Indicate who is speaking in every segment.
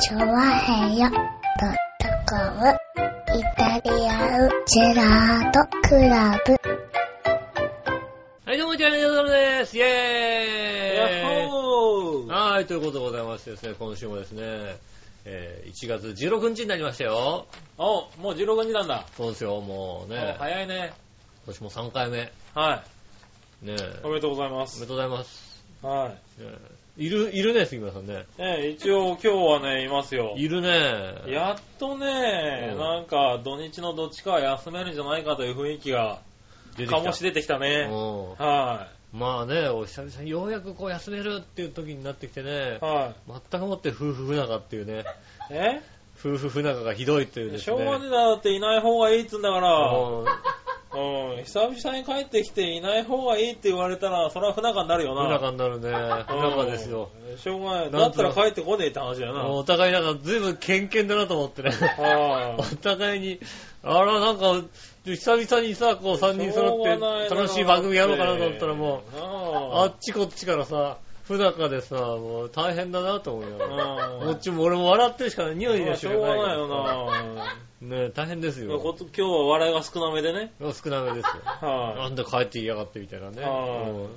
Speaker 1: チョワヘヨドットコムイタリアンジェラートクラブ。
Speaker 2: はい、どうも、チャンネル登録です。イェ
Speaker 3: やっ
Speaker 2: ー
Speaker 3: ほ
Speaker 2: イ
Speaker 3: ー
Speaker 2: はい、ということでございましてですね、今週もですね、えー1月16日になりましたよ。
Speaker 3: おもう16日なんだ。
Speaker 2: そうですよ、もうね
Speaker 3: お、早いね。
Speaker 2: 今年も3回目。ね
Speaker 3: は
Speaker 2: え、
Speaker 3: い。
Speaker 2: お
Speaker 3: お
Speaker 2: め
Speaker 3: めでとうございま。
Speaker 2: ですとうございます。
Speaker 3: は
Speaker 2: ねえいる、いるね、杉村さんね。
Speaker 3: い。ね一応今日はね、いますよ。
Speaker 2: いるね。
Speaker 3: やっとね、
Speaker 2: うん
Speaker 3: なんか土日のどっちかは休めるんじゃないかという雰囲気が、
Speaker 2: 出てきた、
Speaker 3: 醸し出てきたね。
Speaker 2: う
Speaker 3: は
Speaker 2: んまあね、お久々にようやくこう休めるっていう時になってきてね
Speaker 3: い。、は
Speaker 2: 全くもって夫婦不仲っていうね、
Speaker 3: い。え
Speaker 2: 夫婦不仲がひどいっていうですね。
Speaker 3: 昭和でだっていない方がいいっつうんだか
Speaker 2: う
Speaker 3: ら、
Speaker 2: ん
Speaker 3: うん、久々に帰ってきていない方がいいって言われたら、それは不仲になるよな。
Speaker 2: 不仲になるね。不
Speaker 3: うん
Speaker 2: 仲ですよ。。
Speaker 3: しょうがない。だ
Speaker 2: なん
Speaker 3: っ
Speaker 2: と
Speaker 3: た
Speaker 2: なく
Speaker 3: ら帰ってこねえって話だよな。
Speaker 2: お互いなんか随分健健だなと思ってね。
Speaker 3: は
Speaker 2: お互いに、あら、なんか、久々にさ、こう3人揃って楽しい番組やろうかなと思ったらもう、
Speaker 3: う、
Speaker 2: あ
Speaker 3: あ
Speaker 2: っちこっちからさ、不仲でさ、もう大変だなと思いながら。
Speaker 3: あ
Speaker 2: こっちも俺も笑ってるしか匂いでし
Speaker 3: し
Speaker 2: ょ
Speaker 3: ょうがないよ
Speaker 2: な
Speaker 3: な。
Speaker 2: い。ねえ大変ですよ。
Speaker 3: こ今日は笑いが少なめでね。
Speaker 2: 少なめですよ。な
Speaker 3: はい。
Speaker 2: んで帰ってきやがってみたいなね。
Speaker 3: は
Speaker 2: うん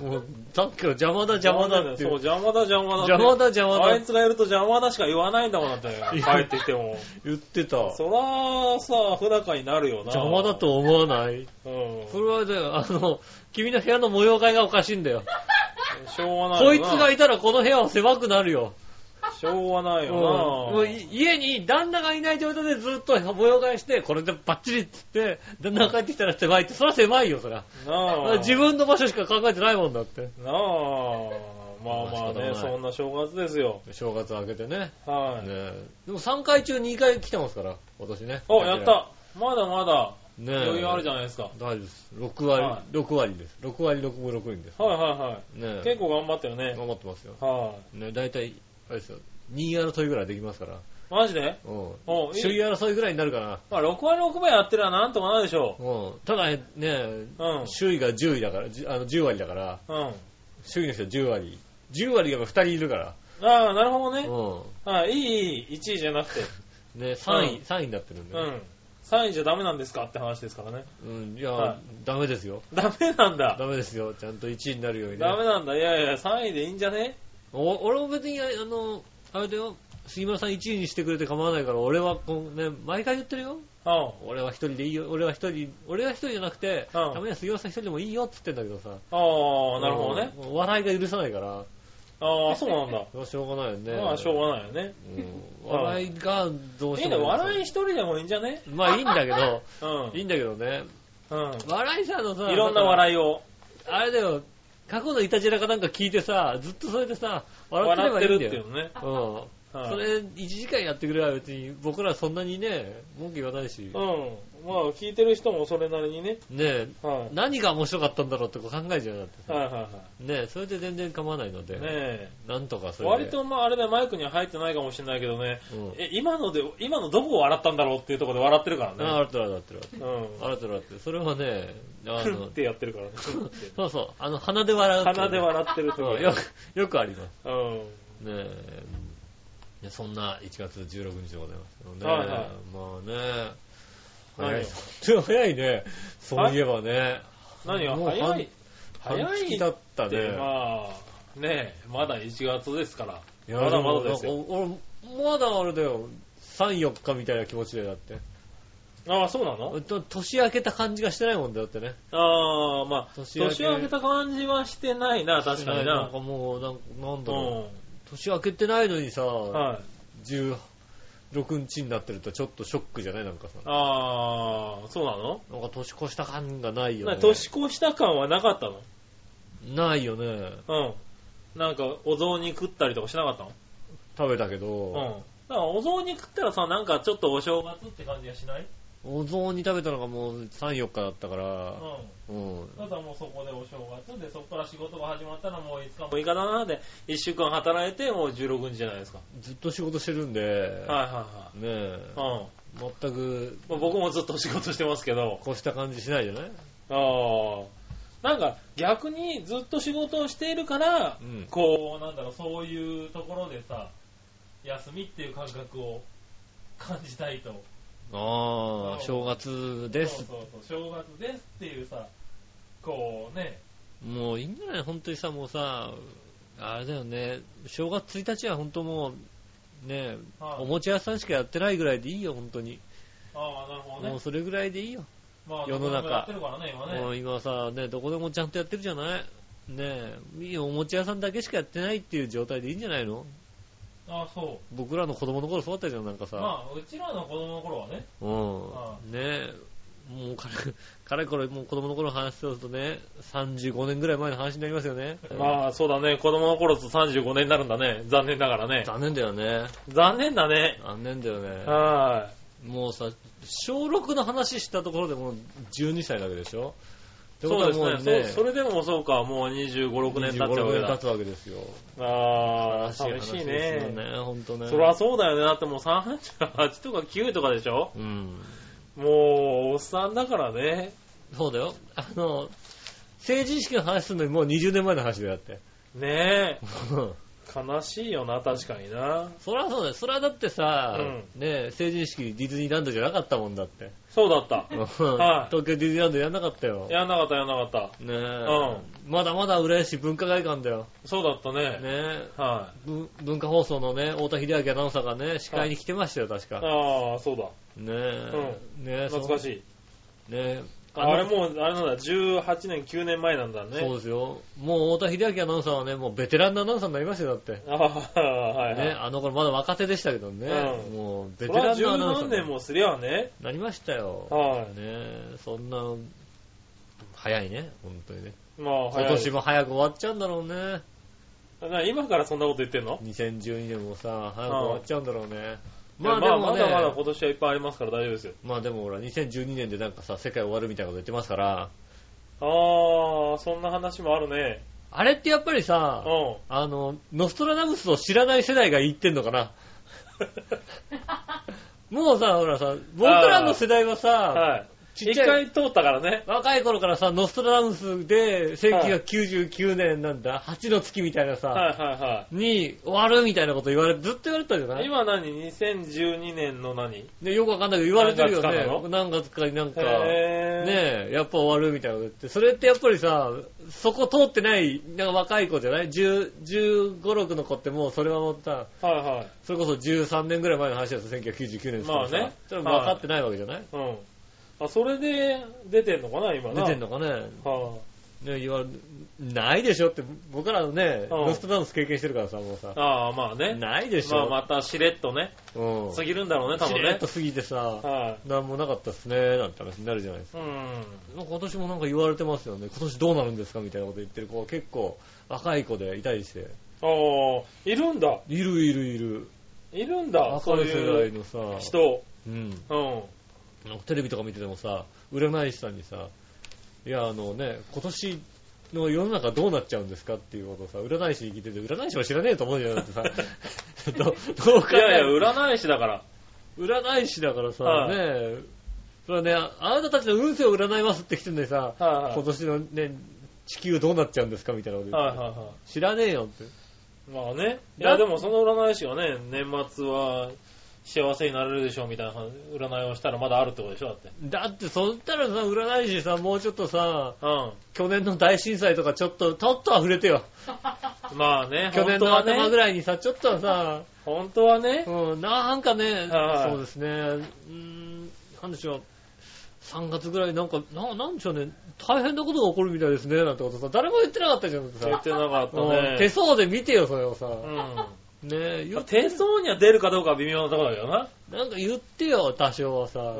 Speaker 2: もう、さっきから邪魔だ邪魔だってい
Speaker 3: そう、
Speaker 2: う。
Speaker 3: 邪魔だ邪魔だって。
Speaker 2: 邪魔だ邪魔だ
Speaker 3: あいつがいると邪魔だしか言わないんだもんだって。
Speaker 2: や
Speaker 3: 帰ってきても。
Speaker 2: 言ってた。
Speaker 3: そらさ、不仲になるよな。
Speaker 2: 邪魔だ。と思わない
Speaker 3: うん。
Speaker 2: それはね、あの、君の部屋の模様替えがおかしいんだよ。
Speaker 3: しょうがない
Speaker 2: こいつ
Speaker 3: よな。
Speaker 2: がいたらこの部屋は狭くなるよ。
Speaker 3: しょうがない
Speaker 2: うんも
Speaker 3: よ
Speaker 2: うい家に旦那がいない状態でずっと模様替えして、これでバッチリっつって、旦那が帰ってきたら狭いって、それは狭いよ、そりゃ。
Speaker 3: な。なあ。
Speaker 2: 自分の場所しか考えてないもんだって。
Speaker 3: なあ。まあまあ
Speaker 2: まあ仕方ない
Speaker 3: ね、そんな正月ですよ。
Speaker 2: 正月明けてね。
Speaker 3: はい。
Speaker 2: ねでも3回中2回来てますから、今年ね。
Speaker 3: お、やったまだまだ
Speaker 2: ね
Speaker 3: 余裕あるじゃ
Speaker 2: ん。
Speaker 3: ないですか。はい
Speaker 2: 大丈夫です。6割、
Speaker 3: は
Speaker 2: 6割です。6割6分6厘です。
Speaker 3: は
Speaker 2: ね
Speaker 3: いはい。結構頑張ったよね。
Speaker 2: 頑張ってますよ。
Speaker 3: は
Speaker 2: ね、大体、あれですよ、2位争いぐらいできますから、
Speaker 3: い。マジで
Speaker 2: うん。
Speaker 3: おいい
Speaker 2: 首位争いぐらいになるかな。
Speaker 3: まあ、6割6分やってりゃなんとかなるでしょ
Speaker 2: うん。ただね、
Speaker 3: う。うん。
Speaker 2: 首位が10位だから、じあの10割だから、
Speaker 3: うん。
Speaker 2: 首位の人は10割。10割が2人いるから、
Speaker 3: ああ、なるほ
Speaker 2: う
Speaker 3: どね。
Speaker 2: ん。
Speaker 3: はい、いい、いい、1位じゃなくて。
Speaker 2: ね、3位、
Speaker 3: うん
Speaker 2: 3位になってるんで
Speaker 3: う
Speaker 2: ね。
Speaker 3: ん。3位じゃダメなんですかって話ですからね。
Speaker 2: うん。いや、
Speaker 3: はい
Speaker 2: ダメですよ。
Speaker 3: ダメなんだ。
Speaker 2: ダメですよ。ちゃんと1位になるようにね。
Speaker 3: ダメなんだ。いやいや、3位でいいんじゃね
Speaker 2: お俺も別に、ああの、あれだよ、杉村さん1位にしてくれて構わないから、俺はこうね、毎回言ってるよ。
Speaker 3: うん。
Speaker 2: 俺は一人でいいよ、俺は一人、俺は一人じゃなくて、
Speaker 3: うん
Speaker 2: たまには杉村さん一人でもいいよって言ってんだけどさ。
Speaker 3: ああ、なるほどね。
Speaker 2: うん。笑いが許さないから、
Speaker 3: ああ、そうなんだ。
Speaker 2: それはしょうがないよね。
Speaker 3: まあ、しょうがないよね。
Speaker 2: うん笑いがどう
Speaker 3: い
Speaker 2: し
Speaker 3: い
Speaker 2: て
Speaker 3: ね、
Speaker 2: も。
Speaker 3: 笑い一人でもいいんじゃね
Speaker 2: い。まあいいんだけど、
Speaker 3: う
Speaker 2: いい
Speaker 3: ん。
Speaker 2: んだけどね。
Speaker 3: うん。
Speaker 2: 笑いさんのさ、
Speaker 3: いろんな笑いを。
Speaker 2: い。あれだよ、過去のいたじらかなんか聞いてさ、ずっとそれでさ、笑ってればいいんだ
Speaker 3: 笑ってる
Speaker 2: よ
Speaker 3: っ。ていうのね。
Speaker 2: うん。
Speaker 3: はい
Speaker 2: それ、1時間やってくれば別に、僕らそんなにね、文句言わないし、ね
Speaker 3: うん。まあ、聞いてる人もそれなりにね。
Speaker 2: え、
Speaker 3: はい。
Speaker 2: 何が面白かったんだろうってこう考えちゃうようになってさ。
Speaker 3: はいはいは
Speaker 2: ねえ、それで全然構わないの
Speaker 3: い。
Speaker 2: で、
Speaker 3: ねえ。
Speaker 2: なんとかそれで。
Speaker 3: 割と、まあ、あれでマイクには入ってないかもしれないけどね。
Speaker 2: うん、
Speaker 3: え、今ので、今のどこを笑ったんだろうっていうところで笑ってるか
Speaker 2: あ、
Speaker 3: らね。
Speaker 2: あるとるあるとるある
Speaker 3: う
Speaker 2: あるとるあるとる。それはね、あ
Speaker 3: ん。くる
Speaker 2: の
Speaker 3: っ、てやってるからね。
Speaker 2: そうそう、あの、鼻で笑うっていうね、
Speaker 3: 鼻で笑ってると
Speaker 2: そうよく、よくあります。
Speaker 3: うん。
Speaker 2: ねえ。いやそんな1月16日でございますけどね。
Speaker 3: はいはい
Speaker 2: まあね。
Speaker 3: 何
Speaker 2: 早
Speaker 3: よ
Speaker 2: い。早いね。そういえばね。
Speaker 3: 何が
Speaker 2: もう半
Speaker 3: 早い
Speaker 2: 半
Speaker 3: 早い
Speaker 2: 月
Speaker 3: っ
Speaker 2: だったね。
Speaker 3: て、まあ、ねえ、まだ1月ですから。
Speaker 2: いや
Speaker 3: まだまだです
Speaker 2: もなんか俺、まだあれだよ。3、4日みたいな気持ちでだって。
Speaker 3: ああ、そうなの
Speaker 2: と年明けた感じがしてないもんだよだってね。
Speaker 3: ああ、まあ、
Speaker 2: 年
Speaker 3: 年
Speaker 2: 明
Speaker 3: 明
Speaker 2: け
Speaker 3: けた感じはしてないな、確かに
Speaker 2: なん
Speaker 3: な。
Speaker 2: かもう、なんかなん
Speaker 3: う
Speaker 2: だろう。
Speaker 3: ん。
Speaker 2: 年明けてないのにさ、
Speaker 3: はい。
Speaker 2: 16日になってるとちょっとショックじゃないなんかさ。
Speaker 3: あー、そうなの
Speaker 2: なんか年越した感がないよ
Speaker 3: な
Speaker 2: ね。
Speaker 3: 年越した感はなかったの
Speaker 2: ないよね。
Speaker 3: うん。なんか、お雑煮食ったりとかしなかったの
Speaker 2: 食べたけど、
Speaker 3: うん。だから、お雑煮食ったらさ、なんかちょっとお正月って感じがしない
Speaker 2: お雑煮食べたのがもう3、4日だったか
Speaker 3: う
Speaker 2: ら、
Speaker 3: ん。
Speaker 2: うん。
Speaker 3: ただもうそこでお正月で、そこから仕事が始まったらもう5日も6日だなで、1週間働いてもう16日じゃないですか。
Speaker 2: ずっと仕事してるんで、
Speaker 3: はいは
Speaker 2: ねえ
Speaker 3: い、はい。うん。
Speaker 2: 全く
Speaker 3: まあ僕もずっと仕事してますけど、
Speaker 2: 越した感じしないじゃない
Speaker 3: あー。なんか逆にずっと仕事をしているから、
Speaker 2: うん
Speaker 3: こう、なんだろう、そういうところでさ、休みっていう感覚を感じたいと。
Speaker 2: ああ、正月です。
Speaker 3: そうそうそう、正月ですっていうさ、こうね、
Speaker 2: もういいんじゃない本当にさ、もうさ、あれだよね、正月1日は本当もう、ね、
Speaker 3: はい
Speaker 2: おもちゃ屋さんしかやってないぐらいでいいよ、本当に。
Speaker 3: ああ、なるほど
Speaker 2: もう
Speaker 3: ね。
Speaker 2: それぐらいでいいよ。
Speaker 3: まあ、
Speaker 2: 世の中
Speaker 3: やってるからね、今
Speaker 2: も
Speaker 3: ね。
Speaker 2: う今さ、ね、どこでもちゃんとやってるじゃないねえ、いいよおもちゃ屋さんだけしかやってないっていう状態でいいんじゃないの
Speaker 3: ああ、そう。
Speaker 2: 僕らの子供の頃そうだったじゃん、なんかさ。
Speaker 3: まあ、うちらの子供の頃はね、あ
Speaker 2: うん。ねえ、もう かれ、かれこれもう子供の頃の話するとね、35年ぐらい前の話になりますよね。
Speaker 3: まあ、そうだね。子供の頃と35年になるんだね。残念ながらね。
Speaker 2: 残念だよね。
Speaker 3: 残念だね。
Speaker 2: 残念だよね。
Speaker 3: は
Speaker 2: もうさ、小6の話したところでもう12歳だけでしょってことはもうね、
Speaker 3: そそれでもそうか、もう25、6年経っちゃうわけ
Speaker 2: 25年経
Speaker 3: だ。
Speaker 2: つわけですよ。
Speaker 3: ああ、
Speaker 2: 悲
Speaker 3: 寂
Speaker 2: 話
Speaker 3: しい
Speaker 2: ですよ
Speaker 3: ね。
Speaker 2: ね、ほんとね。
Speaker 3: そりゃそうだよね。だってもう38とか9とかでしょ
Speaker 2: うん。
Speaker 3: もう、おっさんだからね。
Speaker 2: そうだよ。あの、成人式の話するのにもう20年前の話だよ、だっ て。
Speaker 3: ねえ。悲しいよな、確かにな。
Speaker 2: そりゃそうだよ。そりゃだってさ、
Speaker 3: う
Speaker 2: ねえ成人式ディズニーランドじゃなかったもんだって。
Speaker 3: そうだった。
Speaker 2: 東
Speaker 3: は
Speaker 2: 京
Speaker 3: い
Speaker 2: ディズニーランドやんなかったよ。
Speaker 3: やんなかった、やんなかった。
Speaker 2: ねえ、
Speaker 3: う
Speaker 2: まだまだ浦安市文化会館だよ。
Speaker 3: そうだった
Speaker 2: ね
Speaker 3: ね。
Speaker 2: え
Speaker 3: は
Speaker 2: ぶ文化放送のね、太田秀明アナウンサーがね、司会に来てましたよ、確
Speaker 3: い。
Speaker 2: か。
Speaker 3: ああ、そうだ。
Speaker 2: ねえ、ねえ、
Speaker 3: 懐か
Speaker 2: い。
Speaker 3: しい。
Speaker 2: ねえ、
Speaker 3: ああれもう、あれなんだ、18年、9年前なんだね。
Speaker 2: そうですよ。もう太田秀明アナウンサーはね、もうベテランのアナウンサーになりましたよ、だって。
Speaker 3: ああ、はいはい。
Speaker 2: ね、あの頃まだ若手でしたけどね、
Speaker 3: うん
Speaker 2: もうベ
Speaker 3: そ
Speaker 2: テ
Speaker 3: れ
Speaker 2: ラ
Speaker 3: は
Speaker 2: ン
Speaker 3: 十
Speaker 2: のアナウンサ
Speaker 3: 何
Speaker 2: ー
Speaker 3: 年
Speaker 2: に
Speaker 3: もすりゃあね。
Speaker 2: なりましたよ。
Speaker 3: は
Speaker 2: ねえ、そんな、早いね、本当にね。
Speaker 3: い。まあ、
Speaker 2: 今
Speaker 3: 早い
Speaker 2: 年も早く終わっちゃうんだろうね。
Speaker 3: な今からそんなこと言ってんの
Speaker 2: 2012年もさ、早く終わっちゃうんだろうね。
Speaker 3: いや
Speaker 2: まあでも
Speaker 3: ま
Speaker 2: ね、
Speaker 3: だまだ今年はいっぱいありますから大丈夫ですよ。
Speaker 2: まあでもほら、2012年でなんかさ、世界終わるみたいなこと言ってますから、
Speaker 3: ああ、そんな話もあるね。
Speaker 2: あれってやっぱりさ、
Speaker 3: うん。
Speaker 2: あの、ノストラダムスを知らない世代が言ってんのか な。もうさ、ほらさ、僕らの世代はさ、
Speaker 3: はい。
Speaker 2: ちっ
Speaker 3: 一
Speaker 2: ちゃい、
Speaker 3: 回通ったからね。
Speaker 2: 若い頃からさ、ノストラダムスで、1999年なんだ、8の月みたいな
Speaker 3: はい
Speaker 2: さ、
Speaker 3: はいは。
Speaker 2: に終わるみたいなこと言われ、ずっと言われてたじゃないい
Speaker 3: 今何 ?2012 年の何
Speaker 2: でよくわかんないけど言われてるよ
Speaker 3: 何月
Speaker 2: ね
Speaker 3: かなの。
Speaker 2: 何月かになんか、
Speaker 3: へー
Speaker 2: ねえ、やっぱ終わるみたいなこと言って、それってやっぱりさ、そこ通ってない、なんか若い子じゃない ?10、15、6の子ってもうそれはもうさ、
Speaker 3: はいはい。
Speaker 2: それこそ13年ぐらい前の話だと1999年ですからさ
Speaker 3: まあね
Speaker 2: それは分かってないわけじゃない、
Speaker 3: うん。あ、それで出てんのかな今な。
Speaker 2: 出てんのかね
Speaker 3: は
Speaker 2: ね言われ、ないでしょって、僕らのね、
Speaker 3: うん
Speaker 2: ロストダウンス経験してるからさ、もうさ
Speaker 3: あ。、ああ、まあね。
Speaker 2: ないでし
Speaker 3: まあ
Speaker 2: ょ。
Speaker 3: またしれっとね、
Speaker 2: うん。
Speaker 3: 過ぎるんだろうね、多
Speaker 2: し
Speaker 3: 分
Speaker 2: れっ
Speaker 3: ね
Speaker 2: と。過ぎてさ、
Speaker 3: は
Speaker 2: なんもなかったっすね、なんて話になるじゃないですか
Speaker 3: い。うん。
Speaker 2: 今年もなんか言われてますよね。今年どうなるんですかみたいなこと言ってる子は結構若い子でいたりして。
Speaker 3: ああ、いるんだ。
Speaker 2: いるいるいる。
Speaker 3: いるんだ。
Speaker 2: 若
Speaker 3: そう
Speaker 2: い世
Speaker 3: い
Speaker 2: 代
Speaker 3: う
Speaker 2: のさ、
Speaker 3: 人。
Speaker 2: うん。
Speaker 3: うん。
Speaker 2: なんかテレビとか見ててもさ、占い師さんにさ、いや、あのね、今年の世の中どうなっちゃうんですかっていうことをさ、占い師に聞いてて、占い師は知らねえと思うじゃなくてさ、 どどう考
Speaker 3: いや
Speaker 2: え
Speaker 3: いや、占い師だから。
Speaker 2: 占い師だからさ、
Speaker 3: は
Speaker 2: ね
Speaker 3: い
Speaker 2: え、それはね、あなたたちの運勢を占いますって来てんのにさ、
Speaker 3: はいはい
Speaker 2: 今年のね、地球どうなっちゃうんですかみたいなこと言って
Speaker 3: はいはいは
Speaker 2: 知らねえよって。
Speaker 3: い。まあね。いや、でもその占い師がね、年末は幸せになれるでしょうみたいな占いをしたらまだあるってことでしょだって。
Speaker 2: だって、そしたらさ、占い師さ、もうちょっとさ、
Speaker 3: う
Speaker 2: 去年の大震災とかちょっと、ちょっとは触れてよ。
Speaker 3: ん。まあね、
Speaker 2: 去
Speaker 3: 本
Speaker 2: 年
Speaker 3: 当
Speaker 2: の
Speaker 3: は
Speaker 2: 頭ぐ
Speaker 3: ね。
Speaker 2: らいにさ、ちょっとはさ、
Speaker 3: 本当はね。
Speaker 2: うん、なんかね、
Speaker 3: はい
Speaker 2: そうですね、うーん、なんでしょう。3月ぐらいなんか、な、なんでしょうね、大変なことが起こるみたいですね、なんてことさ、誰も言ってなかったじゃん、さ。
Speaker 3: 言ってなかった
Speaker 2: うん
Speaker 3: ね。
Speaker 2: 手相で見てよ、それをさ。
Speaker 3: う
Speaker 2: ねえ、言
Speaker 3: ん。
Speaker 2: っ
Speaker 3: 手相には出るかどうかは微妙なところだけどな。
Speaker 2: なんか言ってよ、多少はさ。
Speaker 3: うん。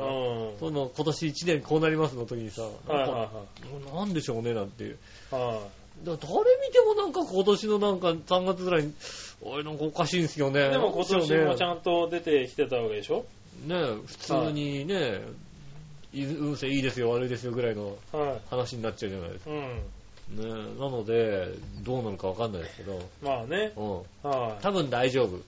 Speaker 2: その、今年1年こうなりますの時にさ。
Speaker 3: はいはい
Speaker 2: なんか
Speaker 3: は
Speaker 2: なんでしょうね、なんていう。
Speaker 3: い。
Speaker 2: だか
Speaker 3: は
Speaker 2: ら誰見てもなんか今年のなんか3月ぐらいに、おい、なんかおかしいんですよね。
Speaker 3: い。でも今年もち
Speaker 2: ん
Speaker 3: ゃんと出てきてたわけでしょ
Speaker 2: ねえ普通にね、い運勢いいですよ、悪いですよぐらいの
Speaker 3: は
Speaker 2: 話になっちゃうじゃないです
Speaker 3: い。うん。
Speaker 2: か。ねえなので、どうなるかわかんないですけど、
Speaker 3: まあね。
Speaker 2: うん。
Speaker 3: は
Speaker 2: 多分大丈夫。
Speaker 3: い。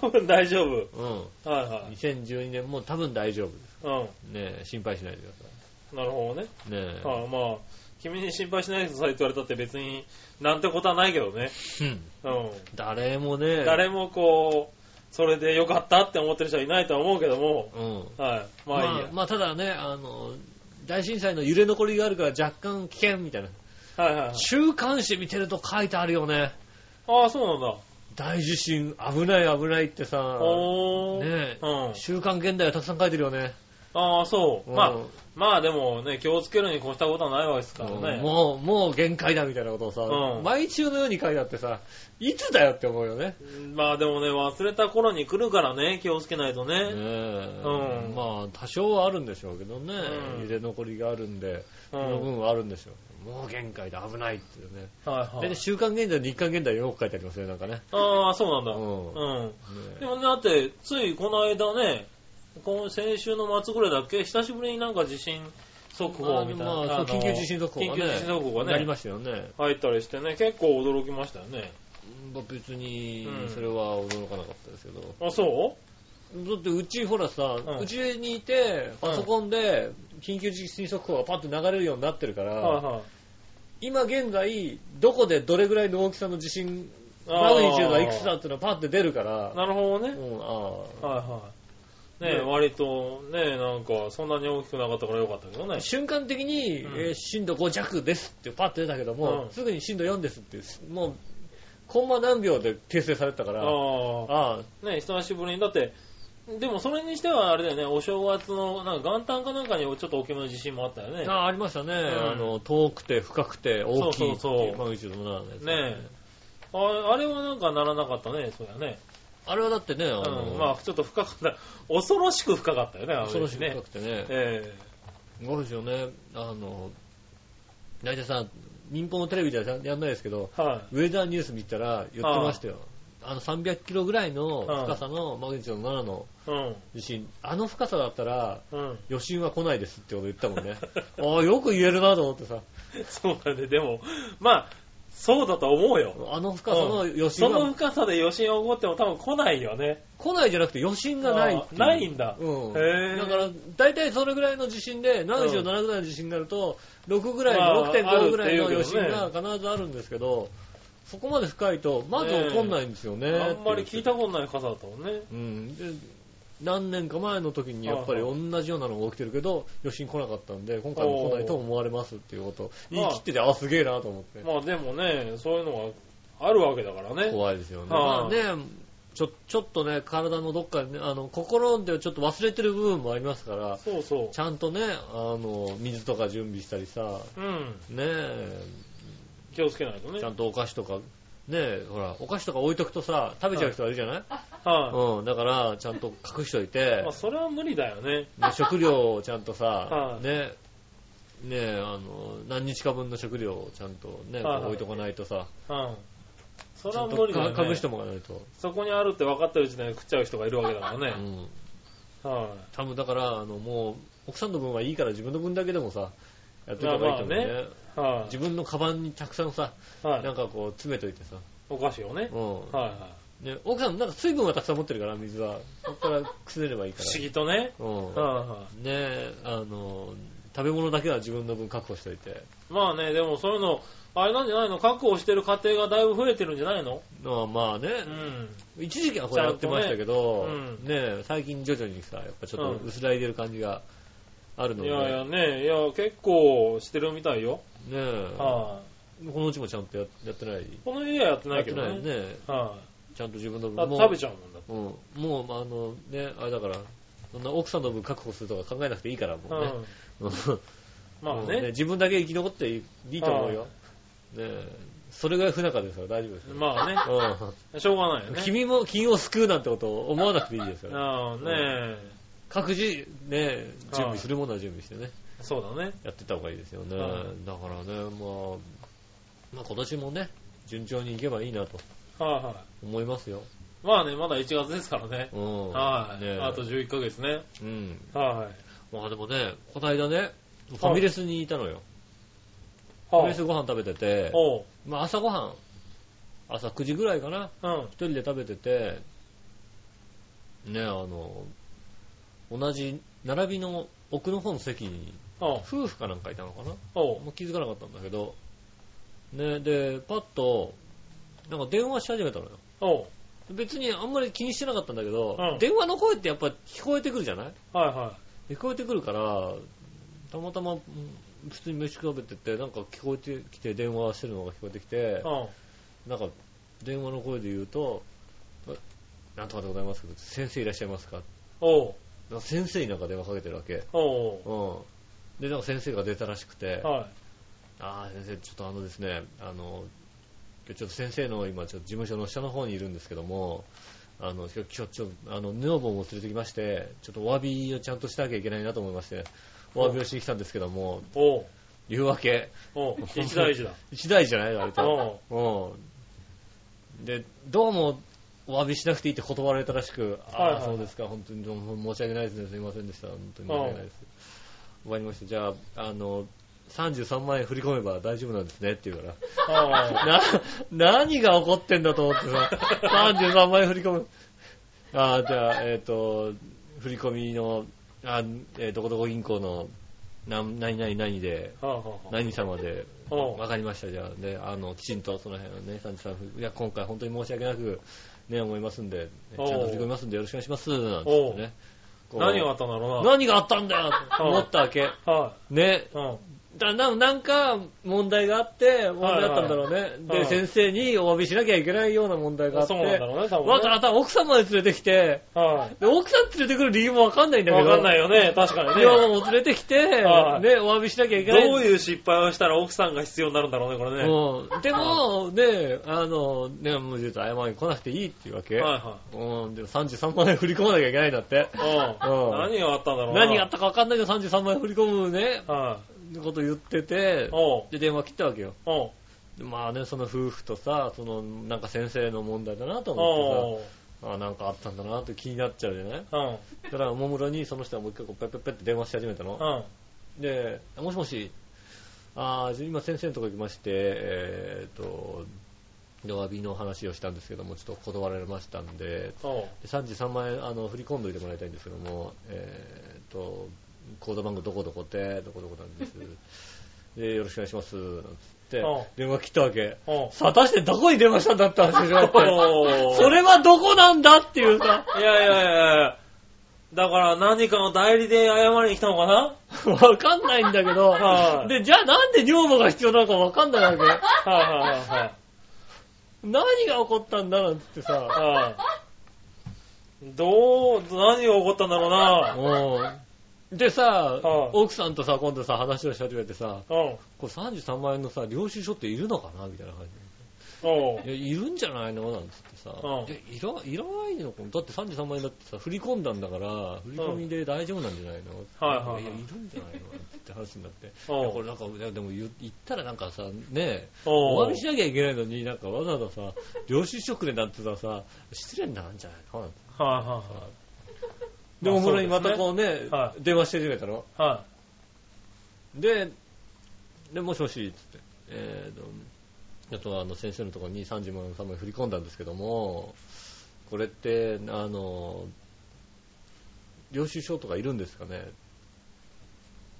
Speaker 3: 多分大丈夫。
Speaker 2: うん。
Speaker 3: はいは
Speaker 2: 2012年も多分大丈夫で
Speaker 3: い。うん。
Speaker 2: す。ねえ心配しないでください。
Speaker 3: なるほどね。
Speaker 2: ねえ。
Speaker 3: ああまあ、君に心配しないでくださいって言われたって別になんてことはないけどね。
Speaker 2: うん
Speaker 3: うん。
Speaker 2: 誰もね、
Speaker 3: 誰もこう、それでよかったって思ってる人はいないとは思うけども、
Speaker 2: うん。
Speaker 3: はい。
Speaker 2: ま
Speaker 3: まあい
Speaker 2: あ
Speaker 3: いや。
Speaker 2: まあただね、あの、大震災の揺れ残りがあるから若干危険みたいな。
Speaker 3: はいはいはい。
Speaker 2: 週刊誌見てると書いてあるよね。
Speaker 3: ああ、そうなんだ。
Speaker 2: 大地震、危ない危ないってさ、
Speaker 3: おー。
Speaker 2: ねえ、
Speaker 3: うん。
Speaker 2: 週刊現代はたくさん書いてるよね。
Speaker 3: ああ、そう。
Speaker 2: うん
Speaker 3: まあ、まあでもね、気をつけるに越したことはないわけですから
Speaker 2: うん
Speaker 3: ね。
Speaker 2: もう、もう限界だみたいなことをさ、
Speaker 3: うん
Speaker 2: 毎週のように書いてあってさ、いつだよって思うよね。
Speaker 3: まあでもね、忘れた頃に来るからね、気をつけないと
Speaker 2: ね
Speaker 3: ね。
Speaker 2: え
Speaker 3: うん
Speaker 2: まあ、多少はあるんでしょうけどね、
Speaker 3: うん
Speaker 2: 揺れ残りがあるんで、
Speaker 3: う
Speaker 2: その
Speaker 3: ん。
Speaker 2: 分はあるんでしょう。もう限界だ、危ないっていうね。
Speaker 3: はいは
Speaker 2: 大体
Speaker 3: い。
Speaker 2: 週刊現代、日刊現代よく書いてありますね、なんかね。
Speaker 3: ああ、そうなんだ。
Speaker 2: うん
Speaker 3: うん。
Speaker 2: ね
Speaker 3: でもね、だって、ついこの間ね、この先週の末ぐらいだっけ、久しぶりになんか地震速報みたいな。
Speaker 2: まあまあ
Speaker 3: あの
Speaker 2: 緊急地震速報がね
Speaker 3: 緊急地震速報
Speaker 2: な
Speaker 3: が
Speaker 2: り
Speaker 3: ね、
Speaker 2: ましたよね。
Speaker 3: 入ったりしてね、結構驚きましたよね。
Speaker 2: まあ別に
Speaker 3: うん、
Speaker 2: それは驚かなかったですけど。
Speaker 3: あ、そ
Speaker 2: だってうちほらさ、
Speaker 3: ん
Speaker 2: うちにいて、パソコンで緊急地震速報がパッと流れるようになってるか
Speaker 3: う
Speaker 2: ら、
Speaker 3: はいはい。
Speaker 2: 今現在、どこでどれぐらいの大きさの地震、マグニチュードはいくつだっていうのはパッて出るから、
Speaker 3: なるほど
Speaker 2: う
Speaker 3: ね。
Speaker 2: ん、あ
Speaker 3: はいはい。ね
Speaker 2: ね
Speaker 3: 割と、ねなんか、そんなに大きくなかったからよかったけどね
Speaker 2: あ。瞬間的に、
Speaker 3: うん
Speaker 2: えー震度5弱ですってパッと出たけども、
Speaker 3: うん
Speaker 2: すぐに震度4ですって、もう、コンマ何秒で訂正されてたから、あ
Speaker 3: あ
Speaker 2: あ、
Speaker 3: あ。ね久しぶりに。だって、でもそれにしてはあれだよね、お正月の、なんか元旦かなんかにちょっと大きめの地震もあったよね。
Speaker 2: あありましたね、
Speaker 3: ん
Speaker 2: あの遠くて深くて大きいって
Speaker 3: そうそう
Speaker 2: い
Speaker 3: そう
Speaker 2: うマグニチュードのなやつ
Speaker 3: ねああれはなんかならなかったね、そうやね。
Speaker 2: あれはだってね、あ
Speaker 3: う
Speaker 2: の、
Speaker 3: ん。まあ、ちょっと深かった。恐ろしく深かったよね、あれね。
Speaker 2: 恐ろしく深くてね、
Speaker 3: え
Speaker 2: すごいですよね、あの、大体さ、民放のテレビではやんないですけど、
Speaker 3: えはい。
Speaker 2: ウェザーニュース見たら言ってましたよ。あの300キロぐらいの深さのマグニチュード7の
Speaker 3: うん。
Speaker 2: 地震、あの深さだったら
Speaker 3: うん。
Speaker 2: 余震は来ないですってこと言ったもん ね。ああ、よく言えるなと思ってさ、
Speaker 3: そうだね。でも、まあ、そうだと思うよ。
Speaker 2: あの深さの余震
Speaker 3: その
Speaker 2: は
Speaker 3: 深さで余震が起こっても多分来ないよね。
Speaker 2: 来ないじゃなくて余震がないっていう
Speaker 3: あないんだ。
Speaker 2: うん。
Speaker 3: へー
Speaker 2: だから、大体それぐらいの地震で、77ぐらいの地震になると、6ぐらい
Speaker 3: ま
Speaker 2: の、
Speaker 3: あ
Speaker 2: 6.5ぐらいの
Speaker 3: あるっていう
Speaker 2: 余
Speaker 3: け
Speaker 2: 震
Speaker 3: どね
Speaker 2: が必ずあるんですけど、そこまで深いと、まず起こんないんですよね。
Speaker 3: あんまり聞いたことない傘だったもんね。
Speaker 2: うん。で何年か前の時にやっぱり
Speaker 3: は
Speaker 2: 同じようなのが起きてるけど、余震来なかったんで、今回も来ないと思われますっていうことを言い切ってて、あ、すげえなと思って。
Speaker 3: まあでもね、そういうのがあるわけだからね。
Speaker 2: 怖いですよね。
Speaker 3: は
Speaker 2: ま
Speaker 3: あ
Speaker 2: あね、ちょ、ちょっとね、体のどっかにね、あの、心ではちょっと忘れてる部分もありますから、
Speaker 3: そうそ
Speaker 2: ちゃんとね、あの、水とか準備したりさ、
Speaker 3: う。うん。
Speaker 2: ねえ、
Speaker 3: 気をつけないとね。
Speaker 2: ちゃんとお菓子とか、ねえ、ほら、お菓子とか置いとくとさ、食べちゃう人がいるじゃない、
Speaker 3: はい、
Speaker 2: うん、だから、ちゃんと隠しといて
Speaker 3: まあ、それは無理だよね。
Speaker 2: ね食料をちゃんとさ、
Speaker 3: はい
Speaker 2: ねえ、ねえ、あの、何日か分の食料をちゃんとね、こ
Speaker 3: はいはいう
Speaker 2: 置いとかないとさ、
Speaker 3: うん。そ
Speaker 2: ち
Speaker 3: れ
Speaker 2: ゃ
Speaker 3: は
Speaker 2: ん
Speaker 3: 無
Speaker 2: と
Speaker 3: 理だよ
Speaker 2: か
Speaker 3: ね。
Speaker 2: 隠してもらわないと。
Speaker 3: そこにあるって分かってる時点で食っちゃう人がいるわけだから
Speaker 2: う
Speaker 3: ね。
Speaker 2: ん。
Speaker 3: は
Speaker 2: 多分だから、あの、もう、奥さんの分はいいから自分の分だけでもさ、やっておけばいいと思うね。
Speaker 3: まあまい、はい、
Speaker 2: 自分のカバンにたくさんさ、
Speaker 3: はい、
Speaker 2: なんかこう詰めといてさ、
Speaker 3: お菓子をね。
Speaker 2: うん、
Speaker 3: はいはい。
Speaker 2: ね、奥さん、なんか水分はたくさん持ってるから、水は。そこからくすねればいいか
Speaker 3: 不思議とね。
Speaker 2: ら。うん。
Speaker 3: はいは
Speaker 2: ねえ、あの、食べ物だけは自分の分確保しておいて。
Speaker 3: い。まあね、でもそういうの、あれなんじゃないの確保してる家庭がだいぶ増えてるんじゃないの
Speaker 2: まあまあね、
Speaker 3: うん。
Speaker 2: 一時期はこれやってましたけど、
Speaker 3: ちゃ
Speaker 2: ね
Speaker 3: んと
Speaker 2: え、最近徐々にさ、やっぱちょっ
Speaker 3: うん
Speaker 2: と薄らいでる感じがあるの
Speaker 3: い
Speaker 2: で、
Speaker 3: やいやね、いや、結構してるみたいよ。
Speaker 2: ねえ、
Speaker 3: は
Speaker 2: このうちもちゃんとややってない。
Speaker 3: い。この家はやってな
Speaker 2: や
Speaker 3: い
Speaker 2: っ
Speaker 3: け
Speaker 2: て
Speaker 3: ど
Speaker 2: ないよ
Speaker 3: ね。
Speaker 2: ね。
Speaker 3: は
Speaker 2: ちゃんと自分の
Speaker 3: い。だ
Speaker 2: 分
Speaker 3: って
Speaker 2: も。
Speaker 3: 食べちゃうもんだって。
Speaker 2: うん。もう、まああの、ね、あれだから、そんな奥さんの分確保するとか考えなくていいから、もうね。
Speaker 3: うん。
Speaker 2: うん
Speaker 3: まあ
Speaker 2: うん
Speaker 3: ね。
Speaker 2: 自分だけ生き残っていいと思うよ。ねえそれぐらい不仲ですから大丈夫ですよ。
Speaker 3: まあね。しょうがないよ
Speaker 2: うん
Speaker 3: ね。
Speaker 2: 君も、君を救うなんてことを思わなくていいですから。
Speaker 3: ああ、ね
Speaker 2: 各自、ね、準備するものは準備してね、
Speaker 3: そうだね。
Speaker 2: やってった方がいいですよね。だ
Speaker 3: は
Speaker 2: からね、まあ、まあ今年もね、順調にいけばいいなと
Speaker 3: はいは
Speaker 2: 思いますよ。
Speaker 3: い。まあね、まだ1月ですからね。
Speaker 2: うん。
Speaker 3: はい。
Speaker 2: ねえ
Speaker 3: あと11ヶ月ね。
Speaker 2: うん。
Speaker 3: は
Speaker 2: まあでもね、この間ね、ファミレスにいたのよ。
Speaker 3: い。
Speaker 2: ファミレ
Speaker 3: は
Speaker 2: ス
Speaker 3: い。
Speaker 2: ご飯食べてて、
Speaker 3: おう。
Speaker 2: まあ朝ご飯、朝9時ぐらいかな、
Speaker 3: うん。
Speaker 2: 一人で食べてて、ね、あの、同じ並びの奥の方の席に
Speaker 3: おう。
Speaker 2: 夫婦かなんかいたのかな
Speaker 3: おう。
Speaker 2: もう気づかなかったんだけど、ね、で、パッと、なんか電話し始めたのよ。
Speaker 3: おう。
Speaker 2: 別にあんまり気にしてなかったんだけど、
Speaker 3: うん
Speaker 2: 電話の声ってやっぱ聞こえてくるじゃない
Speaker 3: はいは
Speaker 2: 聞こえてくるから、たまたま、うん普通に飯食べてて、なんか聞こえてきて、電話してるのが聞こえてきて
Speaker 3: い。、うん。
Speaker 2: なんか、電話の声で言うと、あなんとかでございますけど、先生いらっしゃいますか
Speaker 3: おう。
Speaker 2: なんか先生になんか電話かけてるわけ。
Speaker 3: おう。
Speaker 2: うん。で、なんか先生が出たらしくて、
Speaker 3: は
Speaker 2: ああ、先生、ちょっとあのですね、あの、今日ちょっと先生の今、ちょっと事務所の下の方にいるんですけども、あの、今日今日ちょっと、あの、女房も連れてきまして、ちょっとお詫びをちゃんとしなきゃいけないなと思いまして、お詫びをしてきたんですけども、
Speaker 3: い。おう。
Speaker 2: 言うわけ、
Speaker 3: おう。一大事だ。
Speaker 2: 一台じゃない割と。
Speaker 3: おう。
Speaker 2: うん。で、どうも、お詫びしなくていいって断られたらしく、
Speaker 3: はい
Speaker 2: あ
Speaker 3: は
Speaker 2: あ、
Speaker 3: い
Speaker 2: そうですか、本当にどうも申し訳ないですね、すいませんでした、本当に申し訳ないです。終わりました、じゃあ、あの、33万円振り込めば大丈夫なんですねって言うから、
Speaker 3: お
Speaker 2: な、何が起こってんだと思ってさ、33万円振り込む。ああ、じゃあ、えっ、と、振り込みの、あえーどこどこ銀行の、なん何々何で、
Speaker 3: う。はあは
Speaker 2: 何様で、
Speaker 3: あおう。
Speaker 2: わかりました、じゃあね、あの、きちんとその辺はね、33いや、今回本当に申し訳なく、ね、思いますんで、ちゃ
Speaker 3: お
Speaker 2: ん
Speaker 3: う
Speaker 2: と振り込みますんでよろしくお願いします、なんて言ってね。こう
Speaker 3: 何があったんだろう
Speaker 2: 何があったんだよと思ったわけ。
Speaker 3: な。は
Speaker 2: ね、
Speaker 3: い。うん。
Speaker 2: だななんか問題があって、問題だったんだろうね。
Speaker 3: はい
Speaker 2: で、先生にお詫びしなきゃいけないような問題があって、
Speaker 3: そうなんだろうね、多分ね。
Speaker 2: わざわざ奥さんまで連れてきて、
Speaker 3: はい。
Speaker 2: で奥さん連れてくる理由もわかんないんだけ
Speaker 3: わ
Speaker 2: ど、
Speaker 3: かんないいよね、確かにね。
Speaker 2: やもう連れてきて、
Speaker 3: はい
Speaker 2: ね、お詫びしなきゃいけない。
Speaker 3: どういう失敗をしたら奥さんが必要になるんだろうね、これね。は
Speaker 2: うんでも、ね、あの、ね、もうちょっと謝りに来なくていいっていうわけ。
Speaker 3: いは
Speaker 2: うん、でも33万円振り込まなきゃいけないんだって。
Speaker 3: い。うん。
Speaker 2: うん
Speaker 3: 何があったんだろうな。
Speaker 2: 何があったかわかんないけど33万円振り込むね、
Speaker 3: は
Speaker 2: こと言ってて
Speaker 3: い。、おう。
Speaker 2: で、電話切ったわけよ。
Speaker 3: おう。
Speaker 2: でまあね、その夫婦とさ、その、なんか先生の問題だなと思って
Speaker 3: おう。
Speaker 2: さ、あなんかあったんだなって気になっちゃうじゃない
Speaker 3: うん。
Speaker 2: だから、おもむろにその人はもう一回こう、ペッペッペッって電話し始めたの。
Speaker 3: うん。
Speaker 2: で、もしもし、あーじゃあ今先生のとこ行きまして、えー、と、でお詫びの話をしたんですけども、ちょっと断られましたんで、
Speaker 3: おう。
Speaker 2: で33万円あの振り込んどいてもらいたいんですけども、えー、と、コード番号どこどこで、どこどこなんです。 で、よろしくお願いします、なんつって
Speaker 3: うん、
Speaker 2: 電話切ったわけ。
Speaker 3: おう。
Speaker 2: さあ、果たしてどこに電話したんだって話でしょだ って
Speaker 3: おう
Speaker 2: それはどこなんだっていうさ、
Speaker 3: いやいやいやいやだから何かの代理で謝りに来たのかな
Speaker 2: わかんないんだけど
Speaker 3: は、い
Speaker 2: で、じゃあなんで女房が必要なのかわかんないわけ。
Speaker 3: はいはいはいはい。
Speaker 2: 何が起こったんだなんつってさ、
Speaker 3: はいどう、何が起こったんだろうな。
Speaker 2: うん。でさ
Speaker 3: うん、
Speaker 2: 奥さんとさ、今度さ、話をし始めてさ、
Speaker 3: うん。
Speaker 2: これ33万円のさ、領収書っているのかなみたいな感
Speaker 3: おう
Speaker 2: じ。で。いや、いるんじゃないのなんつってさ、
Speaker 3: うん
Speaker 2: いやいらいらないのかなだって33万円だってさ、振り込んだんだから、振り込みで大丈夫なんじゃないの、
Speaker 3: はいはいはい
Speaker 2: や、いるんじゃないのなんつって話になって。いやこ
Speaker 3: お
Speaker 2: れ
Speaker 3: う。
Speaker 2: なんか、いやでも言言ったらなんかさ、ね
Speaker 3: お
Speaker 2: お詫
Speaker 3: う
Speaker 2: び。しなきゃいけないのに、なんかわざわざさ、領収書くれなんてさ、さ失礼になるんじゃないのなんて
Speaker 3: はいは
Speaker 2: で、
Speaker 3: まあ
Speaker 2: お風呂にま
Speaker 3: そうですね
Speaker 2: たこうね、
Speaker 3: は
Speaker 2: 電話して始めたの。
Speaker 3: いはい。はい。
Speaker 2: で、で、もしもし、つって、えーと、あとはあの先生のところに30万3枚振り込んだんですけども、これって、あの、領収書とかいるんですかね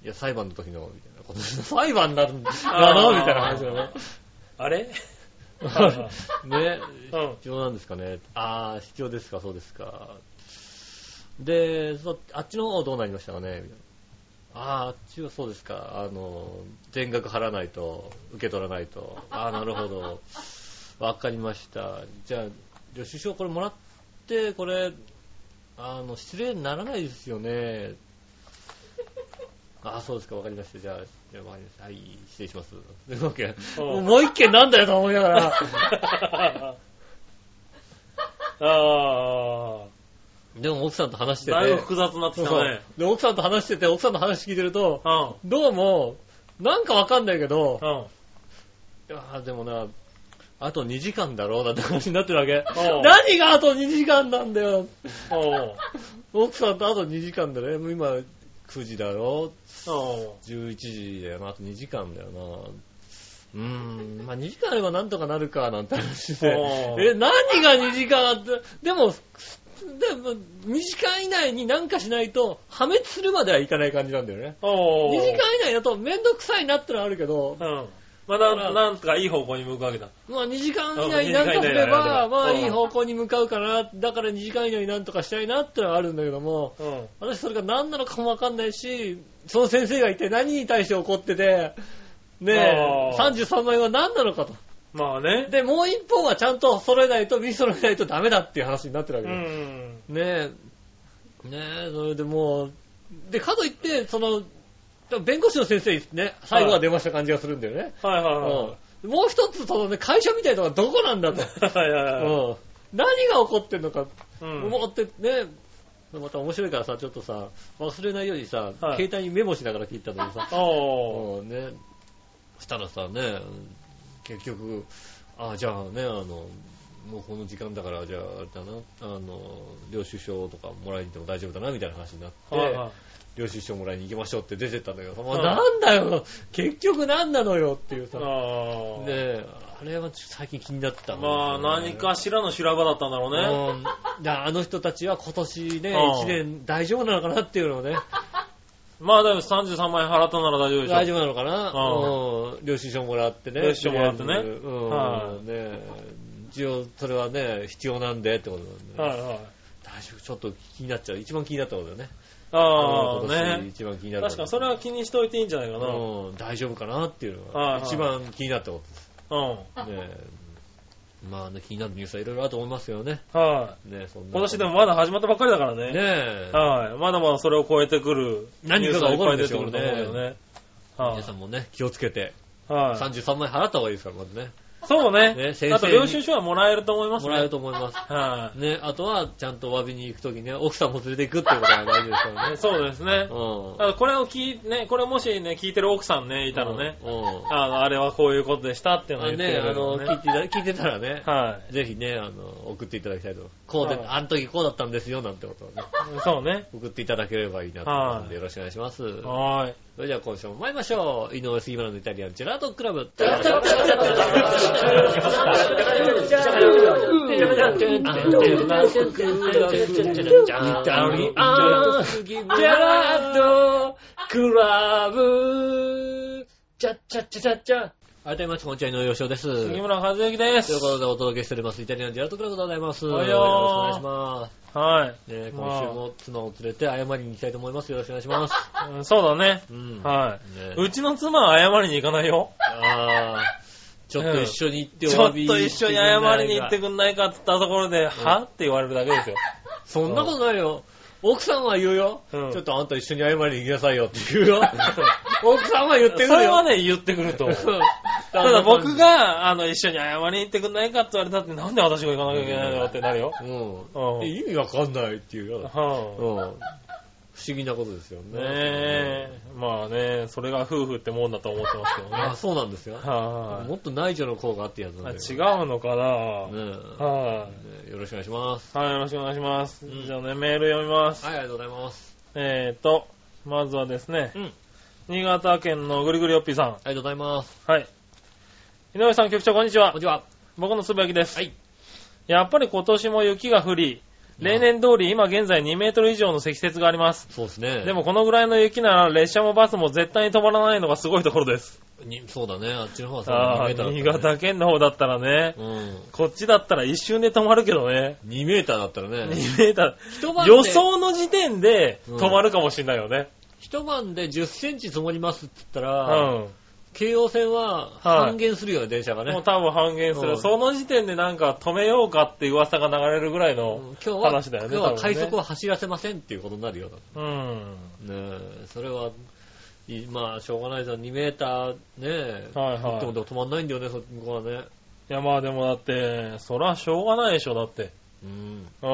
Speaker 2: いや、裁判の時の、みたいなこと。裁判なるんだな、みたいな話だね。
Speaker 3: あれはいは
Speaker 2: ね
Speaker 3: い、うん
Speaker 2: 必要なんですかね。ああ、必要ですか、そうですか。で、そあっちの方どうなりましたかねみたいな。ああ、あっちはそうですか。あの、全額払わないと、受け取らないと。ああ、なるほど。わかりました。じゃあ、領収書これもらって、これ、あの、失礼にならないですよね。ああ、そうですか、わかりました。じゃあ、じゃあわかりました。はい、失礼します。でもう一件
Speaker 3: おう
Speaker 2: もう一件なんだよと思いながら。
Speaker 3: ああ
Speaker 2: でも奥さんと話し
Speaker 3: ー、
Speaker 2: てて。
Speaker 3: だいぶ複雑になって
Speaker 2: そ
Speaker 3: き
Speaker 2: う
Speaker 3: た
Speaker 2: そう
Speaker 3: ね。
Speaker 2: で、奥さんと話してて、奥さんの話聞いてると、
Speaker 3: うん。
Speaker 2: どうも、なんかわかんないけど、
Speaker 3: うん。
Speaker 2: いやーでもな、あと2時間だろうなんて話になってるわけ
Speaker 3: お。う
Speaker 2: 何があと2時間なんだよ。
Speaker 3: おう。
Speaker 2: 奥さんとあと2時間だね。もう今、9時だろ
Speaker 3: おう。
Speaker 2: 11時だよな。あと2時間だよな。うーん、まあ2時間あればなんとかなるか、なんて話で。
Speaker 3: おう
Speaker 2: え、何が2時間あって、でも、でも2時間以内に何かしないと破滅するまではいかない感じなんだよね。
Speaker 3: お
Speaker 2: 2
Speaker 3: う。
Speaker 2: 時間以内だとめんどくさいなってのはあるけど、
Speaker 3: 間うん。まあ、なんなんとかいい方向に向くわけだ。
Speaker 2: まあ2時間以内になんとかすれば、
Speaker 3: うん
Speaker 2: まあいい方向に向かうかな、だから2時間以内になんとかしたいなってのはあるんだけども、
Speaker 3: うん。
Speaker 2: 私それが何なのかもわかんないし、その先生が一体何に対して怒ってて、ねえ、
Speaker 3: あー
Speaker 2: 33万円は何なのかと。
Speaker 3: まあね。
Speaker 2: で、もう一本はちゃんと揃えないと、見揃えないとダメだっていう話になってるわ
Speaker 3: う
Speaker 2: けです。
Speaker 3: ん。
Speaker 2: ねえ、ねえ、それでもう、で、かといって、その、弁護士の先生ね、最後は出ました感じがするんだよね。
Speaker 3: はいはいは
Speaker 2: うんもう一つ、そのね、会社みたいなのはどこなんだと。
Speaker 3: い。はいはいはい。
Speaker 2: うん何が起こってんのか、
Speaker 3: うん
Speaker 2: 思ってね、また面白いからさ、ちょっとさ、忘れないようにさ、
Speaker 3: はい
Speaker 2: 携帯にメモしながら聞いたのに さ、
Speaker 3: おー
Speaker 2: うんね、したらさ、ね、結局、あじゃあね、あの、もうこの時間だから、じゃあ、あれだな、あの、領収書とかもらいに行っても大丈夫だな、みたいな話になって、
Speaker 3: はいはい
Speaker 2: 領収書もらいに行きましょうって出てったんだけどさ、もう
Speaker 3: はい
Speaker 2: なんだよ、結局なんなのよっていうさ、ね
Speaker 3: あー
Speaker 2: え、あれはちょっと最近気になってた
Speaker 3: まあ、何かしらの修羅場だったんだろう
Speaker 2: う
Speaker 3: ね。
Speaker 2: んだからあの人たちは今年ね、
Speaker 3: うん
Speaker 2: 1年大丈夫なのかなっていうのをね、
Speaker 3: まあ、でも33万円払ったなら大丈夫でしょ。
Speaker 2: 大丈夫なのかな、
Speaker 3: う
Speaker 2: うん領収書もらってね。
Speaker 3: 領収書もらってね
Speaker 2: とりあえずうん
Speaker 3: は
Speaker 2: ね一応、それはね、必要なんでってことなんで、
Speaker 3: はいは
Speaker 2: 大
Speaker 3: い。
Speaker 2: 丈夫、ちょっと気になっちゃう。一番気になったことだよね。
Speaker 3: ああ、
Speaker 2: うん今年
Speaker 3: ね。
Speaker 2: 一番気になる
Speaker 3: 確かにそれは気にしておいていいんじゃないかな。うん。
Speaker 2: うん、大丈夫かなっていうの
Speaker 3: はい
Speaker 2: が、
Speaker 3: はい
Speaker 2: 一番気になったことです。ねまあね、気になるニュースはいろいろあると思いますけどね。
Speaker 3: は
Speaker 2: ねそん
Speaker 3: い。
Speaker 2: な
Speaker 3: 今年でもまだ始まったばっかりだから
Speaker 2: ね
Speaker 3: ね。
Speaker 2: え
Speaker 3: はい。まだまだそれを超えてくる。
Speaker 2: 何かが起こるんでしょうね
Speaker 3: ニュースがいっぱい出てくると思うよね。は
Speaker 2: 皆さんもね、気をつけて、
Speaker 3: い。は
Speaker 2: 33万円払った方がいいですから、まずね。
Speaker 3: い。そうね。
Speaker 2: ね先生に
Speaker 3: あと、領収書はもらえると思いますね。
Speaker 2: もらえると思います。
Speaker 3: はい。
Speaker 2: ね、あとは、ちゃんとお詫びに行くときね、奥さんも連れて行くっていうことが大事ですからね。
Speaker 3: そうですね。
Speaker 2: う
Speaker 3: あのこれを聞い、ね、これもしね、聞いてる奥さんね、いたらね、
Speaker 2: ん。うん。
Speaker 3: あの、あれはこういうことでしたっていうのを
Speaker 2: あ
Speaker 3: 言って
Speaker 2: ね、あの、
Speaker 3: くれる
Speaker 2: 聞いてた聞いてたらね、
Speaker 3: は
Speaker 2: ぜひね、あの、送っていただきたいと。こうで
Speaker 3: は、い
Speaker 2: あの時こうだったんですよ、なんてことをね、
Speaker 3: い。そうね。
Speaker 2: 送っていただければいいなと思うんで、よろしくお願いします。
Speaker 3: はーい。
Speaker 2: それでは今週も参りましょう。井上杉村のイタリアンジェラートクラブ。改めまして、こんにちは、井上洋翔です。
Speaker 3: 杉村和之です。
Speaker 2: ということでお届けしております、イタリアンジェラートクラブでございます。
Speaker 3: はい
Speaker 2: よ
Speaker 3: よ
Speaker 2: ろしくお願いします。
Speaker 3: はい。
Speaker 2: ね今週も妻を連れて謝りに行きたいと思います。よろしくお願いします。
Speaker 3: うんそうだね。
Speaker 2: うん。
Speaker 3: は
Speaker 2: ね
Speaker 3: い。うちの妻は謝りに行かないよ。
Speaker 2: ああ、ちょっと一緒に行ってお
Speaker 3: ちょ
Speaker 2: 詫
Speaker 3: っ
Speaker 2: び
Speaker 3: と一緒に謝りに行って
Speaker 2: く
Speaker 3: くんないかって言ったところで、はって言われるだけですよ。
Speaker 2: そんなことないよ。奥さんは言うよ、
Speaker 3: うん
Speaker 2: ちょっとあんた一緒に謝りに行きなさいよって言う よ。奥さんは言ってくるよ。
Speaker 3: それはね、言ってくると思う。 ただ僕、が、あの、一緒に謝りに行ってくんないかって言われたって、なんで私が行かなきゃいけないのってなるよ。
Speaker 2: うん。
Speaker 3: うん
Speaker 2: 意味わかんないっていうよ。うん。不
Speaker 3: は
Speaker 2: 思議なことですよ
Speaker 3: い
Speaker 2: ね。
Speaker 3: ねえ。まあね、それが夫婦ってもんだと思ってますけ どね。
Speaker 2: あそうなんですよ。
Speaker 3: は
Speaker 2: もっと内助の効果あってやつなん
Speaker 3: い。あ
Speaker 2: だ
Speaker 3: 違
Speaker 2: よ。
Speaker 3: うのかな
Speaker 2: ねえ
Speaker 3: は
Speaker 2: ねよろしくお願いします。
Speaker 3: い。はい、よろしくお願いします。
Speaker 2: うん
Speaker 3: じゃあね、メール読みます。
Speaker 2: はい、ありがとうございます。
Speaker 3: えーと、まずはですね、
Speaker 2: うん
Speaker 3: 新潟県のぐりぐりおっぴーさん。
Speaker 2: ありがとうございます。
Speaker 3: はい。井上さん、局長、こんにち
Speaker 2: こ
Speaker 3: は
Speaker 2: ん。にちは。
Speaker 3: 僕のつぶやきです。
Speaker 2: はい。
Speaker 3: やっぱり今年も雪が降り、例年通り今現在2メートル以上の積雪があります。
Speaker 2: そうですね。
Speaker 3: でもこのぐらいの雪なら列車もバスも絶対に止まらないのがすごいところです。
Speaker 2: に、そうだね、あっちの方は
Speaker 3: あ
Speaker 2: さ、
Speaker 3: あ
Speaker 2: 2メーターだったね
Speaker 3: 新潟県の方だったらね、
Speaker 2: うん。
Speaker 3: こっちだったら一瞬で止まるけどね。
Speaker 2: 2メーターだったらね、
Speaker 3: 2メータ
Speaker 2: 一
Speaker 3: ー。
Speaker 2: 晩で
Speaker 3: 予想の時点で止まるかもしれないよね。
Speaker 2: 一晩で10センチ積もりますって言った
Speaker 3: う
Speaker 2: ら、
Speaker 3: ん。
Speaker 2: 京王線は半減するよね、電車が
Speaker 3: もう
Speaker 2: ね。
Speaker 3: 多分半減す
Speaker 2: う
Speaker 3: る。
Speaker 2: ん
Speaker 3: その時点でなんか止めようかって噂が流れるぐらい
Speaker 2: うん
Speaker 3: の
Speaker 2: 今。日は、
Speaker 3: 話だよ
Speaker 2: 今
Speaker 3: ね
Speaker 2: 日は
Speaker 3: 多分ね
Speaker 2: 快速を走らせませんっていうことになるよ。ね
Speaker 3: うん。
Speaker 2: え、それは、いまあ、しょうがないじゃん、2メーターね、
Speaker 3: はいはい
Speaker 2: 乗ってもでも止まんないんだよね、そっち向こうはね。
Speaker 3: いやまあでもだって、そらしょうがないでしょ、だって。
Speaker 2: うん。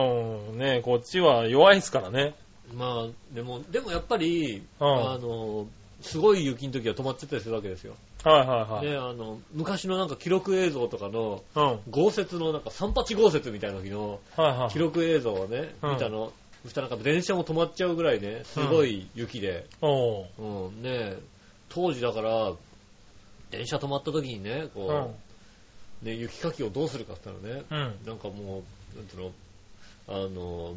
Speaker 3: うん。ねこっちは弱いですからね。
Speaker 2: まあ、でも、でもやっぱり、
Speaker 3: うん
Speaker 2: あの、すごい雪の時は止まっちゃったりするわけですよ。
Speaker 3: はいはいはい。
Speaker 2: ね、あの、昔のなんか記録映像とかの、
Speaker 3: うん。はい
Speaker 2: 豪雪のなんか三八豪雪みたいな時の
Speaker 3: はい。
Speaker 2: 記録映像をね、
Speaker 3: うん
Speaker 2: 見たの。そしたらなんか電車も止まっちゃうぐらいね、すごい雪で、
Speaker 3: おう
Speaker 2: うん、ねえ当時だから、電車止まった時にね、
Speaker 3: う
Speaker 2: こ
Speaker 3: ん。
Speaker 2: う、ね、雪かきをどうするかって言ったらね、
Speaker 3: うん。
Speaker 2: なんかもう、なんていうの、あの、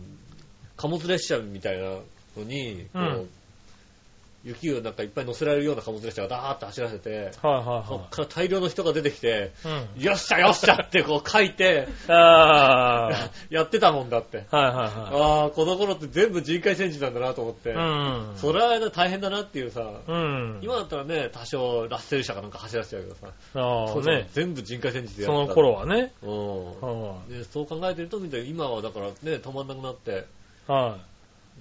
Speaker 2: 貨物列車みたいなのに、こう
Speaker 3: うん
Speaker 2: 雪をなんかいっぱい乗せられるような貨物列車がダーッと走らせて、
Speaker 3: はいはい
Speaker 2: そ
Speaker 3: は
Speaker 2: っから大量の人が出てきて、
Speaker 3: い。うん。
Speaker 2: よっしゃよっしゃってこう書いて、
Speaker 3: ああ。
Speaker 2: やってたもんだ って。
Speaker 3: はいはいはい。
Speaker 2: ああ、この頃って全部人海戦時なんだなと思って、
Speaker 3: うん。
Speaker 2: それは大変だなっていうさ、
Speaker 3: うん。
Speaker 2: 今だったらね、多少ラッセル車かなんか走らせちゃうけどさ、
Speaker 3: ああ
Speaker 2: 当時は
Speaker 3: ね。
Speaker 2: 全部人海戦時でや
Speaker 3: そ
Speaker 2: ってた
Speaker 3: の頃はね。
Speaker 2: う
Speaker 3: は
Speaker 2: ん。で、そう考えてると、みたいな今はだからね、止まんなくなって、
Speaker 3: い。は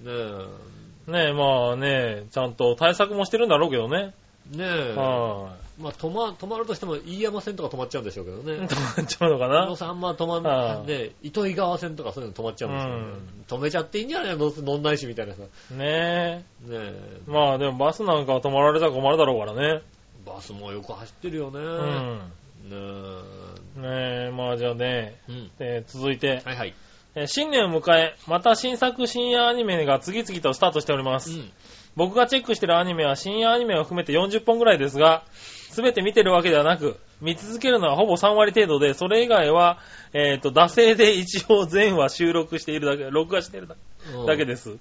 Speaker 2: ねえ、
Speaker 3: い。ねえ、まあね、ちゃんと対策もしてるんだろうけどね。
Speaker 2: ねえ、
Speaker 3: は
Speaker 2: まあ止ま、止まるとしても、飯山線とか止まっちゃうんでしょうけど
Speaker 3: い。
Speaker 2: ね。
Speaker 3: 止まっちゃうのか
Speaker 2: あの
Speaker 3: な
Speaker 2: さんま止まん
Speaker 3: あ
Speaker 2: な
Speaker 3: あ
Speaker 2: ね糸魚川線とかそういうの止まっちゃうんですよ、ね止めちゃっていいんじゃないのどうせ乗んないし、みたいなさ。ね
Speaker 3: ね
Speaker 2: え、
Speaker 3: え。まあでもバスなんかは止まられたら困るだろうからね。
Speaker 2: バスもよく走ってるよね。
Speaker 3: う
Speaker 2: ね
Speaker 3: ん。
Speaker 2: え、
Speaker 3: ねえ、まあじゃあね、
Speaker 2: うん。
Speaker 3: えー続いて、
Speaker 2: はいはい。
Speaker 3: えー新年を迎え、また新作深夜アニメが次々とスタートしておりま
Speaker 2: う
Speaker 3: す。
Speaker 2: ん。
Speaker 3: 僕がチェックしてるアニメは深夜アニメを含めて40本ぐらいですが、すべて見てるわけではなく、見続けるのはほぼ3割程度で、それ以外は、えっ、と、惰性で一応全話収録しているだけ、録画しているだ
Speaker 2: うん
Speaker 3: だけ。です。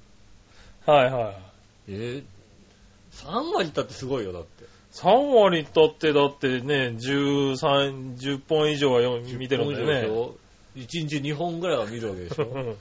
Speaker 3: はいはい。
Speaker 2: えー、3割だってすごいよ、だって。
Speaker 3: 3割だって、だってね、13、10本以上はよ見てるんだよね。
Speaker 2: よね。1日2本ぐらいは見るわけでし ょ。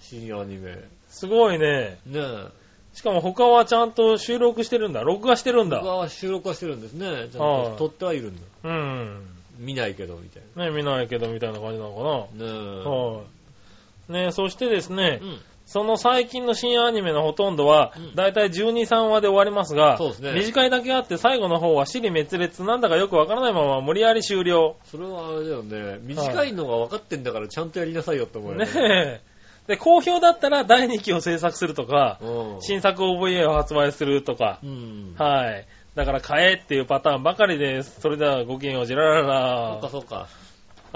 Speaker 2: 深夜アニメ。ね
Speaker 3: すごいね。
Speaker 2: え。
Speaker 3: しかも他はちゃんと収録してるんだ。録画してるん
Speaker 2: 僕
Speaker 3: だ。
Speaker 2: は収録はしてるんですね。ちゃん
Speaker 3: はい
Speaker 2: と撮ってはいるんだ。
Speaker 3: うん。
Speaker 2: 見ないけど、みたい
Speaker 3: ね、見ないけどみたいな感じなのかな。
Speaker 2: な。ね
Speaker 3: はい。ねそしてですね
Speaker 2: え。、うん。
Speaker 3: その最近の新アニメのほとんどは
Speaker 2: うん、
Speaker 3: だいたい12、3話で終わりますが、
Speaker 2: そうですね
Speaker 3: 短いだけあって最後の方は尻滅裂、なんだかよくわからないまま無理やり終了。
Speaker 2: それはあれだよね。短いのが分かってんだからちゃんとやりなさいよって思うよ
Speaker 3: ねえ。で、好評だったら第2期を制作するとか、
Speaker 2: うん。
Speaker 3: 新作 OVA を発売するとか
Speaker 2: う、ん。
Speaker 3: はい。だから買えっていうパターンばかりです。それではごきげんよう、じら
Speaker 2: そう
Speaker 3: ら。
Speaker 2: からそうか。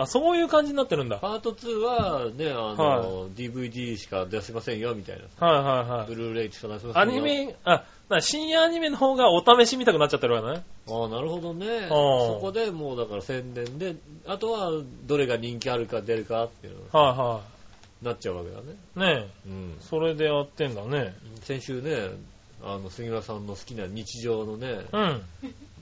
Speaker 3: あ、そういう感じになってるんだ。はい
Speaker 2: パート2はね、あの、DVD しか出せませんよ、みたいな。
Speaker 3: はいは
Speaker 2: ブ。
Speaker 3: い
Speaker 2: ルーレイしか出せませ
Speaker 3: ア
Speaker 2: んよ。
Speaker 3: ニメ、あ、な深夜アニメの方がお試し見たくなっちゃってるわね。
Speaker 2: ああ、なるほどね。そこでもうだから宣伝で、あとはどれが人気あるか出るかっていうのに
Speaker 3: は
Speaker 2: なっちゃうわけだね。
Speaker 3: いはい。ねえ、
Speaker 2: うん。
Speaker 3: それでやってんだね。
Speaker 2: 先週ね、あの、杉村さんの好きな日常のね、
Speaker 3: うん。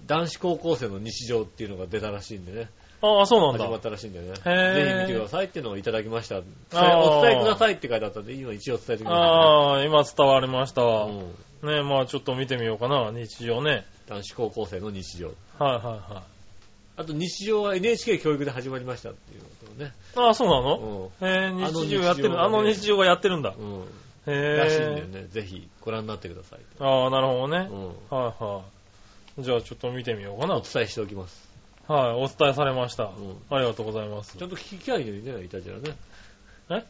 Speaker 2: 男子高校生の日常っていうのが出たらしいんでね、
Speaker 3: ああ、そうなん
Speaker 2: 始まっ
Speaker 3: だ。
Speaker 2: たらしいんでね、ぜ
Speaker 3: ー
Speaker 2: ひ見てくださいっていうのをいただきました。
Speaker 3: あー
Speaker 2: お伝えくださいって書いてあったんで、今一応伝えてきまし
Speaker 3: ああ、今伝わりました。
Speaker 2: たね、うん
Speaker 3: ねえ、まあちょっと見てみようかな、日常ね。
Speaker 2: 男子高校生の日常。
Speaker 3: はいはいはい。
Speaker 2: あと日常は NHK 教育で始まりましたっていうことね。
Speaker 3: ああ、そうなの、
Speaker 2: う
Speaker 3: へえ、
Speaker 2: あの
Speaker 3: 日
Speaker 2: 日常が
Speaker 3: 常
Speaker 2: ね
Speaker 3: やってる。あの日常がやってるんだ。
Speaker 2: ん。うん。らしいんだよ
Speaker 3: へえ。
Speaker 2: ね。ぜひご覧になってください。
Speaker 3: ああ、なるほどね
Speaker 2: う。ん。
Speaker 3: はいはい。じゃあちょっと見てみようかな
Speaker 2: お。伝えしておきます。
Speaker 3: はい、お伝えされました。
Speaker 2: ん
Speaker 3: ありがとうございます
Speaker 2: ちゃ。んと聞きゃいいのにね、いたじらね。
Speaker 3: え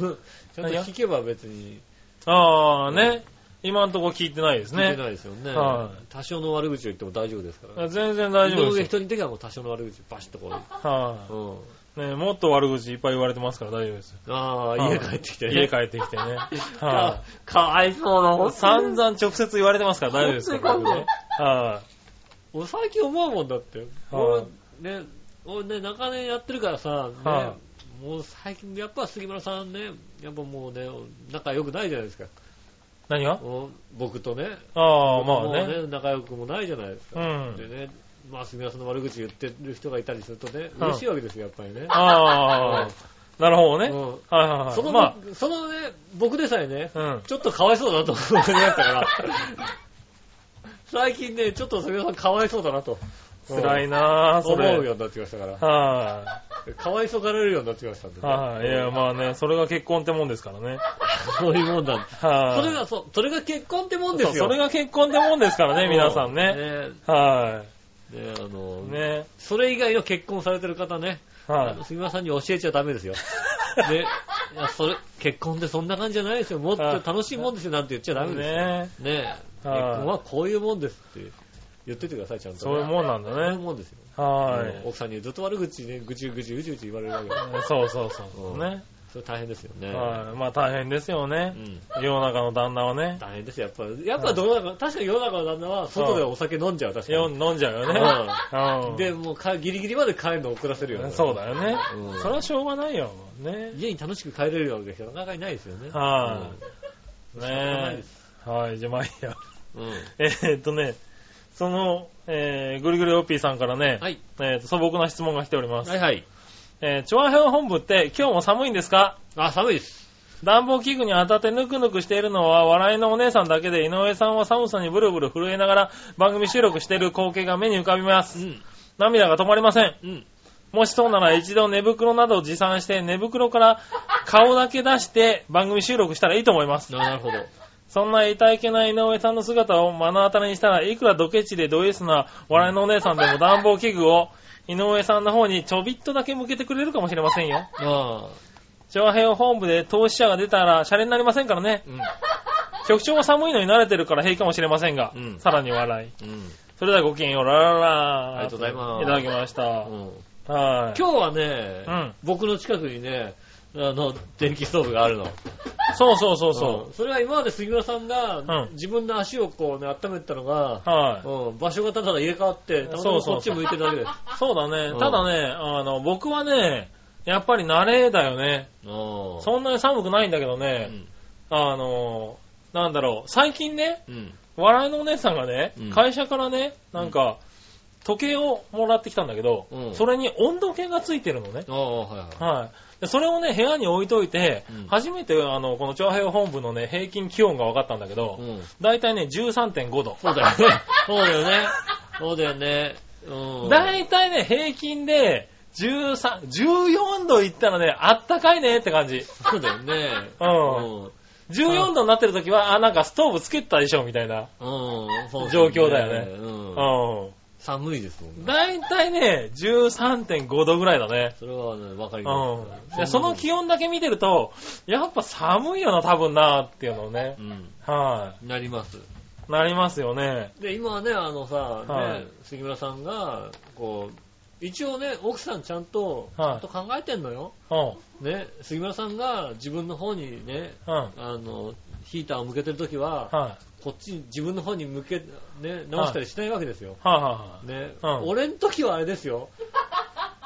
Speaker 2: ちゃんと聞けば別に
Speaker 3: ああ、ね。今んとこ聞いてないです
Speaker 2: 聞い
Speaker 3: ね
Speaker 2: て。ないですよね。
Speaker 3: はい
Speaker 2: 多少の悪口を言っても大丈夫ですから。
Speaker 3: 全然大丈夫
Speaker 2: 井上
Speaker 3: ですよ。
Speaker 2: 人に時はもう多少の悪口バシッとこう。
Speaker 3: はい、
Speaker 2: うん。
Speaker 3: ね。もっと悪口いっぱい言われてますから大丈夫ですよ。
Speaker 2: ああ、
Speaker 3: はい
Speaker 2: 家帰ってきてね。
Speaker 3: 家帰ってきてね。 は、
Speaker 2: かかわいそうないおっさん。
Speaker 3: 散々直接言われてます から大丈夫ですよ。
Speaker 2: 本当に
Speaker 3: ねは
Speaker 2: 俺最近思うもんだって。
Speaker 3: はい
Speaker 2: 俺、ね、俺ね、長年やってるからさ、
Speaker 3: は
Speaker 2: ね、もう最近、やっぱ杉村さんね、やっぱもうね、仲良くないじゃないですか。
Speaker 3: い、何が
Speaker 2: お僕とね。
Speaker 3: ああ、ま
Speaker 2: もう
Speaker 3: あね。
Speaker 2: 仲良くもないじゃないです
Speaker 3: う
Speaker 2: か。で
Speaker 3: ん。
Speaker 2: ね、まあ杉村さんの悪口言ってる人がいたりするとね、
Speaker 3: はい
Speaker 2: 嬉しいわけですよ、やっぱりね。
Speaker 3: ああ、 なるほどね。
Speaker 2: うん
Speaker 3: はいはいはい。
Speaker 2: その、
Speaker 3: ま
Speaker 2: そのね、僕でさえね、
Speaker 3: あ、うん。
Speaker 2: ちょっとかわいそうだなと思ってなったから、 最近ね、ちょっと杉村さんかわいそうだなと
Speaker 3: 辛いなぁ、
Speaker 2: 思
Speaker 3: そうれ。
Speaker 2: ようになってきましたから、
Speaker 3: は
Speaker 2: かわいそうがられるようになってきましたんで
Speaker 3: い、
Speaker 2: ね、
Speaker 3: はい、いや、まあね、それが結婚ってもんですからね。
Speaker 2: そういうもんなんです。
Speaker 3: はい、
Speaker 2: それが、そうそれが結婚ってもんで
Speaker 3: そう
Speaker 2: すよ。
Speaker 3: それが結婚ってもんですからね、皆さんね。
Speaker 2: ね。
Speaker 3: は
Speaker 2: ねあの、
Speaker 3: い。ね。
Speaker 2: それ以外の結婚されてる方ね、
Speaker 3: はい。
Speaker 2: 杉村さんに教えちゃダメですよ。で、いやそれ、結婚ってそんな感じじゃないですよ。もっと楽しいもんですよなんて言っちゃダメですよ。
Speaker 3: ね
Speaker 2: ねえ、結
Speaker 3: はい
Speaker 2: 婚はこういうもんですって言っててください、ちゃんと、ね。
Speaker 3: そういうもんなん
Speaker 2: そう
Speaker 3: だ
Speaker 2: いう
Speaker 3: ね。
Speaker 2: もんですよ。
Speaker 3: はい。
Speaker 2: 奥さんにずっと悪口ね、ぐちぐちぐちぐち言われるわけ。
Speaker 3: そうそうそう。ね。
Speaker 2: それ大変ですよね。
Speaker 3: はい。まあ大変ですよね
Speaker 2: う。ん。
Speaker 3: 世の中の旦那はね。
Speaker 2: 大変ですよ、やっぱ。やっぱ世の中、確かに世の中の旦那は外でお酒飲んじゃう、確か
Speaker 3: よ
Speaker 2: に。
Speaker 3: 飲んじゃうよ
Speaker 2: う
Speaker 3: ね。うんん。
Speaker 2: で、もうかギリギリまで帰るの遅らせるよね。
Speaker 3: そうだよね
Speaker 2: うん。
Speaker 3: それはしょうがないよ。ね。
Speaker 2: 家に楽しく帰れるような人なかなかいないですよね。
Speaker 3: は
Speaker 2: うん
Speaker 3: い。
Speaker 2: しょうがない
Speaker 3: ね
Speaker 2: です
Speaker 3: はい。じゃあまあいいや。
Speaker 2: うん。
Speaker 3: えーっとね、その、えー、ぐりぐりおっぴーさんからね、
Speaker 2: はい。
Speaker 3: えーっと素朴な質問が来ております。
Speaker 2: はいはい。
Speaker 3: えー、調和編本部って今日も寒いんですか
Speaker 2: あ、寒いです。
Speaker 3: 暖房器具に当たってぬくぬくしているのは笑いのお姉さんだけで、井上さんは寒さにブルブル震えながら番組収録している光景が目に浮かびま
Speaker 2: う
Speaker 3: す。
Speaker 2: ん。
Speaker 3: 涙が止まりません。
Speaker 2: うん。
Speaker 3: もしそうなら一度寝袋などを持参して、寝袋から顔だけ出して番組収録したらいいと思います。
Speaker 2: ななるほど。
Speaker 3: そんな痛いけない井上さんの姿を目の当たりにしたらいくらドケチでド S な笑いのお姉さんでも暖房器具を井上さんの方にちょびっとだけ向けてくれるかもしれませんよ。
Speaker 2: ああ。
Speaker 3: 長編本部で投資者が出たらシャレになりませんからね。
Speaker 2: うん。
Speaker 3: 局長は寒いのに慣れてるから平気かもしれませんが、
Speaker 2: うん
Speaker 3: さらに笑い。
Speaker 2: うん。
Speaker 3: それではごきげんよう、ラララ
Speaker 2: ありがとうございます
Speaker 3: いただきました。
Speaker 2: うん
Speaker 3: はい。
Speaker 2: 今日はね、
Speaker 3: うん
Speaker 2: 僕の近くにね、あの、電気ストーブがあるの。
Speaker 3: そうそうそうそう。
Speaker 2: んそれは今まで杉村さんが、
Speaker 3: うん
Speaker 2: 自分の足をこうね、温めてたのが、
Speaker 3: はい。
Speaker 2: うん、場所がただ入れ替わって、たまた
Speaker 3: そう
Speaker 2: ま
Speaker 3: そう
Speaker 2: こっち向いてるだけです。
Speaker 3: そうだね。
Speaker 2: うん
Speaker 3: ただね、あの、僕はね、やっぱり慣れだよね。
Speaker 2: ああ
Speaker 3: そんなに寒くないんだけど
Speaker 2: う
Speaker 3: ね、
Speaker 2: ん
Speaker 3: あの、なんだろう、最近ね、
Speaker 2: うん。
Speaker 3: 笑いのお姉さんがね、
Speaker 2: うん
Speaker 3: 会社からね、なんか、時計をもらってきたんだけど、
Speaker 2: うん
Speaker 3: それに温度計がついてるのね。
Speaker 2: ああ、はいはい。
Speaker 3: はい。でそれをね、部屋に置いといて、
Speaker 2: うん
Speaker 3: 初めて、あの、この長平本部のね、平均気温が分かったんだけど、
Speaker 2: うん。
Speaker 3: だいたいね、13.5度。
Speaker 2: そうだ よね。そうだよね。そうだよね。うん。
Speaker 3: だいたいね、平均で、13、14度いったらね、あったかいねって感じ。
Speaker 2: そうだよね。
Speaker 3: うん。14度になってる時は、あ、なんかストーブつけてたでしょみたいな。
Speaker 2: うん。うん。そう
Speaker 3: 状況だよねう
Speaker 2: うん。
Speaker 3: ん。
Speaker 2: 寒いですもんね。
Speaker 3: だいたいね、13.5度ぐらいだね。
Speaker 2: それはね、わかりま
Speaker 3: うん。
Speaker 2: す。
Speaker 3: でその気温だけ見てると、やっぱ寒いよな、多分な、っていうのをね。
Speaker 2: うん。
Speaker 3: は
Speaker 2: なります。
Speaker 3: い。なりますよね。
Speaker 2: で、今はね、あのさ、
Speaker 3: はい
Speaker 2: ね、杉村さんが、こう、一応ね、奥さんちゃんと、ち
Speaker 3: は
Speaker 2: ゃ
Speaker 3: い
Speaker 2: んと考えてんのよ。
Speaker 3: うん。
Speaker 2: ね、杉村さんが自分の方にね、
Speaker 3: うん。
Speaker 2: あの、ヒーターを向けてるときは、
Speaker 3: はい。
Speaker 2: こっちに自分の方に向け、ね、直したりしないわけですよ。
Speaker 3: はいはいはい。
Speaker 2: ね、
Speaker 3: うん
Speaker 2: 俺の時はあれです よ。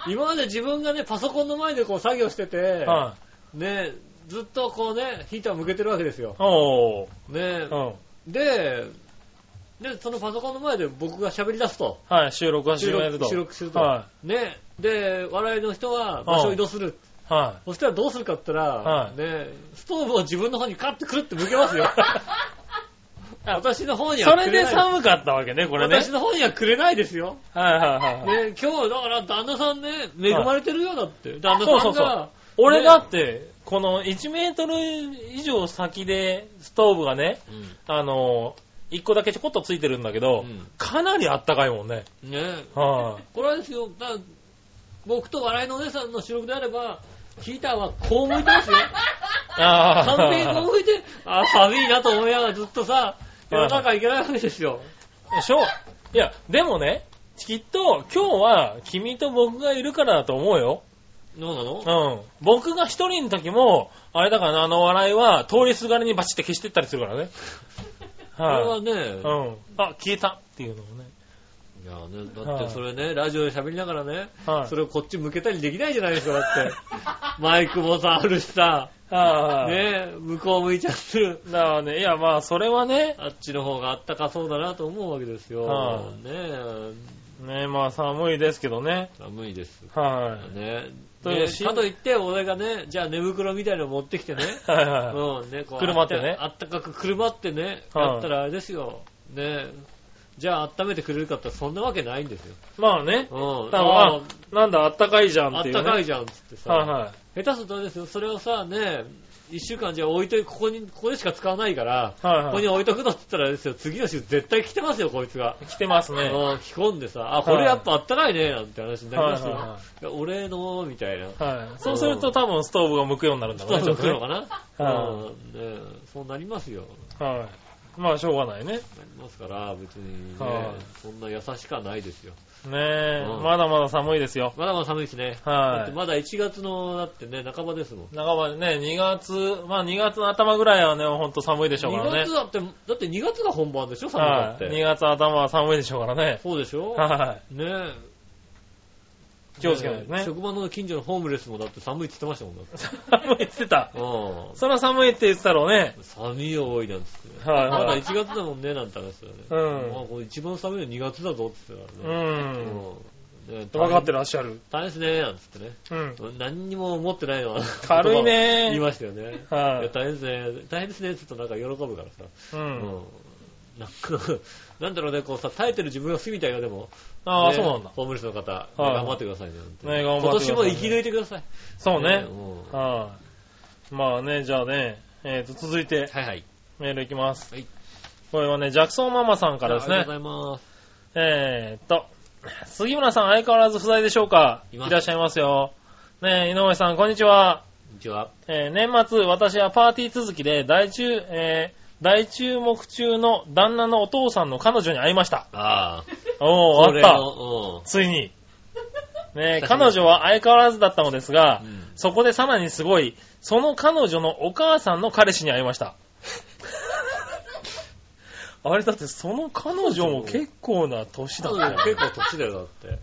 Speaker 2: 今まで自分がね、パソコンの前でこう作業してて、
Speaker 3: はい。
Speaker 2: ね、ずっとこうね、ヒーターを向けてるわけですよ。
Speaker 3: お
Speaker 2: ね
Speaker 3: ー。う、ん。
Speaker 2: で、で、そのパソコンの前で僕が喋り出すと。
Speaker 3: はい、収録は
Speaker 2: 収
Speaker 3: 収録やる
Speaker 2: 録
Speaker 3: と。
Speaker 2: 収録すると。
Speaker 3: は
Speaker 2: ね、で、笑いの人は場所を移動する。
Speaker 3: い。はい。
Speaker 2: そしたらどうするかって言ったら、
Speaker 3: はい
Speaker 2: ね、ストーブを自分の方にカッてくるって向け ますよ。私の方に
Speaker 3: そ
Speaker 2: はく
Speaker 3: れ
Speaker 2: れ
Speaker 3: で
Speaker 2: ない。
Speaker 3: 寒かったわけね、これね。
Speaker 2: 私の方にはくれないですよ。
Speaker 3: はいはいはい。
Speaker 2: ね、今日、だから旦那さんね、恵まれてるようだって。旦那さんが、
Speaker 3: そうそうそう俺だって、この1メートル以上先でストーブがね、あの、1個だけちょこっとついてるんだけ
Speaker 2: う
Speaker 3: ど、
Speaker 2: ん
Speaker 3: かなりあったかいもんね。
Speaker 2: うんね、
Speaker 3: は
Speaker 2: これはですよ、だから僕と笑いのお姉さんの収録であれば、ヒーターはこう向いてます よ。
Speaker 3: い。あ
Speaker 2: 完璧にこう向いて、あ、寒いなと思いながらずっとさ、夜中いけないわけですよ。
Speaker 3: でしょいや、でもね、きっと今日は君と僕がいるからだと思うよ。
Speaker 2: どうなの
Speaker 3: うん。僕が一人の時も、あれだからなあの笑いは通りすがりにバチって消してったりする からね。
Speaker 2: これ
Speaker 3: は。
Speaker 2: はいね、
Speaker 3: うん。あ、消えたっていうのもね。
Speaker 2: いやね、だってそれね、ラジオで喋りながらね、
Speaker 3: はい
Speaker 2: それをこっち向けたりできないじゃないですか、だって。マイクもさ、あるしさ、
Speaker 3: ああ。
Speaker 2: ね、向こう向いちゃってる。
Speaker 3: だからね、いやまあ、それはね、
Speaker 2: あっちの方があったかそうだなと思うわけですよ。
Speaker 3: はい
Speaker 2: ねえ、
Speaker 3: ねまあ寒いですけどね。
Speaker 2: 寒いです。
Speaker 3: は
Speaker 2: ね
Speaker 3: と
Speaker 2: ね
Speaker 3: し
Speaker 2: かといって、俺がね、じゃあ寝袋みたいなの持ってきてね、
Speaker 3: い。はいはいはい。
Speaker 2: うん、ね、こう
Speaker 3: くるまってね
Speaker 2: あったかくくるまってね、
Speaker 3: はい
Speaker 2: やったらあれですよ、ねじゃあ温めてくれるかってそんなわけないんですよ。
Speaker 3: まあね。
Speaker 2: うん。
Speaker 3: だから
Speaker 2: あ
Speaker 3: あなんだ、あったかいじゃん
Speaker 2: あ
Speaker 3: って
Speaker 2: っ
Speaker 3: いう、ね。
Speaker 2: たかい
Speaker 3: じ
Speaker 2: じゃんっつってさ、
Speaker 3: はいは
Speaker 2: 下手するとあれですよ、それをさ、ね、一週間じゃあ置いといここに、ここでしか使わないから、
Speaker 3: い。はい
Speaker 2: こ
Speaker 3: は
Speaker 2: こ
Speaker 3: い
Speaker 2: に。置いとくのって言ったらあれですよ、次の週絶対来てますよ、こいつが。
Speaker 3: 来てますね。
Speaker 2: うん着込んでさ、あ、これやっぱあったかいね、なんて話になります
Speaker 3: はいはいはい
Speaker 2: よ。いや俺の、みたいな。
Speaker 3: はい。そうすると多分ストーブが向くようになるんだろう
Speaker 2: そう
Speaker 3: ね。
Speaker 2: そう
Speaker 3: ちょっ
Speaker 2: かな。
Speaker 3: は
Speaker 2: うんねそうなりますよ。
Speaker 3: とねはい。まあ、しょうがないね。
Speaker 2: なりますから、別にね
Speaker 3: はい、
Speaker 2: そんな優しくはないですよ。
Speaker 3: ねえ、
Speaker 2: うん
Speaker 3: まだまだ寒いですよ。
Speaker 2: まだまだ寒いしね。だっ
Speaker 3: は
Speaker 2: て
Speaker 3: い。
Speaker 2: まだ1月の、だってね、半ばですもん。
Speaker 3: 半ばでね、2月、まあ2月の頭ぐらいはね、ほんと寒いでしょうか
Speaker 2: 2
Speaker 3: ら
Speaker 2: 月
Speaker 3: ね。
Speaker 2: だって、だって2月が本番でしょ、寒か
Speaker 3: は
Speaker 2: っ
Speaker 3: い。2
Speaker 2: て。
Speaker 3: 月頭は寒いでしょうからね。
Speaker 2: そうでしょ
Speaker 3: は
Speaker 2: ねえ。
Speaker 3: 気をつけないとね。
Speaker 2: 職場の近所のホームレスもだって寒いって言ってましたもんだって。
Speaker 3: 寒いって言ってた。
Speaker 2: う
Speaker 3: そら寒いって言ってたろうね。
Speaker 2: ん。寒いよ、おい、なんつって。
Speaker 3: はい
Speaker 2: まだ
Speaker 3: はい。
Speaker 2: 1月だもんね、なんて話だよね。
Speaker 3: うん
Speaker 2: まあこれ一番寒いの2月だぞって言ってた
Speaker 3: う
Speaker 2: からね。
Speaker 3: ん。
Speaker 2: うん。ね
Speaker 3: 分かってらっしゃる。
Speaker 2: 大変ですね、なんつってね。
Speaker 3: うん。
Speaker 2: 何にも思ってないのは。
Speaker 3: 軽
Speaker 2: 言
Speaker 3: い
Speaker 2: い
Speaker 3: ね。
Speaker 2: ましたよね。い
Speaker 3: は
Speaker 2: や
Speaker 3: い。
Speaker 2: 大変ですね。大変ですね。ちょっとなんか喜ぶからさ。
Speaker 3: う。
Speaker 2: うんん。なんか、なんだろうね、こうさ、耐えてる自分が好きみたいな、でも。
Speaker 3: ああ、
Speaker 2: ね
Speaker 3: そうなんだ。
Speaker 2: ホームレスの方、ね
Speaker 3: はい
Speaker 2: 頑張ってくださいね。本当に
Speaker 3: ね頑張ってく
Speaker 2: 今
Speaker 3: ださい
Speaker 2: 年も生き抜いてください。
Speaker 3: そうね。
Speaker 2: うんは
Speaker 3: はい。まあね、じゃあね、えっと、続いて
Speaker 2: いはい。
Speaker 3: メールいきます
Speaker 2: はい。
Speaker 3: これはね、ジャクソンママさんからです
Speaker 2: ありが
Speaker 3: ね
Speaker 2: と。うございます。
Speaker 3: えーっと、杉村さん相変わらず不在でしょうか
Speaker 2: い
Speaker 3: い
Speaker 2: ます
Speaker 3: らっしゃいますよ。ねえ、井上さん、こんにちは。
Speaker 2: こんにちは。
Speaker 3: えー年末、私はパーティー続きで大注、えー大注目中の旦那のお父さんの彼女に会いました。
Speaker 2: ああ。
Speaker 3: おー、
Speaker 2: 恒
Speaker 3: 会
Speaker 2: 例
Speaker 3: った。
Speaker 2: の
Speaker 3: ついに。ねえ、 彼女は相変わらずだったのですが
Speaker 2: う、ん。
Speaker 3: そこでさらにすごい、その彼女のお母さんの彼氏に会いました。 あれだってその彼女も結構な年だったよ。
Speaker 2: 結構年だよ、だって。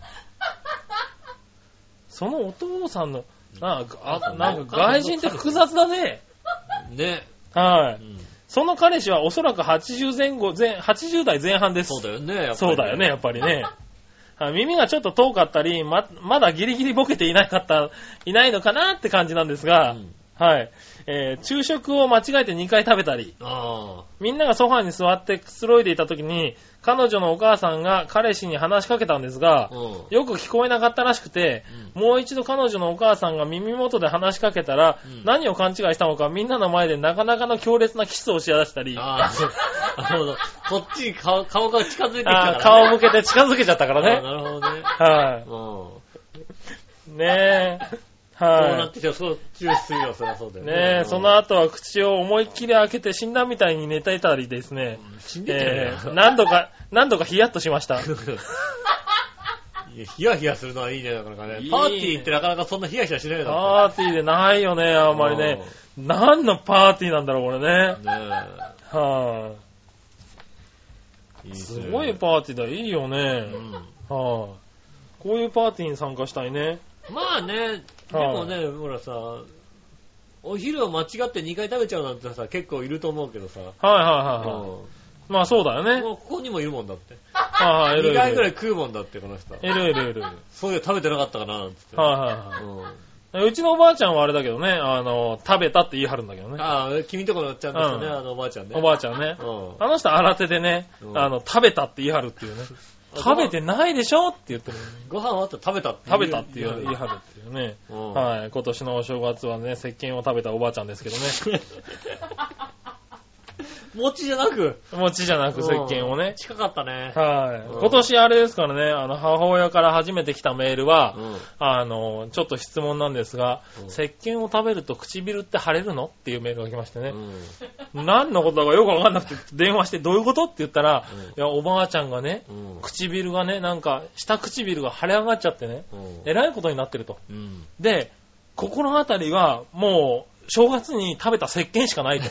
Speaker 3: そのお父さんの、なんか、あ
Speaker 2: うん
Speaker 3: なんか外人って複雑だね。
Speaker 2: ね。
Speaker 3: は
Speaker 2: う
Speaker 3: い。
Speaker 2: ん
Speaker 3: その彼氏はおそらく80前後、前、80代前半です。
Speaker 2: そうだよね、やっぱりね
Speaker 3: そうだよね、やっぱりね。はい耳がちょっと遠かったり、ま、まだギリギリボケていなかった、いないのかなって感じなんですが、
Speaker 2: うん
Speaker 3: はい。えー昼食を間違えて2回食べたり、
Speaker 2: あ
Speaker 3: みんながソファに座ってくつろいでいた時に、彼女のお母さんが彼氏に話しかけたんですが
Speaker 2: あ。う、ん。
Speaker 3: よく聞こえなかったらしくて、もう一度彼女のお母さんが耳元で話しかけたら、
Speaker 2: うん
Speaker 3: 何を勘違いしたのかみんなの前でなかなかの強烈なキスをしやしたり、
Speaker 2: ああ、 そう。なるほど。こっちに顔顔が近づいてきたから、
Speaker 3: あ
Speaker 2: ね
Speaker 3: ー。顔向けて近づけちゃったから
Speaker 2: あー
Speaker 3: ね。
Speaker 2: なるほどね。
Speaker 3: は
Speaker 2: うん。
Speaker 3: い。ね え。
Speaker 2: そうなっ
Speaker 3: は
Speaker 2: てきたら、そう、注意するよ、そりゃそうだ
Speaker 3: い。
Speaker 2: よ
Speaker 3: ねえ、その、後は口を思いっきり開けて死んだみたいに寝ていたりですね。
Speaker 2: うん死んでた
Speaker 3: えー
Speaker 2: よ な。
Speaker 3: 何度か、何度かヒヤッとしま し
Speaker 2: い
Speaker 3: た。
Speaker 2: やヒヤヒヤするのはいいね、なかなかね
Speaker 3: いいね
Speaker 2: パーティーってなかなかそんなヒヤヒヤしないだ
Speaker 3: パーティーでないよね、あんまりね。何のパーティーなんだろう、これね
Speaker 2: って。ね
Speaker 3: は
Speaker 2: えいい
Speaker 3: い。
Speaker 2: ね
Speaker 3: すごいパーティーだ、いいよね
Speaker 2: う。ん
Speaker 3: はい、こういうパーティーに参加したいね。
Speaker 2: まあね、でもね、ほらさ、お昼を間違って2回食べちゃうなんてさ、結構いると思うけどさ、
Speaker 3: はい
Speaker 2: うん
Speaker 3: はいはい、はいまあそうだよね。
Speaker 2: もうここにもいるもんだって。
Speaker 3: はいはい、いる
Speaker 2: 2回
Speaker 3: い
Speaker 2: ぐらい
Speaker 3: る。
Speaker 2: 食うもんだって、この人。
Speaker 3: いるいるいる。はい
Speaker 2: そういや食べてなかったかな、なんつって。
Speaker 3: は
Speaker 2: うん
Speaker 3: いはい。うちのおばあちゃんはあれだけどね、あの、食べたって言い張るんだけどね。
Speaker 2: ああ、君とこのおっちゃんですよね、
Speaker 3: うん
Speaker 2: あのおばあちゃんね。
Speaker 3: おばあちゃんね。
Speaker 2: うん
Speaker 3: あの人新手でね
Speaker 2: う、ん
Speaker 3: あの、食べたって言い張るって いうね。食べてないでしょって言ってる。
Speaker 2: ご飯はあったら食べたっていう。
Speaker 3: 食べたって言い張るっていうね。
Speaker 2: うん
Speaker 3: はい。今年のお正月はね、石鹸を食べたおばあちゃんですけどね。
Speaker 2: 餅じゃなく、
Speaker 3: 餅じゃなく石鹸をね。
Speaker 2: 近かったね。
Speaker 3: はい。
Speaker 2: うん
Speaker 3: 今年あれですからね、あの、母親から初めて来たメールは、
Speaker 2: うん
Speaker 3: あの、ちょっと質問なんですが、
Speaker 2: うん
Speaker 3: 石鹸を食べると唇って腫れるのっていうメールが来ましてね、
Speaker 2: うん
Speaker 3: 何のことだかよくわかんなくて、電話してどういうことって言ったら、
Speaker 2: うん
Speaker 3: いや、おばあちゃんがね、
Speaker 2: うん
Speaker 3: 唇がね、なんか、下唇が腫れ上がっちゃってね、
Speaker 2: うん
Speaker 3: えらいことになってると。
Speaker 2: うん
Speaker 3: で、心当たりは、もう、正月に食べた石鹸し かないと。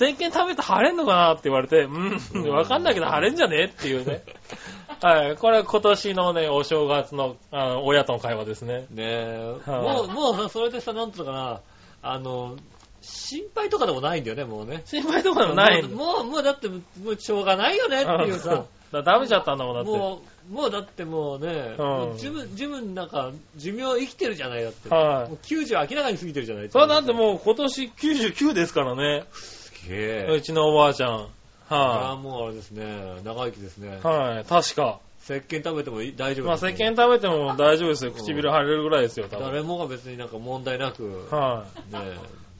Speaker 3: 石鹸食べて腫れんのかなって言われて、うん、わかんないけど腫れんじゃねっていうね。はい、これは今年のね、お正月の、あの親との会話ですね。
Speaker 2: ねえ、
Speaker 3: はい
Speaker 2: もう、もうさそれでさ、なんとかな、あの、心配とかでもないんだよね、もうね。
Speaker 3: 心配とかでもない。
Speaker 2: もう、もうもうだって、もうしょうがないよねっていうさ、
Speaker 3: だから食べちゃったんだもん、だって。
Speaker 2: もう、もうだってもうね、もうジム、ジムの中、寿命生きてるじゃない、だって。
Speaker 3: はい
Speaker 2: もう90明らかに過ぎてるじゃない。
Speaker 3: それはだってもう今年99ですからね。
Speaker 2: すげえ。
Speaker 3: うちのおばあちゃん。
Speaker 2: ああ、
Speaker 3: は
Speaker 2: もうあれですね。長生きですね
Speaker 3: い。。はい、確か。
Speaker 2: 石鹸食べてもいい大丈夫
Speaker 3: まあ
Speaker 2: で
Speaker 3: 石
Speaker 2: すね、
Speaker 3: 鹸食べても大丈夫ですよ。唇腫れるぐらいですよ、多分。
Speaker 2: 誰もが別になんか問題なく、ねえ、
Speaker 3: は
Speaker 2: し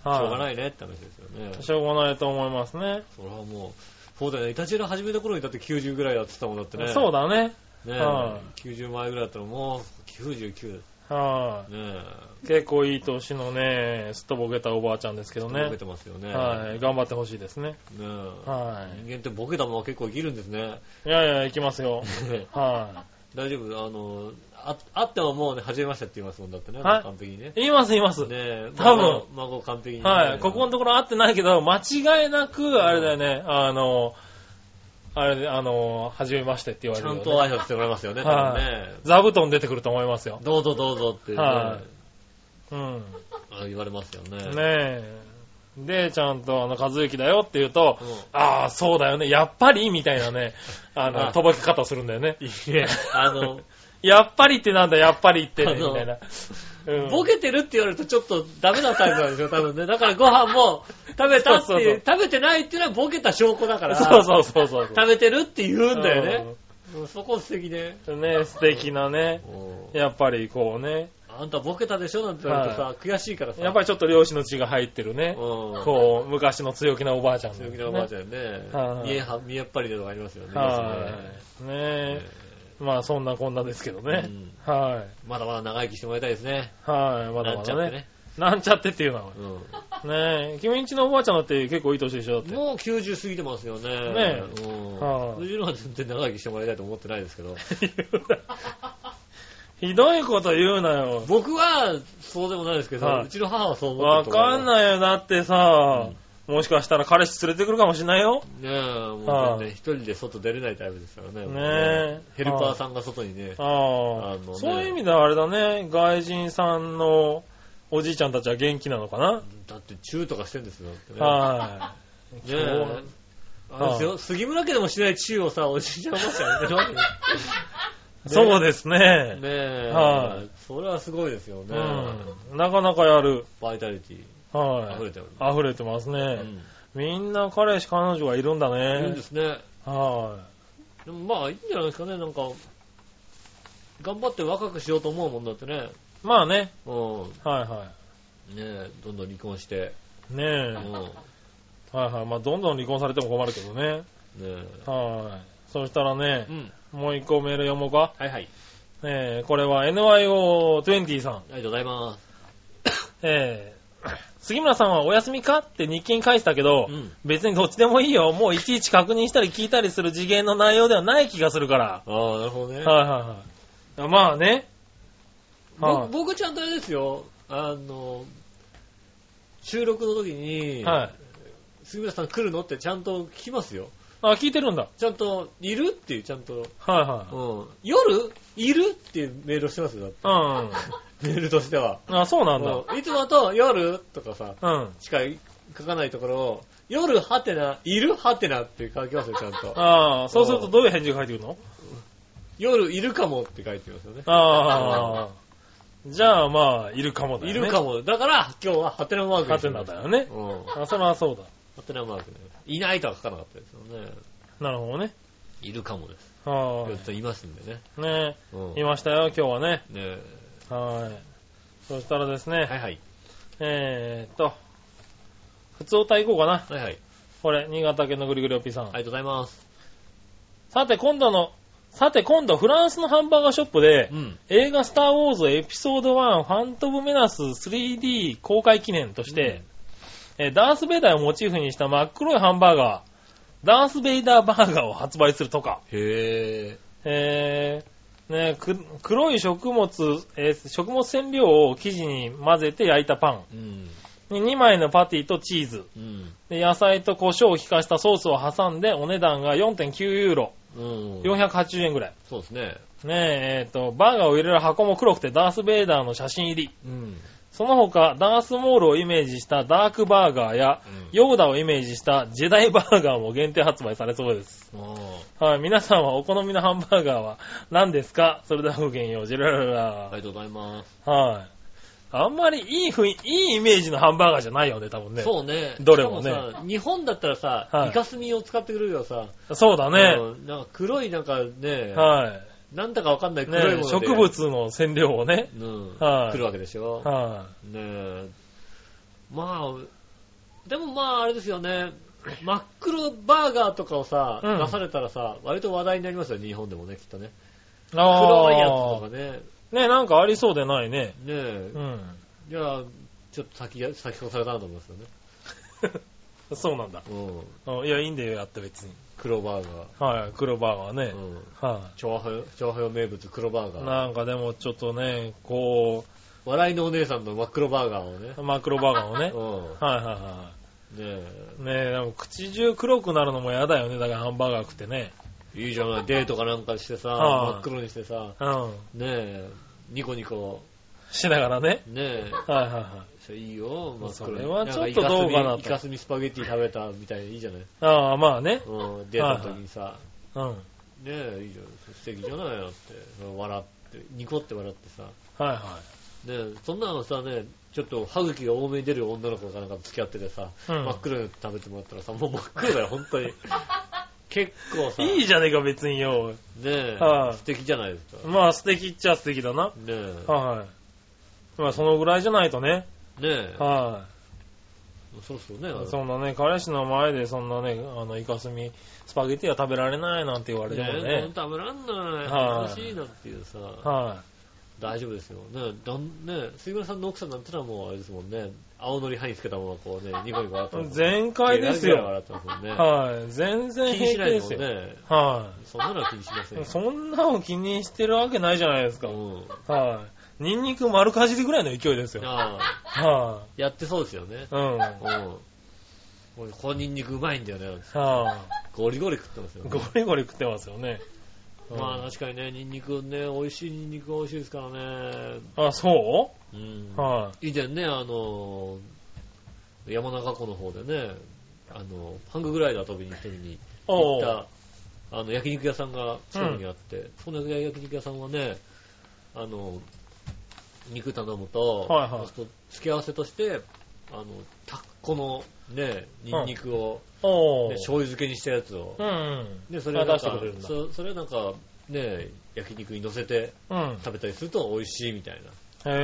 Speaker 3: はい
Speaker 2: ょうがないねって話ですよね
Speaker 3: い。。しょうがないと思いますね。
Speaker 2: それはもう、そうだよね。イタチラ始めた頃にだって90ぐらいやってたもんだってね。
Speaker 3: そうだね。
Speaker 2: ねえ、
Speaker 3: は
Speaker 2: 90前ぐらいだったらもう99ね
Speaker 3: は
Speaker 2: え。
Speaker 3: い。結構いい年のね、すっとぼけたおばあちゃんですけど
Speaker 2: ボケ
Speaker 3: ね。
Speaker 2: てますよね。
Speaker 3: はい。頑張ってほしいですね。
Speaker 2: ねえ
Speaker 3: は
Speaker 2: 人間ってボケたまま結構生きるんですね。
Speaker 3: い。いやいや、行きますよ。は
Speaker 2: 大丈夫あの、ああってももうね、始めましたって言いますもんだってね。
Speaker 3: はい
Speaker 2: 完璧にね。
Speaker 3: い。言います、言います
Speaker 2: ね。え、
Speaker 3: 多分
Speaker 2: 孫孫完璧にね、
Speaker 3: はい。ここのところ会ってないけど、間違いなく、あれだよね、あの、あれで、あのー、初めましてって言わ
Speaker 2: ち
Speaker 3: れる
Speaker 2: ゃ
Speaker 3: よ
Speaker 2: ん
Speaker 3: ね、
Speaker 2: と挨拶してもらいますよね、多分
Speaker 3: はい
Speaker 2: ね。
Speaker 3: 座布団出てくると思いますよ。
Speaker 2: どうぞどうぞってね、
Speaker 3: はいうん。
Speaker 2: あ言われますよね。
Speaker 3: ねえ。で、ちゃんと、あの、和之だよって言うと、
Speaker 2: うん
Speaker 3: ああ、そうだよね、やっぱりみたいなね、あ の、
Speaker 2: あ
Speaker 3: とぼけ方するんだよね。
Speaker 2: いや、あの、
Speaker 3: やっぱりってなんだ、やっぱりってね、
Speaker 2: あの
Speaker 3: みたいな。うん
Speaker 2: ボケてるって言われるとちょっとダメなタイプなんですよ、多分ね。だからご飯も食べたって
Speaker 3: そうそうそ
Speaker 2: いうう、食べてないっていうのはボケた証拠だから、
Speaker 3: そうそうそうそう。
Speaker 2: 食べてるって言うんだよね。うんそこ素敵ね。
Speaker 3: うん。ね素敵なね、やっぱりこうね、
Speaker 2: あんたボケたでしょなんて言われるとさ、悔しいからさ。
Speaker 3: やっぱりちょっと漁師の血が入ってるね
Speaker 2: り、、うん。
Speaker 3: こう、昔の強気なおばあちゃん、
Speaker 2: 強気なおばあちゃんね
Speaker 3: は。い
Speaker 2: 見えは、見えっぱりでとかありますよね。
Speaker 3: はい。ねえ、まあそんなこんなですけどね。はい。
Speaker 2: まだまだ長生きしてもらいたいですね。
Speaker 3: はい、まだ
Speaker 2: な
Speaker 3: ま
Speaker 2: んちゃ
Speaker 3: だ
Speaker 2: って
Speaker 3: ね。
Speaker 2: ね。
Speaker 3: なんちゃってっていうのは。
Speaker 2: うん
Speaker 3: ねえ、君んちのおばあちゃんだって結構いい年でしょ、だって。
Speaker 2: もう90過ぎてますよね。
Speaker 3: ねえ
Speaker 2: うん。
Speaker 3: はい
Speaker 2: 90まで全然長生きしてもらいたいと思ってないですけど。
Speaker 3: ひどいこと言うなよ。
Speaker 2: 僕はそうでもないですけど、
Speaker 3: はいう
Speaker 2: ちの母はそう思っ
Speaker 3: わ
Speaker 2: てると思
Speaker 3: かん
Speaker 2: い。
Speaker 3: ないよ、だってさ、もしかしたら彼氏連れてくるかもしれないよ。
Speaker 2: ねえ、もう
Speaker 3: はい
Speaker 2: 全然一人で外出れないタイプですからね。もう
Speaker 3: ねえ
Speaker 2: ヘルパーさんが外にね。
Speaker 3: ああ、
Speaker 2: あのね
Speaker 3: そういう意味ではあれだね、外人さんのおじいちゃんたちは元気なのかな、
Speaker 2: だってチューとかしてんですよ。だってね
Speaker 3: は
Speaker 2: ねえ。あれですよ、杉村家でもしないチューをさ、おじいちゃんおばあちゃんやってるわけです
Speaker 3: い。そうですね
Speaker 2: よ。ねえ。
Speaker 3: はい
Speaker 2: それはすごいですよね。
Speaker 3: うん。なかなかやる。
Speaker 2: バイタリティ
Speaker 3: はい。
Speaker 2: 溢れておりま
Speaker 3: 溢れてますね。
Speaker 2: す。うん
Speaker 3: みんな彼氏彼女がいるんだ
Speaker 2: いるん
Speaker 3: ね
Speaker 2: で。すね。
Speaker 3: は
Speaker 2: でもまあいいんじゃないですかね、なんか。頑張って若くしようと思うもんだってね。
Speaker 3: い。まあね。
Speaker 2: うん。
Speaker 3: はいは
Speaker 2: ねえ、どんどん離婚して。
Speaker 3: い。
Speaker 2: う
Speaker 3: ねえ。
Speaker 2: ん。ね
Speaker 3: はいはい。まあどんどん離婚されても困るけどね。
Speaker 2: え。
Speaker 3: はい。そしたらね
Speaker 2: う、ん。
Speaker 3: もう一個メール読もうか。
Speaker 2: はいはい。
Speaker 3: えー、これは NYO20 さん。
Speaker 2: ありがとうございます。
Speaker 3: えー、杉村さんはお休みかって日記に返したけど、
Speaker 2: うん
Speaker 3: 別にどっちでもいいよ。もういちいち確認したり聞いたりする次元の内容ではない気がするから。
Speaker 2: ああ、なるほどね。
Speaker 3: はいはいはい。まあね。は
Speaker 2: ぼ僕ちゃんとあれですよ、あの、収録の時
Speaker 3: い。
Speaker 2: に、
Speaker 3: はい。
Speaker 2: 杉村さん来るのってちゃんと聞きますよ。
Speaker 3: あ、聞いてるんだ。
Speaker 2: ちゃんと、いるっていう、ちゃんと、
Speaker 3: はいはい。
Speaker 2: うん。夜いるっていうメールをしてますよ、だって
Speaker 3: う
Speaker 2: メールとしては。
Speaker 3: ん。あ、そうなんだ。
Speaker 2: うんいつもと夜とかさ、
Speaker 3: うん。
Speaker 2: しか書かないところを、夜はてな、いるはてなって書きますよ、ちゃんと。
Speaker 3: ああ、そうするとどういう返事が返ってくるの
Speaker 2: 夜いるかもって書いてますよね。
Speaker 3: ああ。じゃあまあ、いるかもだ
Speaker 2: い
Speaker 3: よね。
Speaker 2: るかも。だから、今日はハテナマーク
Speaker 3: ハ
Speaker 2: にし
Speaker 3: テ
Speaker 2: て
Speaker 3: ナ
Speaker 2: ます
Speaker 3: だよね。
Speaker 2: うん。ハ
Speaker 3: あ、それはそうだ。
Speaker 2: テナマークね。いないとは書かなかったですよね。
Speaker 3: なるほどね。
Speaker 2: いるかもです。
Speaker 3: は
Speaker 2: ずっといますんでね。
Speaker 3: い。ね
Speaker 2: うん。
Speaker 3: いましたよ、今日はね。
Speaker 2: ね
Speaker 3: はい。そしたらです
Speaker 2: は
Speaker 3: ね、
Speaker 2: いはい。
Speaker 3: えーっと、普通歌いこうかな。
Speaker 2: はいはい。
Speaker 3: これ、新潟県のぐりぐりおっぴーさん。
Speaker 2: ありがとうございます。
Speaker 3: さて、今度の、さて、今度、フランスのハンバーガーショップで、
Speaker 2: うん。
Speaker 3: 映画スターウォーズエピソード1ファントムメナス 3D 公開記念として、えーダース・ベイダーをモチーフにした真っ黒いハンバーガー、ダース・ベイダーバーガーを発売するとか、
Speaker 2: へえ。
Speaker 3: えーね、く黒い食物、えー食物染料を生地に混ぜて焼いたパ
Speaker 2: うん。
Speaker 3: ンに2枚のパティとチーズ、
Speaker 2: うん。
Speaker 3: で野菜と胡椒を効かしたソースを挟んでお値段が4.9ユーロ、
Speaker 2: うん。
Speaker 3: 480円ぐらい。
Speaker 2: そうですね。
Speaker 3: ねえ、えっ、と、バーガーを入れる箱も黒くてダース・ベイダーの写真入り。
Speaker 2: うん。
Speaker 3: その他、ダースモールをイメージしたダークバーガーや、ヨーダをイメージしたジェダイバーガーも限定発売されそうです。
Speaker 2: ああ
Speaker 3: はい、皆さんはお好みのハンバーガーは何ですかそれではごきげんよう、ジェララ
Speaker 2: あり
Speaker 3: ラ
Speaker 2: がとうございます。
Speaker 3: ラ。はい。あんまりいい雰囲気、いいイメージのハンバーガーじゃないよね、多分ね。
Speaker 2: そうね。
Speaker 3: どれも
Speaker 2: し
Speaker 3: ね
Speaker 2: かさ。日本だったらさ、
Speaker 3: はい
Speaker 2: イカスミを使ってくれるよさ。
Speaker 3: う。そうだね。
Speaker 2: うんなんか黒い、なんかね、
Speaker 3: は
Speaker 2: なんだかわかんない
Speaker 3: い。
Speaker 2: 黒い
Speaker 3: ね
Speaker 2: もので。
Speaker 3: 植物の染料をね。
Speaker 2: うん。
Speaker 3: はい
Speaker 2: 来るわけでしょ。
Speaker 3: は
Speaker 2: ねえ。まあ、でもまあ、あれですよね。真っ黒バーガーとかをさ、
Speaker 3: うん
Speaker 2: 出されたらさ、割と話題になりますよ、日本でもね、きっとね。
Speaker 3: い。
Speaker 2: 黒いやつと
Speaker 3: あ
Speaker 2: か
Speaker 3: あ。
Speaker 2: ね。ね
Speaker 3: ね、なんかありそうでないね。
Speaker 2: え
Speaker 3: う。ん。
Speaker 2: いや、ちょっと先や、先越されたなと思いますよね。
Speaker 3: そうなんだ。
Speaker 2: うん。
Speaker 3: うんいや、いいんだよ、やって別に。
Speaker 2: 黒バーガ
Speaker 3: はい、黒バーガーね。
Speaker 2: ー。うん。
Speaker 3: は
Speaker 2: 長平長平名物黒バー
Speaker 3: い。
Speaker 2: ガー。
Speaker 3: なんかでもちょっとね、こ
Speaker 2: 笑いのお姉さんの真っ黒バーガーをね。
Speaker 3: う、マクロバーガーをね。
Speaker 2: う
Speaker 3: はいはいは
Speaker 2: ね
Speaker 3: ねえ、なんか口中黒くなるのも嫌だよね。だからハンバーガー食ってね。
Speaker 2: え。いいじゃない、デートかなんかしてさ、
Speaker 3: はい
Speaker 2: 真っ黒にしてさ、
Speaker 3: うん。
Speaker 2: ねえ、ニコニコ、
Speaker 3: しながらね。
Speaker 2: ねえ、
Speaker 3: はいはいは
Speaker 2: それいいよ、真っ黒に
Speaker 3: それはちょっとどうかなと
Speaker 2: イカスミスパゲッティ食べたみたいでいいじゃない。
Speaker 3: い。ああ、まあね。
Speaker 2: うん、デートの時にさ、
Speaker 3: うん。はい
Speaker 2: ねえ、いいじゃん。素敵じゃないよって。笑って、ニコって笑ってさ。ね
Speaker 3: は
Speaker 2: え、そんなのさ、ねちょっと歯茎が多めに出る女の子がなんか付き合っててさ、
Speaker 3: うん
Speaker 2: 真っ黒に食べてもらったらさ、もう真っ黒だよ、本 当に。結構さ、
Speaker 3: い。いいじゃねえか、別によ。
Speaker 2: ねえ、
Speaker 3: はい
Speaker 2: 素敵じゃないですか。ね
Speaker 3: まあ素敵っちゃ素敵だな。
Speaker 2: え、
Speaker 3: はい。まあそのぐらいじゃないとね。
Speaker 2: ねえ、
Speaker 3: は
Speaker 2: そろそろね、あ
Speaker 3: い。
Speaker 2: の
Speaker 3: そんなね、彼氏の前でそんなね、あの、イカスミ、スパゲティは食べられないなんて言われても
Speaker 2: ねえ
Speaker 3: ね。
Speaker 2: 食べらんない、
Speaker 3: はい
Speaker 2: 楽しいなっていうさ、
Speaker 3: は
Speaker 2: 大丈夫ですよ。ねえ、だんねえ杉村さんの奥さんなんてのはもうあれですもんね、青のり歯につけたままこうね、ニコニコ笑って
Speaker 3: い。
Speaker 2: ますもんね
Speaker 3: 全開です
Speaker 2: ゲラゲ
Speaker 3: よ。
Speaker 2: ラ笑ってますもんね。
Speaker 3: はい。全然
Speaker 2: 気にしな
Speaker 3: 平気
Speaker 2: い
Speaker 3: で
Speaker 2: です
Speaker 3: す
Speaker 2: もん
Speaker 3: よ。
Speaker 2: ね。
Speaker 3: は
Speaker 2: そんなのは気にしませんよ
Speaker 3: い。。そんなの気にしてるわけないじゃないですか。
Speaker 2: うん。
Speaker 3: はい。ニンニク丸かじりぐらいの勢いですよ。
Speaker 2: ああ、
Speaker 3: は
Speaker 2: やってそうですよね。
Speaker 3: い。うん。は
Speaker 2: うん。俺、このニンニクうまいんだよね。
Speaker 3: い。
Speaker 2: ゴリゴリ食ってますよ。
Speaker 3: ゴリゴリ食ってますよね。うん
Speaker 2: まあ確かにね、ニンニクね、美味しいニンニクは美味しいですからね。
Speaker 3: あ、そ
Speaker 2: うん
Speaker 3: う。は
Speaker 2: 以前ね、あの、山中湖の方でね、あの、ハンググライダー飛びに行った時に
Speaker 3: い。
Speaker 2: 行
Speaker 3: お
Speaker 2: っ
Speaker 3: う。
Speaker 2: た、あの、焼肉屋さんが近くにあって、その焼肉屋さんはね、あの、肉頼むと、
Speaker 3: はいはい
Speaker 2: そうすると付け合わせとして、あの、タッコのね、ニンニクを、
Speaker 3: お
Speaker 2: ね
Speaker 3: う。
Speaker 2: 醤油漬けにしたやつを
Speaker 3: う、ん。
Speaker 2: で、それをなん
Speaker 3: あ出して
Speaker 2: か
Speaker 3: くれるん、だ
Speaker 2: そそれをなんか、ね、焼肉に乗せて
Speaker 3: うん。
Speaker 2: 食べたりすると美味しいみたいな、そう
Speaker 3: へ
Speaker 2: い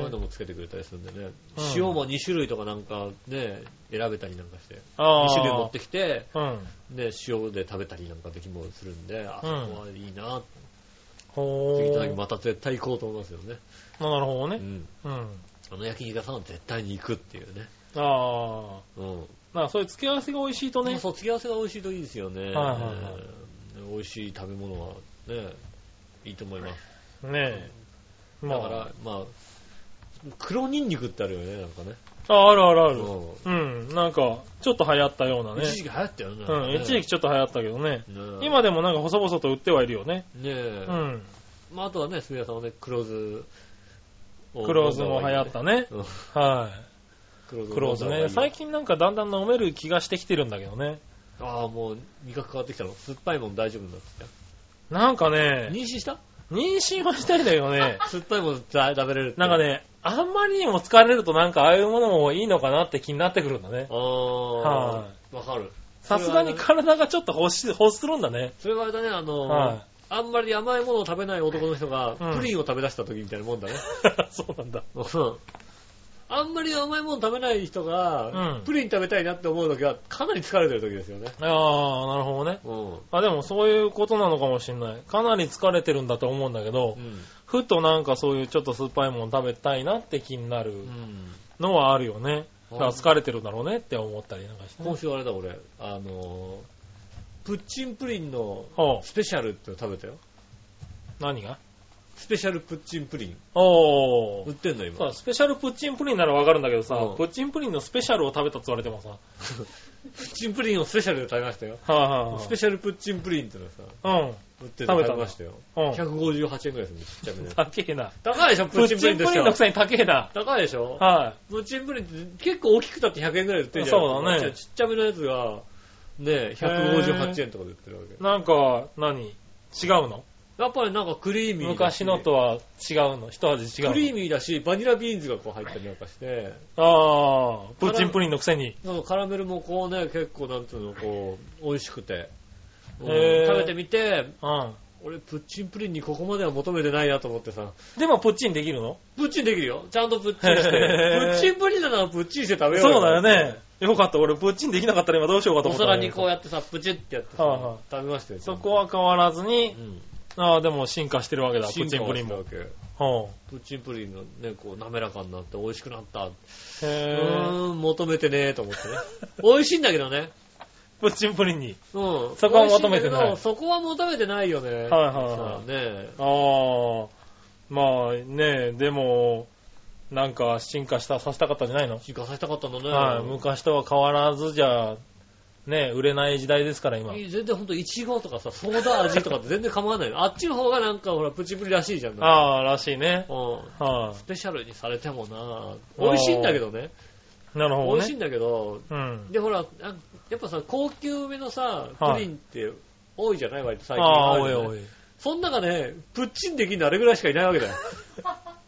Speaker 2: う
Speaker 3: ぇ
Speaker 2: のもつけてくれたりするんでね、
Speaker 3: うん
Speaker 2: 塩も2種類とかなんかね、選べたりなんかして、
Speaker 3: あ
Speaker 2: 2
Speaker 3: ー
Speaker 2: 種類持ってきて、
Speaker 3: うん。
Speaker 2: ね、塩で食べたりなんかできもするんで、あそこはいいな、
Speaker 3: ほ
Speaker 2: 次行った時
Speaker 3: ー。
Speaker 2: また絶対行こうと思いますよね。
Speaker 3: まあなるほど
Speaker 2: う
Speaker 3: ね。
Speaker 2: ん。
Speaker 3: うん。
Speaker 2: あの焼肉屋さんは絶対に行くっていうね。
Speaker 3: あ
Speaker 2: うん。
Speaker 3: あ。まあそういう付け合わせが美味しいとね。
Speaker 2: そう、付き合わせが美味しいといいですよね。
Speaker 3: はいはいはい
Speaker 2: えー美味しい食べ物はね、いいと思います。
Speaker 3: ねえ。ま
Speaker 2: だか
Speaker 3: あ。
Speaker 2: ら、まあ、黒ニンニクってあるよね、なんかね。
Speaker 3: あ、あるあるある。
Speaker 2: う。
Speaker 3: うん。なんか、ちょっと流行ったようなんね。
Speaker 2: 一時期流行ったよね。
Speaker 3: うん。一時期
Speaker 2: 期。
Speaker 3: ちょっと流行ったけどね。
Speaker 2: ね
Speaker 3: 今でもなんか細々と売ってはいるよね。
Speaker 2: ねえ
Speaker 3: う。ん。
Speaker 2: まあ、あとはね、杉谷さんはね、クローズを
Speaker 3: クローズも流行ったね。
Speaker 2: うん。
Speaker 3: は
Speaker 2: クロー
Speaker 3: い。クローズね。最。近なんかだんだん飲める気がしてきてるんだけどね。
Speaker 2: ああ、もう味覚変わってきたの。酸っぱいもん大丈夫になってき
Speaker 3: なんか
Speaker 2: た。
Speaker 3: ね、
Speaker 2: 妊娠した
Speaker 3: 妊娠はしたいんだけど ね。
Speaker 2: 酸っぱいもんだ食べれるって
Speaker 3: なんか。ね、あんまりにも疲れるとなんかああいうものもいいのかなって気になってくるんだね
Speaker 2: あ。あ。
Speaker 3: は
Speaker 2: わかる。
Speaker 3: さすがに体がちょっと欲し、欲するんだね。
Speaker 2: それはあれだね、あの、
Speaker 3: は
Speaker 2: あんまり甘いものを食べない男の人が、
Speaker 3: うん
Speaker 2: プリンを食べ出した時みたいなもんだね。
Speaker 3: そうなんだ。
Speaker 2: うん あんまり甘いもの食べない人が、
Speaker 3: うん
Speaker 2: プリン食べたいなって思う時は、かなり疲れてる時ですよね。
Speaker 3: ああ、なるほどね。
Speaker 2: うん。
Speaker 3: あ、でもそういうことなのかもしんない。かなり疲れてるんだと思うんだけど、
Speaker 2: うん。
Speaker 3: ふとなんかそういうちょっと酸っぱいもの食べたいなって気になる
Speaker 2: うん。
Speaker 3: のはあるよね。だから疲れてるんだろうねって思ったりなんかしてね、
Speaker 2: 今週あれだ、俺。あの、プッチンプリンの
Speaker 3: おう
Speaker 2: スペシャルっての食べたよ。
Speaker 3: 何が
Speaker 2: スペシャルプッチンプリン。
Speaker 3: お
Speaker 2: 売
Speaker 3: ー
Speaker 2: ってんの、今。
Speaker 3: さスペシャルプッチンプリンならわかるんだけどさ、
Speaker 2: うん
Speaker 3: プッチンプリンのスペシャルを食べたって言われてもさ、はい、
Speaker 2: プッチンプリンをスペシャルで食べましたよ。
Speaker 3: はいはい
Speaker 2: スペシャルプッチンプリンってのさ、
Speaker 3: うん。
Speaker 2: 売ってて食
Speaker 3: 食べた
Speaker 2: べ
Speaker 3: んだ
Speaker 2: ましたよ。
Speaker 3: うん。
Speaker 2: 158円くらいするんです、ちっちゃめで。
Speaker 3: 高えな。
Speaker 2: 高いでしょ、
Speaker 3: プ
Speaker 2: プッチ
Speaker 3: ッ
Speaker 2: ンプ
Speaker 3: チ
Speaker 2: リ
Speaker 3: ン
Speaker 2: ンと
Speaker 3: プ
Speaker 2: して
Speaker 3: リンの
Speaker 2: は
Speaker 3: く。せに高えな。
Speaker 2: 高いでしょ
Speaker 3: は
Speaker 2: プッチンプリンって結構大きくたって100円くらいで売ってんじゃん。
Speaker 3: そうだね
Speaker 2: ちっちゃめのやつが、ね、158円とかで売ってるわけ
Speaker 3: い。。なんか、何違うの
Speaker 2: やっぱりなんかクリーミーだし
Speaker 3: 昔のとは違うの一味違うの
Speaker 2: クリーミーだし、バニラビーンズがこう入ったりなんかして、
Speaker 3: ああ、プッチンプリンのくせに。
Speaker 2: なんかカラメルもこうね、結構なんていうの、こう、美味しくて。うん
Speaker 3: へー
Speaker 2: 食べてみて、
Speaker 3: うん。
Speaker 2: 俺、プッチンプリンにここまでは求めてないなと思ってさ、
Speaker 3: でもプッチンできるの
Speaker 2: プッチンできるよ。ちゃんとプッチンして。プ
Speaker 3: へー
Speaker 2: ッチンプリンだならプッチンして食べよう
Speaker 3: そうだよ。ね。よかった。俺、プッチンできなかったら今どうしようかと
Speaker 2: お
Speaker 3: 思った。
Speaker 2: 皿にこうやってさ、プチってやってさ
Speaker 3: はいはい
Speaker 2: 食べましたよ。
Speaker 3: そこは変わらずに
Speaker 2: う、ん、
Speaker 3: ああ、でも進化してるわけだ、プ
Speaker 2: プ
Speaker 3: ッ
Speaker 2: ッ
Speaker 3: チ
Speaker 2: チ
Speaker 3: ン
Speaker 2: ン
Speaker 3: プ
Speaker 2: プ
Speaker 3: リ
Speaker 2: リン
Speaker 3: ンも
Speaker 2: わ。け。
Speaker 3: は
Speaker 2: プッチンプリンがね、こう滑らかになって美味しくなった。う
Speaker 3: あ、へえ。
Speaker 2: ーん、求めてねえと思ってね。 美味しいんだけどね。
Speaker 3: プッチンプリンに。
Speaker 2: うん。
Speaker 3: そこは求め
Speaker 2: 美味し
Speaker 3: てない
Speaker 2: んだけどそこは求めてないよね。
Speaker 3: はいはいはい
Speaker 2: さあね
Speaker 3: ああ、まあね、でも、なんか進化した、させたかったんじゃないの、
Speaker 2: 進化させたかったんだね。
Speaker 3: はい。昔とは変わらずじゃ、ね、売れない時代ですから、今。
Speaker 2: 全然ほんと、いちごとかさ、ソーダ味とかって全然構わないの。あっちの方がなんかほら、プチプリらしいじゃん。あ。
Speaker 3: ああ、らしいね。
Speaker 2: うん。
Speaker 3: は
Speaker 2: スペシャルにされてもな美味しいんだけどね。
Speaker 3: い。なるほ
Speaker 2: 美
Speaker 3: ど
Speaker 2: 味しい
Speaker 3: ね。
Speaker 2: んだけど、
Speaker 3: うん。
Speaker 2: で、ほら、なんかやっぱさ、高級めのさ、
Speaker 3: はい
Speaker 2: プリンって多いじゃない割と最近。
Speaker 3: ああ、
Speaker 2: る
Speaker 3: おい
Speaker 2: じゃない
Speaker 3: おい。
Speaker 2: そん中ね、プッチンできるのあれぐらいしかいないわけ だよ。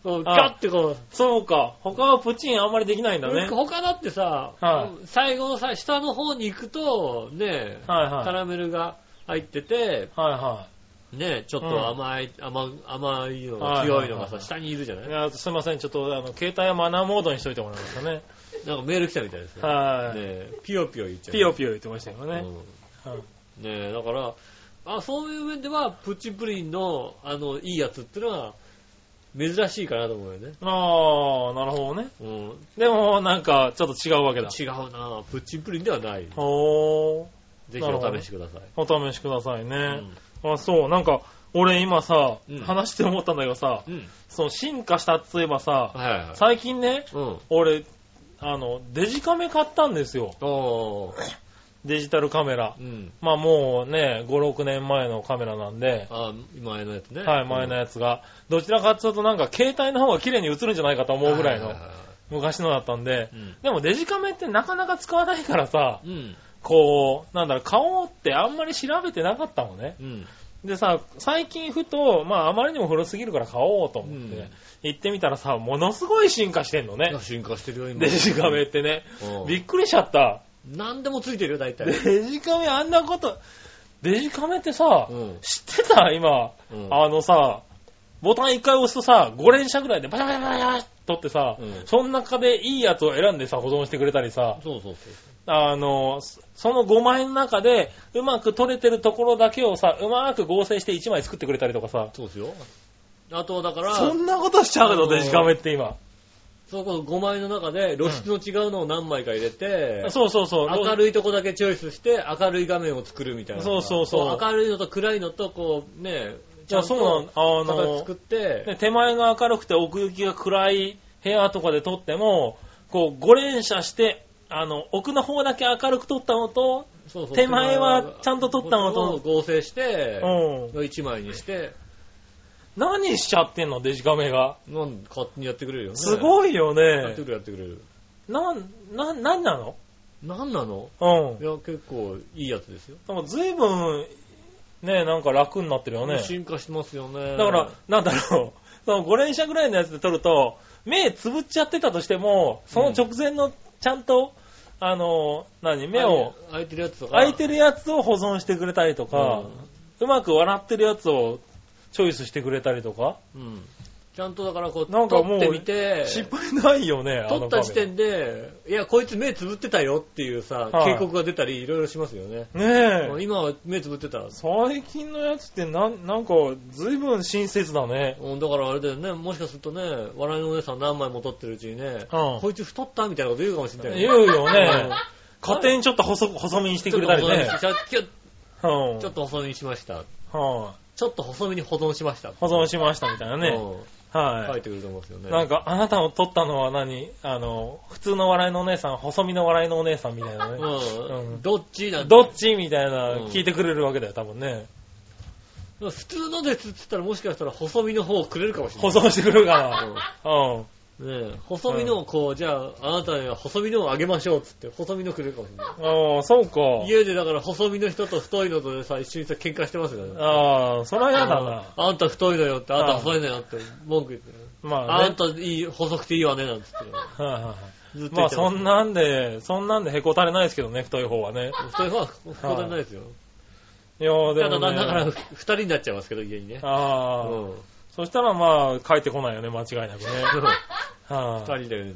Speaker 2: そう
Speaker 3: ああ
Speaker 2: ガッてこう、
Speaker 3: そうか。他はプチンあんまりできないんだね。はい
Speaker 2: 他だってさ、
Speaker 3: は
Speaker 2: 最後のさ、下の方に行くと、ね、カ
Speaker 3: はい。
Speaker 2: ラメルが入ってて、
Speaker 3: はいは
Speaker 2: ね、ちょっ
Speaker 3: うん
Speaker 2: と甘い、甘甘いのが強いのがさ、
Speaker 3: はいはいはいはい。
Speaker 2: 下にいるじゃないい
Speaker 3: いやすいません、ちょっと、あの、携帯はマナーモードにしといてもらえますかね。
Speaker 2: なんかメール来たみたいですね。
Speaker 3: はい。
Speaker 2: ねピヨピヨ言っちゃう。
Speaker 3: ピヨピヨ言ってましたよね。
Speaker 2: うん
Speaker 3: はい
Speaker 2: ねえ、だから、あそういう面では、プッチプリンの、あの、いいやつってのは、珍しいかなと思うよね。
Speaker 3: ああ、なるほどね。
Speaker 2: うん。
Speaker 3: でも、なんか、ちょっと違うわけだ。
Speaker 2: 違うなプッチプリンではない。
Speaker 3: おー。
Speaker 2: ぜひお試しください。
Speaker 3: お試しくださいうね。
Speaker 2: ん。
Speaker 3: あ、そう。なんか、俺今さ
Speaker 2: うん、
Speaker 3: 話して思ったんだけどさ、
Speaker 2: うん。
Speaker 3: その進化したといえば
Speaker 2: は
Speaker 3: さ、
Speaker 2: いはいはい。
Speaker 3: 最近ね、
Speaker 2: うん。
Speaker 3: 俺、あの、デジカメ買ったんですよ。
Speaker 2: おー。
Speaker 3: デジタルカメラ。
Speaker 2: うん。
Speaker 3: まあもうね、5、6年前のカメラなんで、
Speaker 2: あ、前のやつね。
Speaker 3: はい、前のやつが。どちらかっていうとなんか携帯の方が綺麗に映るんじゃないかと思うぐらい
Speaker 2: は
Speaker 3: の
Speaker 2: はは
Speaker 3: 昔のだったんで
Speaker 2: い、うん。
Speaker 3: でもデジカメってなかなか使わないからさ、
Speaker 2: うん。
Speaker 3: こう、なんだろう、顔ってあんまり調べてなかったのね。
Speaker 2: うん。
Speaker 3: でさ、最近ふと、まああまりにも古すぎるから買おうと思っ
Speaker 2: うん
Speaker 3: て、行ってみたらさ、ものすごい進化してんの
Speaker 2: い
Speaker 3: ね
Speaker 2: や。進化してるよ、今。
Speaker 3: デジカメってね。
Speaker 2: うん。
Speaker 3: びっくりしちゃった。
Speaker 2: 何でもついてるよ、大体。
Speaker 3: デジカメあんなこと、デジカメってさ
Speaker 2: う、ん。
Speaker 3: 知ってた今、
Speaker 2: うん
Speaker 3: あのさ、ボタン一回押すとさ、5連射ぐらいでバシャバシャバシャバシャって撮ってさ
Speaker 2: う、ん
Speaker 3: その中でいいやつを選んでさ、保存してくれたりさ、
Speaker 2: そうそうそう。
Speaker 3: あの、そその5枚の中で、うまく撮れてるところだけをさ、うまく合成して1枚作ってくれたりとかさ、
Speaker 2: そうですよ。あと、だから、
Speaker 3: そんなことしちゃう
Speaker 2: あ
Speaker 3: の、
Speaker 2: のー
Speaker 3: デジカメって今。
Speaker 2: そうこの5枚の中で露出の違うのを何枚か入れて、
Speaker 3: そうそうそう。
Speaker 2: 明るいとこだけチョイスして明るい画面を作るみたいな。
Speaker 3: そうそうそ
Speaker 2: こ
Speaker 3: う
Speaker 2: 明るいのと暗いのと、こうね、
Speaker 3: じゃあそうなん、あ
Speaker 2: 形
Speaker 3: の
Speaker 2: 作っ、て、
Speaker 3: ね手前が明るくて奥行きが暗い部屋とかで撮っても、こう5連射して、あの、奥の方だけ明るく撮ったのと、
Speaker 2: そうそう
Speaker 3: 手前はちゃんと撮ったのと
Speaker 2: を合成して、
Speaker 3: うん。
Speaker 2: の1枚にして、
Speaker 3: 何しちゃってんの、デジカメが。
Speaker 2: なん勝手にやってくれるよね。
Speaker 3: す
Speaker 2: い、
Speaker 3: ごいよ
Speaker 2: やっ
Speaker 3: ね
Speaker 2: て。くれるやってくれる。
Speaker 3: なん、なん、なんなの
Speaker 2: なんなの
Speaker 3: うん
Speaker 2: い。や、結構いいやつですよ。
Speaker 3: でも随分、ね、なんか楽になってるよね。
Speaker 2: 進化してますよね。
Speaker 3: だから、なんだろう、 その5連射ぐらいのやつで撮ると、目つぶっちゃってたとしても、その直前の、ちゃんと、あの、何、目を、
Speaker 2: 開いてるやつとか。
Speaker 3: 開いてるやつを保存してくれたりとか、うまく笑ってるやつをチョイスしてくれたりとか、
Speaker 2: うん。うん。ちゃんとだからこう、
Speaker 3: なんか
Speaker 2: 撮
Speaker 3: もう
Speaker 2: ってみて、
Speaker 3: 失敗ないよね、あ
Speaker 2: 撮
Speaker 3: の
Speaker 2: った
Speaker 3: カメラ
Speaker 2: 時点で、いや、こいつ目つぶってたよっていうさ、
Speaker 3: はい
Speaker 2: 警告が出たり、いろいろしますよね。
Speaker 3: ねえ。
Speaker 2: 今は目つぶってたら、
Speaker 3: 最近のやつってなん、なんか、随分親切だね。
Speaker 2: うんだからあれだよね、もしかするとね、笑いのお姉さん何枚も撮ってるうちにね、
Speaker 3: うん
Speaker 2: こいつ太ったみたいなこと言うかもしれない
Speaker 3: 言う よね
Speaker 2: うん。
Speaker 3: 勝手にちょっと細く細身にしてくれたりね。
Speaker 2: ちょっと細身にし
Speaker 3: うん
Speaker 2: ちょっと細身にしました。
Speaker 3: はい
Speaker 2: ちょっと細身に保存しました。
Speaker 3: 保存しましたみたいなね。
Speaker 2: う
Speaker 3: は
Speaker 2: ん
Speaker 3: い。
Speaker 2: 書いてくると思うんですよね。
Speaker 3: なんか、あなたを撮ったのは何あの、普通の笑いのお姉さん、細身の笑いのお姉さんみたいなね。
Speaker 2: う。
Speaker 3: うんん
Speaker 2: どっちなんて
Speaker 3: どっちみたいな
Speaker 2: うん
Speaker 3: 聞いてくれるわけだよ、多分ね。
Speaker 2: 普通のですって言ったらもしかしたら細身の方をくれるかもしれな
Speaker 3: 保
Speaker 2: い。
Speaker 3: 存してくれるかな。うん。
Speaker 2: ねえ、細身のをこう、じゃあ、あなたには細身のをあげましょうっつって、細身のくれるかもしれない。
Speaker 3: ああ、そうか。
Speaker 2: 家でだから細身の人と太いのとでさ、一緒にさ、喧嘩してますよね。
Speaker 3: ああ、それは嫌だ
Speaker 2: あ
Speaker 3: な。
Speaker 2: のあんた太いのよって、あんた
Speaker 3: あ
Speaker 2: 細いのよって文句言ってる。
Speaker 3: まあ
Speaker 2: あ
Speaker 3: ね
Speaker 2: ん。たいい、細くていいわね、なんつってね。
Speaker 3: はいはいはい
Speaker 2: ずっと
Speaker 3: ま
Speaker 2: 言
Speaker 3: あ
Speaker 2: って
Speaker 3: そ
Speaker 2: ます
Speaker 3: ん。なんで、そんなんでへこたれないですけどね、太い方はね。
Speaker 2: 太い方はここでないですよ。
Speaker 3: いやーで
Speaker 2: ただ、
Speaker 3: も、ね。
Speaker 2: だから、二人になっちゃいますけど、家にね。う
Speaker 3: ああ、
Speaker 2: ん。
Speaker 3: そしたらまあ、帰ってこないよね、間違いなくね。は
Speaker 2: 二
Speaker 3: い
Speaker 2: 人で。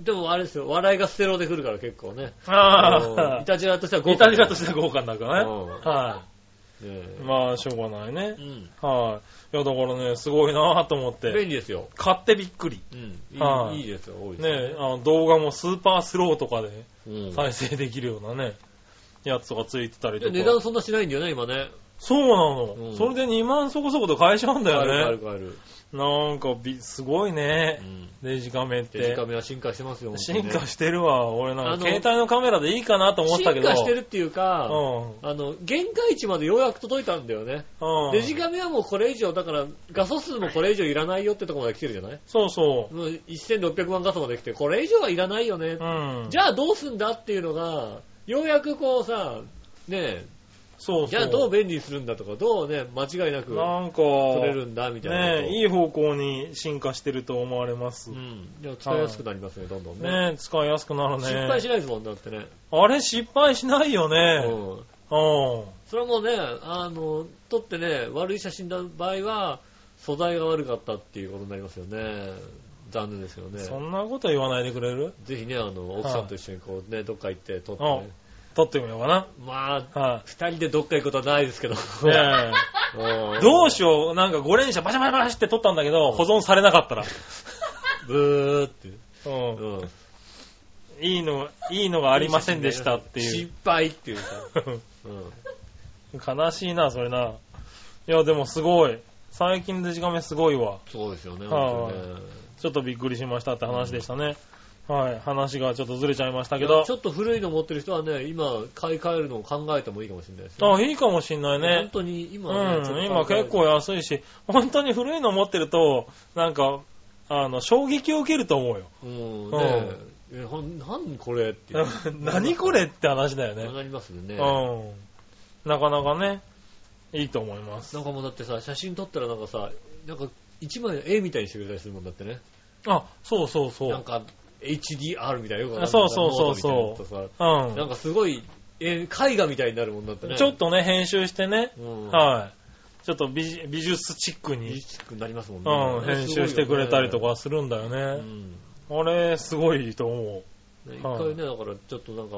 Speaker 2: でもあれですよ、笑いがステロで来るから結構ね。
Speaker 3: あ
Speaker 2: うんい
Speaker 3: あ、
Speaker 2: たじらとしては
Speaker 3: イタリアと
Speaker 2: し
Speaker 3: しては豪華なんだからね。は
Speaker 2: て。ね
Speaker 3: い。まあ、しょうがないね
Speaker 2: う。ん。
Speaker 3: はい。いや、だからね、すごいなぁと思って。
Speaker 2: 便利ですよ。
Speaker 3: 買ってびっくり。
Speaker 2: うん。い
Speaker 3: はい
Speaker 2: いいいですよ、多いです
Speaker 3: ね、あの動画もスーパースローとかで
Speaker 2: うん
Speaker 3: 再生できるようなね、やつがついてたりと
Speaker 2: で
Speaker 3: か。
Speaker 2: 値段そんなしないんだよね、今ね。
Speaker 3: そうなの、
Speaker 2: うん
Speaker 3: それで2万そこそこと買えちゃうんだ
Speaker 2: 買える買え
Speaker 3: よ
Speaker 2: る
Speaker 3: ね。
Speaker 2: 買える。
Speaker 3: なんかび、すごいね
Speaker 2: う。ん。
Speaker 3: デジカメっ
Speaker 2: デジ
Speaker 3: て
Speaker 2: カ。メは進化してますよ、本当に
Speaker 3: 進
Speaker 2: ね
Speaker 3: 化してるわ。俺な
Speaker 2: あの
Speaker 3: んか、携帯のカメラでいいかなと思ってたけど。
Speaker 2: 進化してるっていうか、
Speaker 3: う
Speaker 2: あの、限界値までようやく届いたんだよね。
Speaker 3: ん。うん。
Speaker 2: デジカメはもうこれ以上、だから画素数もこれ以上いらないよってとこまで来てるじゃない
Speaker 3: そうそ
Speaker 2: もう1600万画素まで来て、これ以上はいらないよね。
Speaker 3: う。うん。
Speaker 2: じ
Speaker 3: ゃ
Speaker 2: ゃあどうすんだっていうのが、ようやくこうさ、ね
Speaker 3: そ
Speaker 2: え、
Speaker 3: うそう。
Speaker 2: じゃあどう便利にするんだとか、どうね、間違いなく
Speaker 3: なんか、
Speaker 2: 取れるんだみたいなこと。
Speaker 3: ねいい方向に進化してると思われます。
Speaker 2: うん。でも使いやすくなりますね、どんどんね。
Speaker 3: ね使いやすくなるね。
Speaker 2: 失敗しないですもんだってね。
Speaker 3: あれ失敗しないよね。
Speaker 2: うん。
Speaker 3: うん。
Speaker 2: それはもうね、あの、撮ってね、悪い写真の場合は、素材が悪かったっていうことになりますよね。残念ですよね。
Speaker 3: そんなこと言わないでくれる
Speaker 2: ぜひね、あの、奥さんと一緒にこうね、どっか行って撮って
Speaker 3: は
Speaker 2: ね。
Speaker 3: 撮ってみようかな。
Speaker 2: まあ、
Speaker 3: は
Speaker 2: 二人でどっか行くことはないですけど。
Speaker 3: い。ねえどうしよう。なんか5連射バシャバシャバシャって撮ったんだけど、保存されなかったら。
Speaker 2: ブーって。
Speaker 3: う。
Speaker 2: うんん。
Speaker 3: いいの、いいのがありませんでしたっていう。
Speaker 2: 失敗っていうさ。うん。
Speaker 3: 悲しいな、それな。いや、でもすごい。最近デジカメすごいわ。
Speaker 2: そうですよね、
Speaker 3: はい
Speaker 2: 本当にね。
Speaker 3: ちょっとびっくりしましたって話でしたね。はい。話がちょっとずれちゃいましたけ
Speaker 2: い
Speaker 3: ど
Speaker 2: やち。ょっと古いの持ってる人はね、今、買い替えるのを考えてもいいかもしれないですね。
Speaker 3: あ、いいかもしんないね
Speaker 2: 本。当に今はね、ちょっ
Speaker 3: うん、
Speaker 2: と
Speaker 3: 今
Speaker 2: 考え
Speaker 3: 結構安いし、本当に古いの持ってると、なんか、あの、衝撃を受けると思うよ。
Speaker 2: うん、ねえ、えほんなんこれっていう。
Speaker 3: 何これって話だよね。
Speaker 2: なりますね。
Speaker 3: うん。なかなかね、いいと思います。
Speaker 2: なんかもうだってさ、写真撮ったらなんかさ、なんか一枚の絵みたいにしてくれたりするもんだってね。
Speaker 3: あ、そうそうそ
Speaker 2: なん
Speaker 3: う。
Speaker 2: か HDR みたいなよくわかんない
Speaker 3: そうそうそうそう
Speaker 2: ノートみたいなのと
Speaker 3: う
Speaker 2: さなん
Speaker 3: ん。
Speaker 2: かすごい、えー絵画みたいになるもんだってね。
Speaker 3: ちょっ、とね、編集してね、
Speaker 2: うん、
Speaker 3: はい。ちょっと美じ美術チック
Speaker 2: 美
Speaker 3: に、
Speaker 2: 術になりますもんね。
Speaker 3: うん、編集してくれたりとかするんだ
Speaker 2: すご
Speaker 3: よ
Speaker 2: いよ
Speaker 3: ね。
Speaker 2: ね。
Speaker 3: あれ、すごいと思う。
Speaker 2: うん。ね一
Speaker 3: はい
Speaker 2: 回ね、だからちょっとなんか、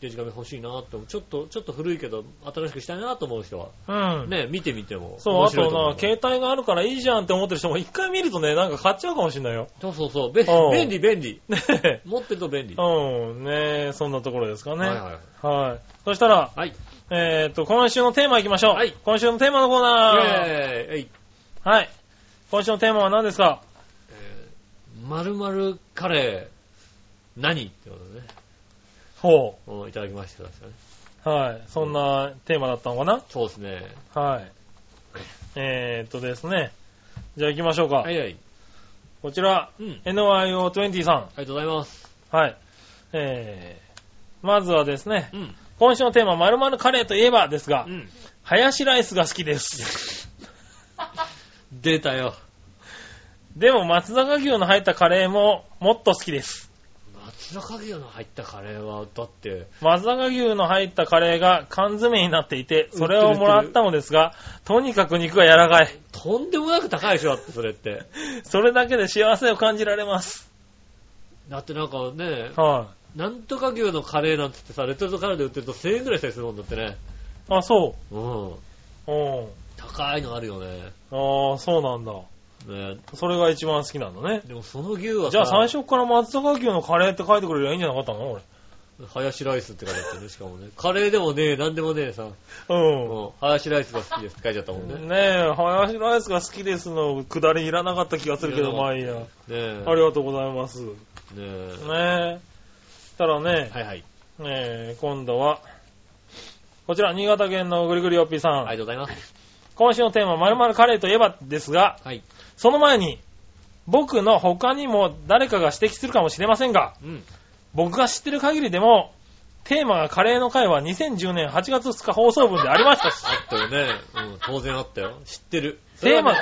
Speaker 2: デジカメ欲しいなって思う、ちょっと、ちょっと古いけど、新しくしたいなと思う人は、
Speaker 3: うん。
Speaker 2: ね、見てみても。
Speaker 3: そう、
Speaker 2: 面
Speaker 3: あ
Speaker 2: 白い
Speaker 3: と
Speaker 2: 思う
Speaker 3: な、携帯があるからいいじゃんって思ってる人も一回見るとね、なんか買っちゃうかもしん ないよ。
Speaker 2: そうそうそう。べ
Speaker 3: うん
Speaker 2: 便利、便利。
Speaker 3: ねえ。
Speaker 2: 持ってると便利。
Speaker 3: うん、ねえ、そんなところですか
Speaker 2: は
Speaker 3: ね。
Speaker 2: い
Speaker 3: は
Speaker 2: はい。
Speaker 3: い。そしたら、
Speaker 2: はい。
Speaker 3: えーっと、今週のテーマいきましょう。
Speaker 2: はい
Speaker 3: 今週のテーマのコーナー。
Speaker 2: イェーイはい。
Speaker 3: はい。今週のテーマは何ですか
Speaker 2: えー、〇〇カレー、何ってことでね、
Speaker 3: ほ
Speaker 2: うんいただきましたからね。
Speaker 3: う。はい。そんなテーマだったのかな
Speaker 2: そうですね。
Speaker 3: はい。えーっとですね。じゃあ行きましょうか。
Speaker 2: はいはい。
Speaker 3: こちら、
Speaker 2: うん。あり
Speaker 3: NYO20 さ
Speaker 2: がとうございます。
Speaker 3: ん。はい。えー、まずはですね、
Speaker 2: うん。
Speaker 3: 今週のテーマ、〇〇カレーといえばですが
Speaker 2: う、ん。
Speaker 3: ハヤシライスが好きです。
Speaker 2: 出たよ。
Speaker 3: でも、松坂牛の入ったカレーも、もっと好きです。
Speaker 2: 松坂牛の入ったカレーは、だって、
Speaker 3: 松坂牛の入ったカレーが缶詰になっていて、それをもらったのですが、とにかく肉が柔らかい。
Speaker 2: とんでもなく高いでしょ、だってそれって。
Speaker 3: それだけで幸せを感じられます。
Speaker 2: だってなんかね、
Speaker 3: は
Speaker 2: なんとか牛のカレーなんつってさ、レトルトカレーで売ってると1000円ぐらいしたりするもんだってね。
Speaker 3: い。あ、そ
Speaker 2: うん。
Speaker 3: う。うん。
Speaker 2: 高いのあるよね。
Speaker 3: ああ、そうなんだ。
Speaker 2: ね
Speaker 3: それが一番好きなんだね。
Speaker 2: でもその牛はさ
Speaker 3: じゃあ最初から松坂牛のカレーって書いてくれりゃいいんじゃなかったの俺。
Speaker 2: ハヤシライスって書いてあったよね、しかもね。カレーでもねえ、なんでもねえさ。
Speaker 3: う
Speaker 2: もう、ハヤシライスが好きですって書いちゃったもんね。ね
Speaker 3: ん。ねえ、ハヤシライスが好きですの、くだりいらなかった気がするけど、まあいいや。
Speaker 2: え。
Speaker 3: ありがとうございます。ね
Speaker 2: ね
Speaker 3: え。
Speaker 2: え。
Speaker 3: そしたらね、
Speaker 2: はいはい。
Speaker 3: えー今度は、こちら、新潟県のぐりぐりおっぴーさん。
Speaker 2: ありがとうございます。
Speaker 3: 今週のテーマ、〇〇カレーといえばですが、
Speaker 2: はい。
Speaker 3: その前に、僕の他にも誰かが指摘するかもしれませんが、
Speaker 2: うん。
Speaker 3: 僕が知ってる限りでも、テーマがカレーの会は2010年8月2日放送分でありましたし、
Speaker 2: あったよね。うん、当然あったよ。知ってる。
Speaker 3: テーマ、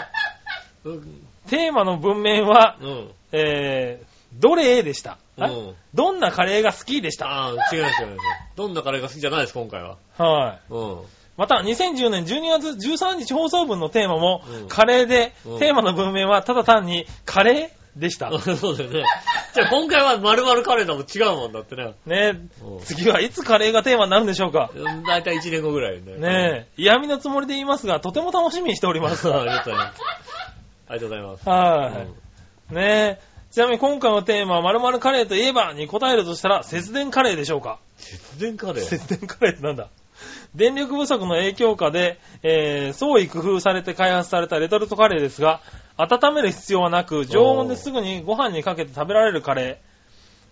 Speaker 2: うん。
Speaker 3: テーマの文面は、
Speaker 2: うん。
Speaker 3: えー、どれでした。
Speaker 2: う
Speaker 3: あ
Speaker 2: ん。
Speaker 3: どんなカレーが好きでした。
Speaker 2: ああ、違います違います。どんなカレーが好きじゃないです、今回は。
Speaker 3: はい。
Speaker 2: うん。
Speaker 3: また、2010年12月13日放送分のテーマも、
Speaker 2: うん
Speaker 3: カレーで、
Speaker 2: うん
Speaker 3: テーマの文面はただ単に、カレーでした。
Speaker 2: そうだよね。じゃあ今回は〇〇カレーだもん違うもんだってね。
Speaker 3: ね
Speaker 2: うん
Speaker 3: 次はいつカレーがテーマになるんでしょうか。
Speaker 2: うん大体1年後ぐらいね。
Speaker 3: ねえ、嫌味のつもりで言いますが、とても楽しみにしており
Speaker 2: え。あ
Speaker 3: ま
Speaker 2: り
Speaker 3: す。
Speaker 2: がとうございます。ありがとうございます。
Speaker 3: は
Speaker 2: うん
Speaker 3: い。ねえ、ちなみに今回のテーマ、〇〇カレーといえばに答えるとしたら、節電カレーでしょうか。
Speaker 2: 節電カレ ー。
Speaker 3: 節電カレーってなんだ電力不足の影響下で、えー、創意工夫されて開発されたレトルトカレーですが、温める必要はなく、常温ですぐにご飯にかけて食べられるカレ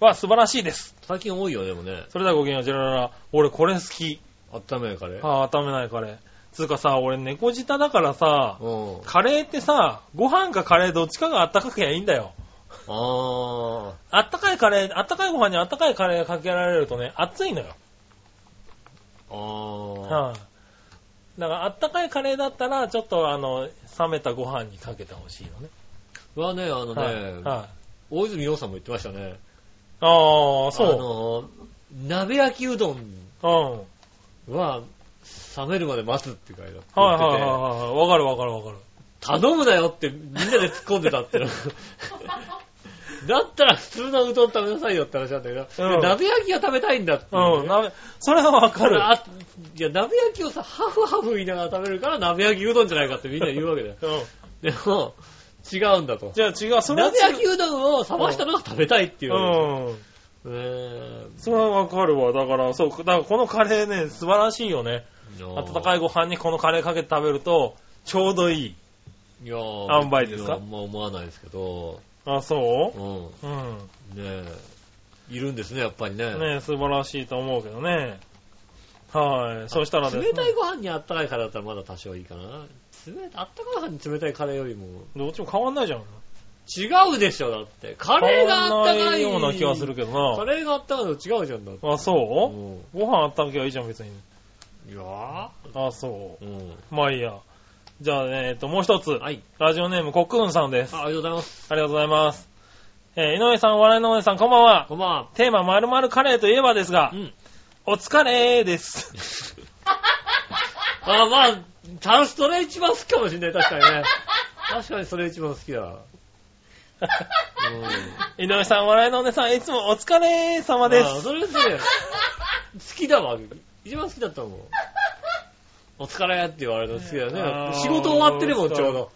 Speaker 3: ーは素晴らしいです。
Speaker 2: 最近多いよ、でもね。
Speaker 3: それではごきげんよう、ジェラララ。俺これ好き。
Speaker 2: 温めるカレー。
Speaker 3: あー温めないカレー。つうかさ、俺猫舌だからさ、
Speaker 2: うん。
Speaker 3: カレーってさ、ご飯かカレーどっちかがあったかくやいいんだよ。
Speaker 2: あ
Speaker 3: あったかいカレー、あったかいご飯にあったかいカレーがかけられるとね、熱いのよ。
Speaker 2: ー。あー。
Speaker 3: はい、だから、あったかいカレーだったら、ちょっと、あの、冷めたご飯にかけてほしいのね。
Speaker 2: はね、あの
Speaker 3: はい、
Speaker 2: ね、
Speaker 3: はい、
Speaker 2: 大泉洋さんも言ってましたね。
Speaker 3: ああ、そ
Speaker 2: あの、鍋焼きうどん
Speaker 3: う。うん。
Speaker 2: は、冷めるまで待つって書いてあって
Speaker 3: はいはいはいはい。わかるわかるわかる。
Speaker 2: 頼むなよってみんなで突っ込んでたって の。だったら普通のうどん食べなさいよって話なんだけど、
Speaker 3: うん
Speaker 2: 鍋焼きが食べたいんだっていうね、
Speaker 3: うん、なめ、それはわか
Speaker 2: これ
Speaker 3: る。。
Speaker 2: あいや、鍋焼きをさ、ハフハフ言いながら食べるから、鍋焼きうどんじゃないかってみんな言うわけだよ
Speaker 3: うん。
Speaker 2: でも、違うんだと。
Speaker 3: じゃあ違う、それは違
Speaker 2: 鍋焼き
Speaker 3: う。
Speaker 2: うどんを冷ましたのが食べたいっていう。
Speaker 3: うん。
Speaker 2: ねえ
Speaker 3: それはわかるわ。だから、そう、だからこのカレーね、素晴らしいよね。温かいご飯にこのカレーかけて食べると、ちょうどいい。
Speaker 2: いやー
Speaker 3: 塩梅ですか
Speaker 2: あんま思わないですけど、
Speaker 3: あ、そ
Speaker 2: うん。
Speaker 3: ううん。
Speaker 2: ねえ。いるんですね、やっぱりね。
Speaker 3: ね素晴らしいと思うけどね。はい。そしたらですね。
Speaker 2: 冷たいご飯にあったかいカレーだったらまだ多少いいかな。冷たあったかいご飯に冷たいカレーよりも、
Speaker 3: どっちも変わんないじゃん。
Speaker 2: 違うでしょ、だって。カレーがあったかい。
Speaker 3: 変わんないような気がするけど
Speaker 2: カ
Speaker 3: な。
Speaker 2: レーがあったかいの違うじゃんだって。
Speaker 3: あ、
Speaker 2: う
Speaker 3: そ
Speaker 2: ん
Speaker 3: うご飯あったきゃいいじゃん、別に。
Speaker 2: いやー
Speaker 3: あ、そうう。まあいいや。じゃあ、えっと、もう一つ。
Speaker 2: ん。はい。
Speaker 3: ラジオネーム、コックーンさんです。
Speaker 2: あありがとうございます。
Speaker 3: ありがとうございます。えー井上さん、お笑いのお姉さん、こんばんは。
Speaker 2: こんばんは。
Speaker 3: テーマ、〇〇カレーといえばですが
Speaker 2: う、ん。
Speaker 3: お疲れーです。
Speaker 2: あ、まあ、たそれ一番好きかもしれない、確かにね。確かにそれ一番好きだ。うん。
Speaker 3: 井上さん、お笑いのお姉さん、いつもお疲れ様で
Speaker 2: あ
Speaker 3: す。
Speaker 2: それね、好きだわ。一番好きだったもん。お疲れって言われるの好きだよ
Speaker 3: あー
Speaker 2: ね。仕事終わってるもん、ちょうど。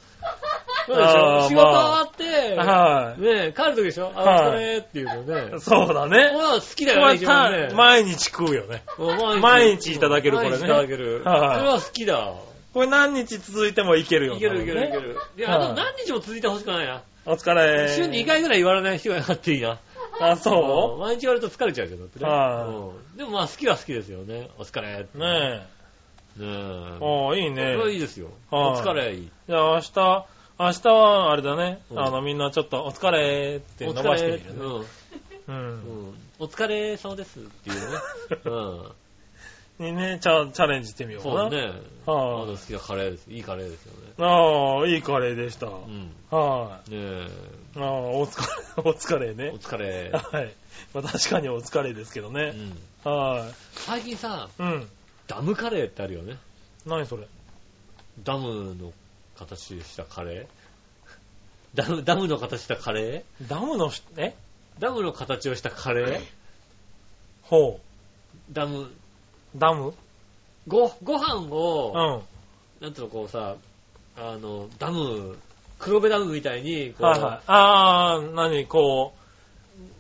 Speaker 2: そうでし
Speaker 3: あ
Speaker 2: ょ
Speaker 3: ー
Speaker 2: 仕事終わって、
Speaker 3: は
Speaker 2: ねえ、帰る時でしょあ、お疲れっていうのね
Speaker 3: い。。そうだね。
Speaker 2: まあ好きだ
Speaker 3: こ
Speaker 2: よね、
Speaker 3: れ
Speaker 2: 一番ね
Speaker 3: た。毎日食うよね。
Speaker 2: うん
Speaker 3: 毎日いただけるこれね
Speaker 2: 毎日いただける。それ
Speaker 3: はい
Speaker 2: は好きだ。
Speaker 3: これ何日続いてもいけるよ、
Speaker 2: いけるいけるいける。いや、
Speaker 3: はい
Speaker 2: でも何日も続いてほしくないな。
Speaker 3: お疲れ。
Speaker 2: 週に2。回ぐらい言われない人があっていいな。
Speaker 3: あ、
Speaker 2: ん
Speaker 3: そ
Speaker 2: 毎日言われると疲れちゃうけどだってね。
Speaker 3: は
Speaker 2: うんでもまあ好きは好きですよね。お疲れ。
Speaker 3: う
Speaker 2: ね
Speaker 3: ね
Speaker 2: え。
Speaker 3: え。
Speaker 2: こ
Speaker 3: おーいいね
Speaker 2: れ。はいいですよ。
Speaker 3: はい
Speaker 2: お疲れいい。
Speaker 3: じゃあ明日、明日はあれだね。
Speaker 2: うん
Speaker 3: あの、みんなちょっとお疲れって伸ばしてみる
Speaker 2: お
Speaker 3: ね。
Speaker 2: 疲れう
Speaker 3: う
Speaker 2: ん
Speaker 3: ん。
Speaker 2: うんお疲れ様ですって いうね。うん。
Speaker 3: にね、チャチャレンジしてみようか
Speaker 2: そ
Speaker 3: な。
Speaker 2: うね。まだ
Speaker 3: は
Speaker 2: 好きなカレーです。いいカレーですよね。
Speaker 3: い。ああ、いいカレーでした。は
Speaker 2: う
Speaker 3: い。
Speaker 2: ん。ね
Speaker 3: あ
Speaker 2: え。
Speaker 3: あ、お疲れ、お 疲れ
Speaker 2: お
Speaker 3: ね。
Speaker 2: 疲れ。
Speaker 3: はい。まあ確かにお疲れですけど
Speaker 2: う
Speaker 3: ね。
Speaker 2: ん
Speaker 3: は
Speaker 2: 最近さ、
Speaker 3: い。うん。
Speaker 2: ダムカレーってあるよね。
Speaker 3: 何それ
Speaker 2: ダムの形したカレーダム、ダムの形したカレ
Speaker 3: ダムのし、え
Speaker 2: ーダムの形をしたカレー
Speaker 3: ほ
Speaker 2: ダム、
Speaker 3: う。ダム
Speaker 2: ご、ご飯
Speaker 3: う
Speaker 2: を、
Speaker 3: ん。
Speaker 2: なんつうのこうさ、あの、ダム、黒部ダムみたいに、こう、
Speaker 3: はいはい。ああ、何、こ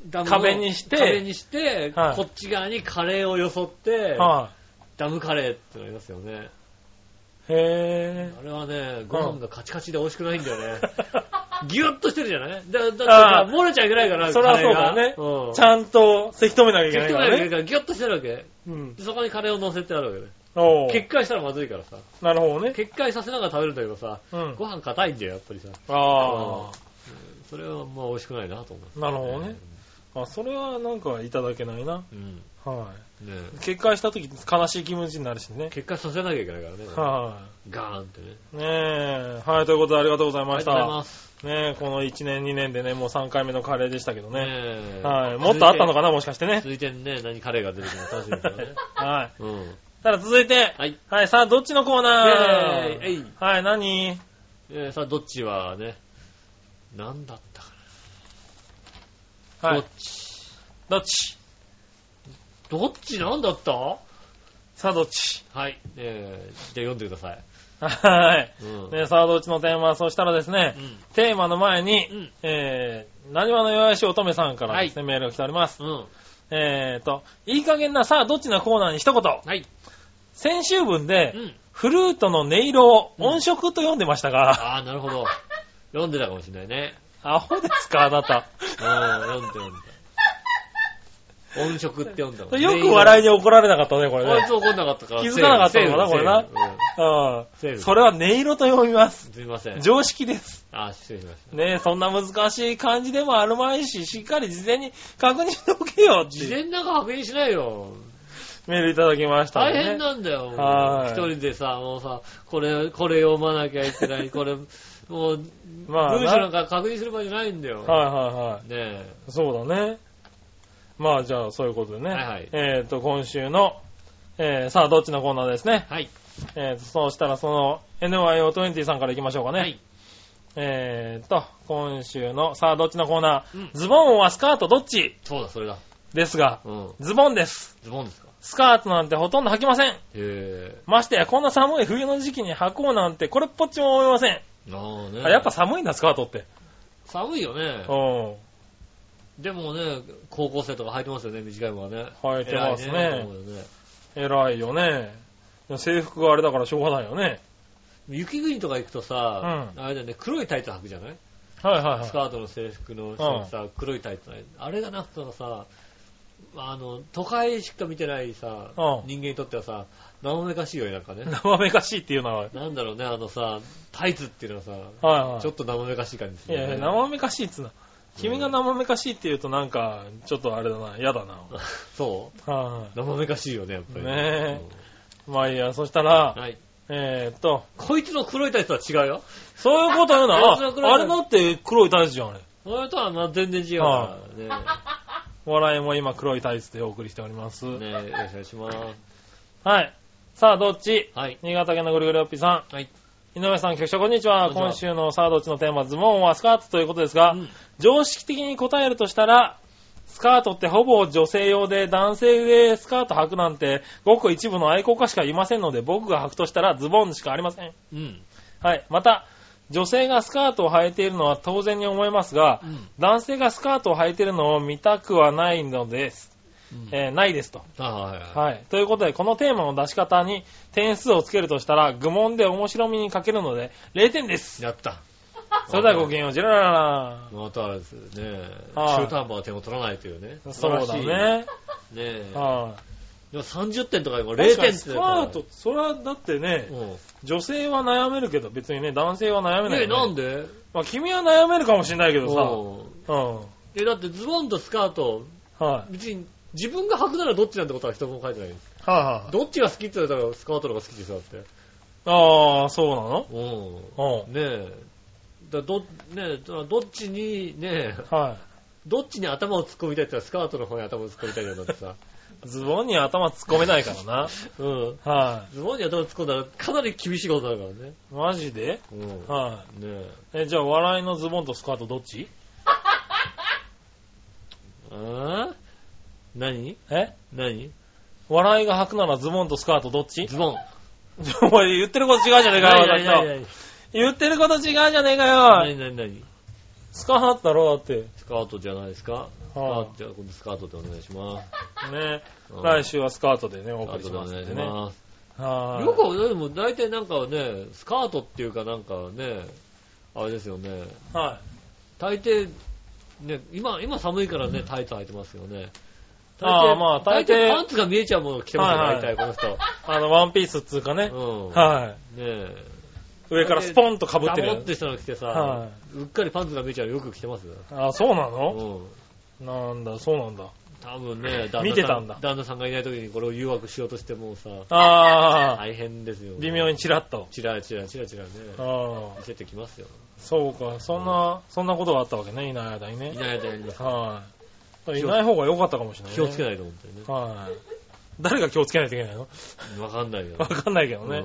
Speaker 2: ダムを
Speaker 3: 壁にして
Speaker 2: 壁にして、
Speaker 3: はい
Speaker 2: こっち側にカレーをよそって
Speaker 3: う。、は
Speaker 2: ダムカレーってのありますよね。
Speaker 3: い。へえ。
Speaker 2: あれはね、ご飯がカチカチで美味しくないんだよね。 ギュッとしてるじゃないだ、だって
Speaker 3: あ
Speaker 2: さ、
Speaker 3: あ
Speaker 2: 漏れちゃいけないから、
Speaker 3: そりゃそう
Speaker 2: カ
Speaker 3: だ
Speaker 2: レ
Speaker 3: ね
Speaker 2: ーがうん。
Speaker 3: ちゃんと、せき止めなきゃいけ
Speaker 2: 適
Speaker 3: ない
Speaker 2: 当
Speaker 3: か
Speaker 2: なや
Speaker 3: ら
Speaker 2: つ
Speaker 3: ね。
Speaker 2: がギュッとしてるわけ。
Speaker 3: うん。
Speaker 2: でそこにカレーを乗せてあるわけで。
Speaker 3: おう
Speaker 2: 決壊したらまずいからさ。
Speaker 3: なるほどね。
Speaker 2: 決壊させながら食べるんだけどさ、
Speaker 3: うん
Speaker 2: ご。飯硬いんだよ、やっぱりさ。
Speaker 3: あ
Speaker 2: それはまあ美味しくないなと思う。
Speaker 3: あ、なるほどね。あ、それはなんかいただけないな。
Speaker 2: うん。ね
Speaker 3: は
Speaker 2: え
Speaker 3: い。決壊した時悲しい気持ちになるしね。
Speaker 2: 決壊させなきゃいけないからね。
Speaker 3: は
Speaker 2: ガーンってね。
Speaker 3: い。ねえ。はい、ということでありがとうござい
Speaker 2: あ
Speaker 3: ま
Speaker 2: り
Speaker 3: し
Speaker 2: がとうござい
Speaker 3: た。
Speaker 2: ます。
Speaker 3: ねえ、この1年2年でね、もう3回目のカレーでしたけどね。
Speaker 2: ねえ
Speaker 3: はい。もっとあったのか
Speaker 2: な
Speaker 3: な、もしかしてね。
Speaker 2: 続いてね、何カレーが出てくるのか楽しみですよね。
Speaker 3: はい。
Speaker 2: うん。
Speaker 3: ただ続いて、
Speaker 2: はい。
Speaker 3: はい、さあ、どっちのコーナ
Speaker 2: イェーイえ
Speaker 3: ー
Speaker 2: い
Speaker 3: はい、何
Speaker 2: えーさあ、どっちはね、何だったかな。
Speaker 3: は
Speaker 2: ど
Speaker 3: い
Speaker 2: っ、ち
Speaker 3: どっち
Speaker 2: どっちなんだったは
Speaker 3: さあ、どっち
Speaker 2: い。えー、じゃあ読んでください。
Speaker 3: はい。
Speaker 2: うん。
Speaker 3: ね、さあ、どっちのテーマそしたらですね、テーマの前に、
Speaker 2: うん
Speaker 3: えー、何話の弱いし乙女さんからですね、メールが来ております。
Speaker 2: うん。うん。
Speaker 3: えーと、いい加減なさあ、どっちのコーナーに一言。
Speaker 2: はい。
Speaker 3: 先週分で、
Speaker 2: うん。
Speaker 3: フルートの音色を音色と読んでましたが、
Speaker 2: ああ、なるほど。読んでたかもしれないね。
Speaker 3: アホですか、あなた。
Speaker 2: うん、読んで読んだ。 音色って読んだもん
Speaker 3: よく笑
Speaker 2: い
Speaker 3: いに怒られなかったね、これ
Speaker 2: あい
Speaker 3: ね
Speaker 2: つ。怒んなかったから。
Speaker 3: 気づかなかったのかな
Speaker 2: セーフ
Speaker 3: これな。
Speaker 2: セー
Speaker 3: う
Speaker 2: フ
Speaker 3: ん。それは音色と読みます。
Speaker 2: セーフすいません。
Speaker 3: 常識です。
Speaker 2: あ、失礼しました。
Speaker 3: ねえ、そんな難しい漢字でもあるまいし、しっかり事前に確認しておけよって
Speaker 2: 自
Speaker 3: いう
Speaker 2: 然なんか確認しないよ。
Speaker 3: メールいただきました、ね。
Speaker 2: 大変なんだよ。
Speaker 3: はい
Speaker 2: 一人でさ、もうさ、これ、これ読まなきゃいけない、これ、もう、
Speaker 3: まあな、
Speaker 2: 文章なんか確認する場合じゃないんだよ。
Speaker 3: はいはいは
Speaker 2: ね
Speaker 3: い。
Speaker 2: え。
Speaker 3: そうだね。まあじゃあそういうことでね。
Speaker 2: はいはい
Speaker 3: えっ、と、今週の、えー、さあどっちのコーナーですね。
Speaker 2: はい。
Speaker 3: えー、と、そうしたらその NYO20 さんから行きましょうかね。
Speaker 2: はい。
Speaker 3: えっ、と、今週のさあどっちのコーナー、
Speaker 2: うん
Speaker 3: ズボンはスカートどっち
Speaker 2: そうだ、それだ。
Speaker 3: ですが、
Speaker 2: うん。
Speaker 3: ズボンです。
Speaker 2: ズボンですか。
Speaker 3: スカートなんてほとんど履きません。
Speaker 2: へ
Speaker 3: ましてや、こんな寒い冬の時期に履こうなんて、これっぽっちも思いません。
Speaker 2: え。ああね。
Speaker 3: あやっぱ寒いんだ、スカートって。
Speaker 2: 寒いよね
Speaker 3: う。ん。
Speaker 2: でもね、高校生とか履いてますよね、短いもんはね。
Speaker 3: 履いてますね
Speaker 2: 偉い思うよね
Speaker 3: 偉いよね。制服があれだからしょうがないよね。
Speaker 2: 雪国とか行くとさ、あれだよね、黒いタイツ履くじゃない
Speaker 3: はいはいはい
Speaker 2: ス。カートの制服の下にさ、黒いタイツない。あれがなくたらさ、あの、都会しか見てないさ、
Speaker 3: うん
Speaker 2: 人間にとってはさ、生めかしいよね、なん かね。
Speaker 3: 生めかしいっていうのは。はい
Speaker 2: なんだろうね、あのさ、タイツっていうのはさ、
Speaker 3: はい。
Speaker 2: ちょっと生めかしい感じす
Speaker 3: い
Speaker 2: るよ
Speaker 3: やい
Speaker 2: ね、
Speaker 3: や、生めかしいっつうな。君が生めかしいって言うとなんか、ちょっとあれだな、嫌だな。
Speaker 2: そ
Speaker 3: は
Speaker 2: う生めかしいよね、やっぱり。
Speaker 3: ね
Speaker 2: え。
Speaker 3: い。まあいいや、そした
Speaker 2: うん
Speaker 3: ら、
Speaker 2: はい。
Speaker 3: えーっと、
Speaker 2: こいつの黒いタイツは違うよ。
Speaker 3: そういうこと 言うな。あ、
Speaker 2: 黒い黒い
Speaker 3: あれだって黒いタイツじゃん、あれ。
Speaker 2: 俺とはまあ全然違うから
Speaker 3: 笑いも今黒いタイツでお送りしております。
Speaker 2: ね。ねよろしくお願いします。
Speaker 3: はい。さあ、どっち
Speaker 2: はい。
Speaker 3: 新潟県のぐるぐるおっぴーさん。
Speaker 2: はい。
Speaker 3: 井上さん、局長、こんにち
Speaker 2: こん
Speaker 3: は。
Speaker 2: にちは
Speaker 3: 今週のさあ、どっちのテーマ、ズボンはスカートということですが、
Speaker 2: うん
Speaker 3: 常識的に答えるとしたら、スカートってほぼ女性用で、男性でスカート履くなんて、ごく一部の愛好家しかいませんので、僕が履くとしたらズボンしかありません。
Speaker 2: うん。
Speaker 3: はい。また、女性がスカートを履いているのは当然に思いますが、
Speaker 2: うん
Speaker 3: 男性がスカートを履いているのを見たくはないのです。
Speaker 2: うん
Speaker 3: えーないですと。
Speaker 2: あはいはいは
Speaker 3: はい。ということで、このテーマの出し方に点数をつけるとしたら、愚問で面白みに欠けるので、0点で
Speaker 2: い。
Speaker 3: す。
Speaker 2: やった。
Speaker 3: それではごきげんよう、ジェラララ
Speaker 2: またあれですよね。
Speaker 3: はい
Speaker 2: 中途半端は点を取らないというね。
Speaker 3: そうだね。
Speaker 2: 素晴らしい。ねえ。
Speaker 3: は
Speaker 2: でも30点とかでも0
Speaker 3: い。
Speaker 2: 点って
Speaker 3: スカート、それはだってね、
Speaker 2: うん。
Speaker 3: 女性は悩めるけど、別にね、男性は悩めない
Speaker 2: ねえ、
Speaker 3: よね、
Speaker 2: なんで
Speaker 3: まあ、君は悩めるかもしれないけど
Speaker 2: うん
Speaker 3: さ、うん。
Speaker 2: え、だってズボンとスカート、
Speaker 3: はい。
Speaker 2: 別に自分が履くならどっちなんてことは一つも書いてない。
Speaker 3: はいはい。
Speaker 2: どっちが好きって言われたらスカートの方が好きですよ、だって。
Speaker 3: ああ、そうなの
Speaker 2: うん。
Speaker 3: う
Speaker 2: ねえ。だど、ねえ、だからどっちに、ねえ、
Speaker 3: ん。は
Speaker 2: どっちに頭を突っ込みたいって言ったらスカートの方に頭を突っ込みたいじゃんだってさ。
Speaker 3: い。ズボンに頭突っ込めないからな。
Speaker 2: うん。
Speaker 3: は
Speaker 2: ズボンに頭突っ込んだらかなり厳しいことになるからね。
Speaker 3: い。マジで
Speaker 2: うん。ね
Speaker 3: はい。
Speaker 2: え。
Speaker 3: え、じゃあ、笑いのズボンとスカートどっち
Speaker 2: あー何
Speaker 3: え
Speaker 2: 何
Speaker 3: 笑いが履くならズボンとスカートどっち
Speaker 2: ズボン。
Speaker 3: お前言ってること違うじゃねえかよ、
Speaker 2: 何
Speaker 3: だっ
Speaker 2: 何
Speaker 3: て
Speaker 2: 何
Speaker 3: 言ってること違うじゃねえかよ。
Speaker 2: 何何何
Speaker 3: スカートだろ、だって。
Speaker 2: スカートじゃないですか。スカー
Speaker 3: は
Speaker 2: ト、じゃあ今度スカートでお願いします。
Speaker 3: い。ね
Speaker 2: うん
Speaker 3: 来週はスカートでね、お
Speaker 2: スカー
Speaker 3: 送り
Speaker 2: ト
Speaker 3: し
Speaker 2: でお
Speaker 3: ます
Speaker 2: 願い
Speaker 3: ん
Speaker 2: し
Speaker 3: でね。
Speaker 2: ます。
Speaker 3: はい。
Speaker 2: よく、でも大体なんかね、スカートっていうかなんかね、あれですよね、
Speaker 3: は
Speaker 2: 大抵、ね、今、今寒いからね、タイツ履いてますよね。
Speaker 3: あーまあ
Speaker 2: 大
Speaker 3: 大抵
Speaker 2: 抵パンツが見えちゃうものを着てますよ、
Speaker 3: はいはい
Speaker 2: 大体この人。
Speaker 3: い。あの、ワンピースっつうかね。
Speaker 2: うん。
Speaker 3: は
Speaker 2: ねえ。
Speaker 3: い。上からスポンと被ってる
Speaker 2: ダ
Speaker 3: や
Speaker 2: ボってしたの着てさ、
Speaker 3: は
Speaker 2: うっかりパンツが見えちゃうのよく着てますよ。
Speaker 3: つ。あ、そうな
Speaker 2: う
Speaker 3: の
Speaker 2: ん。
Speaker 3: なんだ、そうなんだ。
Speaker 2: 多分ね、旦那さん
Speaker 3: 見てたんだ
Speaker 2: 旦那さんがいない時にこれを誘惑しようとしてもうさ、
Speaker 3: ああ、
Speaker 2: 大変ですよ。
Speaker 3: 微妙にチラッと。
Speaker 2: チラチラチラチラね。
Speaker 3: ああ
Speaker 2: 見、せてきますよ。
Speaker 3: そうか、そんな、そんなことがあったわけね、いない間にね
Speaker 2: い。ない間やります。
Speaker 3: はい。いない方が良かったかもしれない、ね。
Speaker 2: 気をつけ
Speaker 3: ない。
Speaker 2: ないと思ってね。
Speaker 3: はい。誰が気をつけないといけないの
Speaker 2: わかんないよ。
Speaker 3: わかんないけど
Speaker 2: うん
Speaker 3: ね。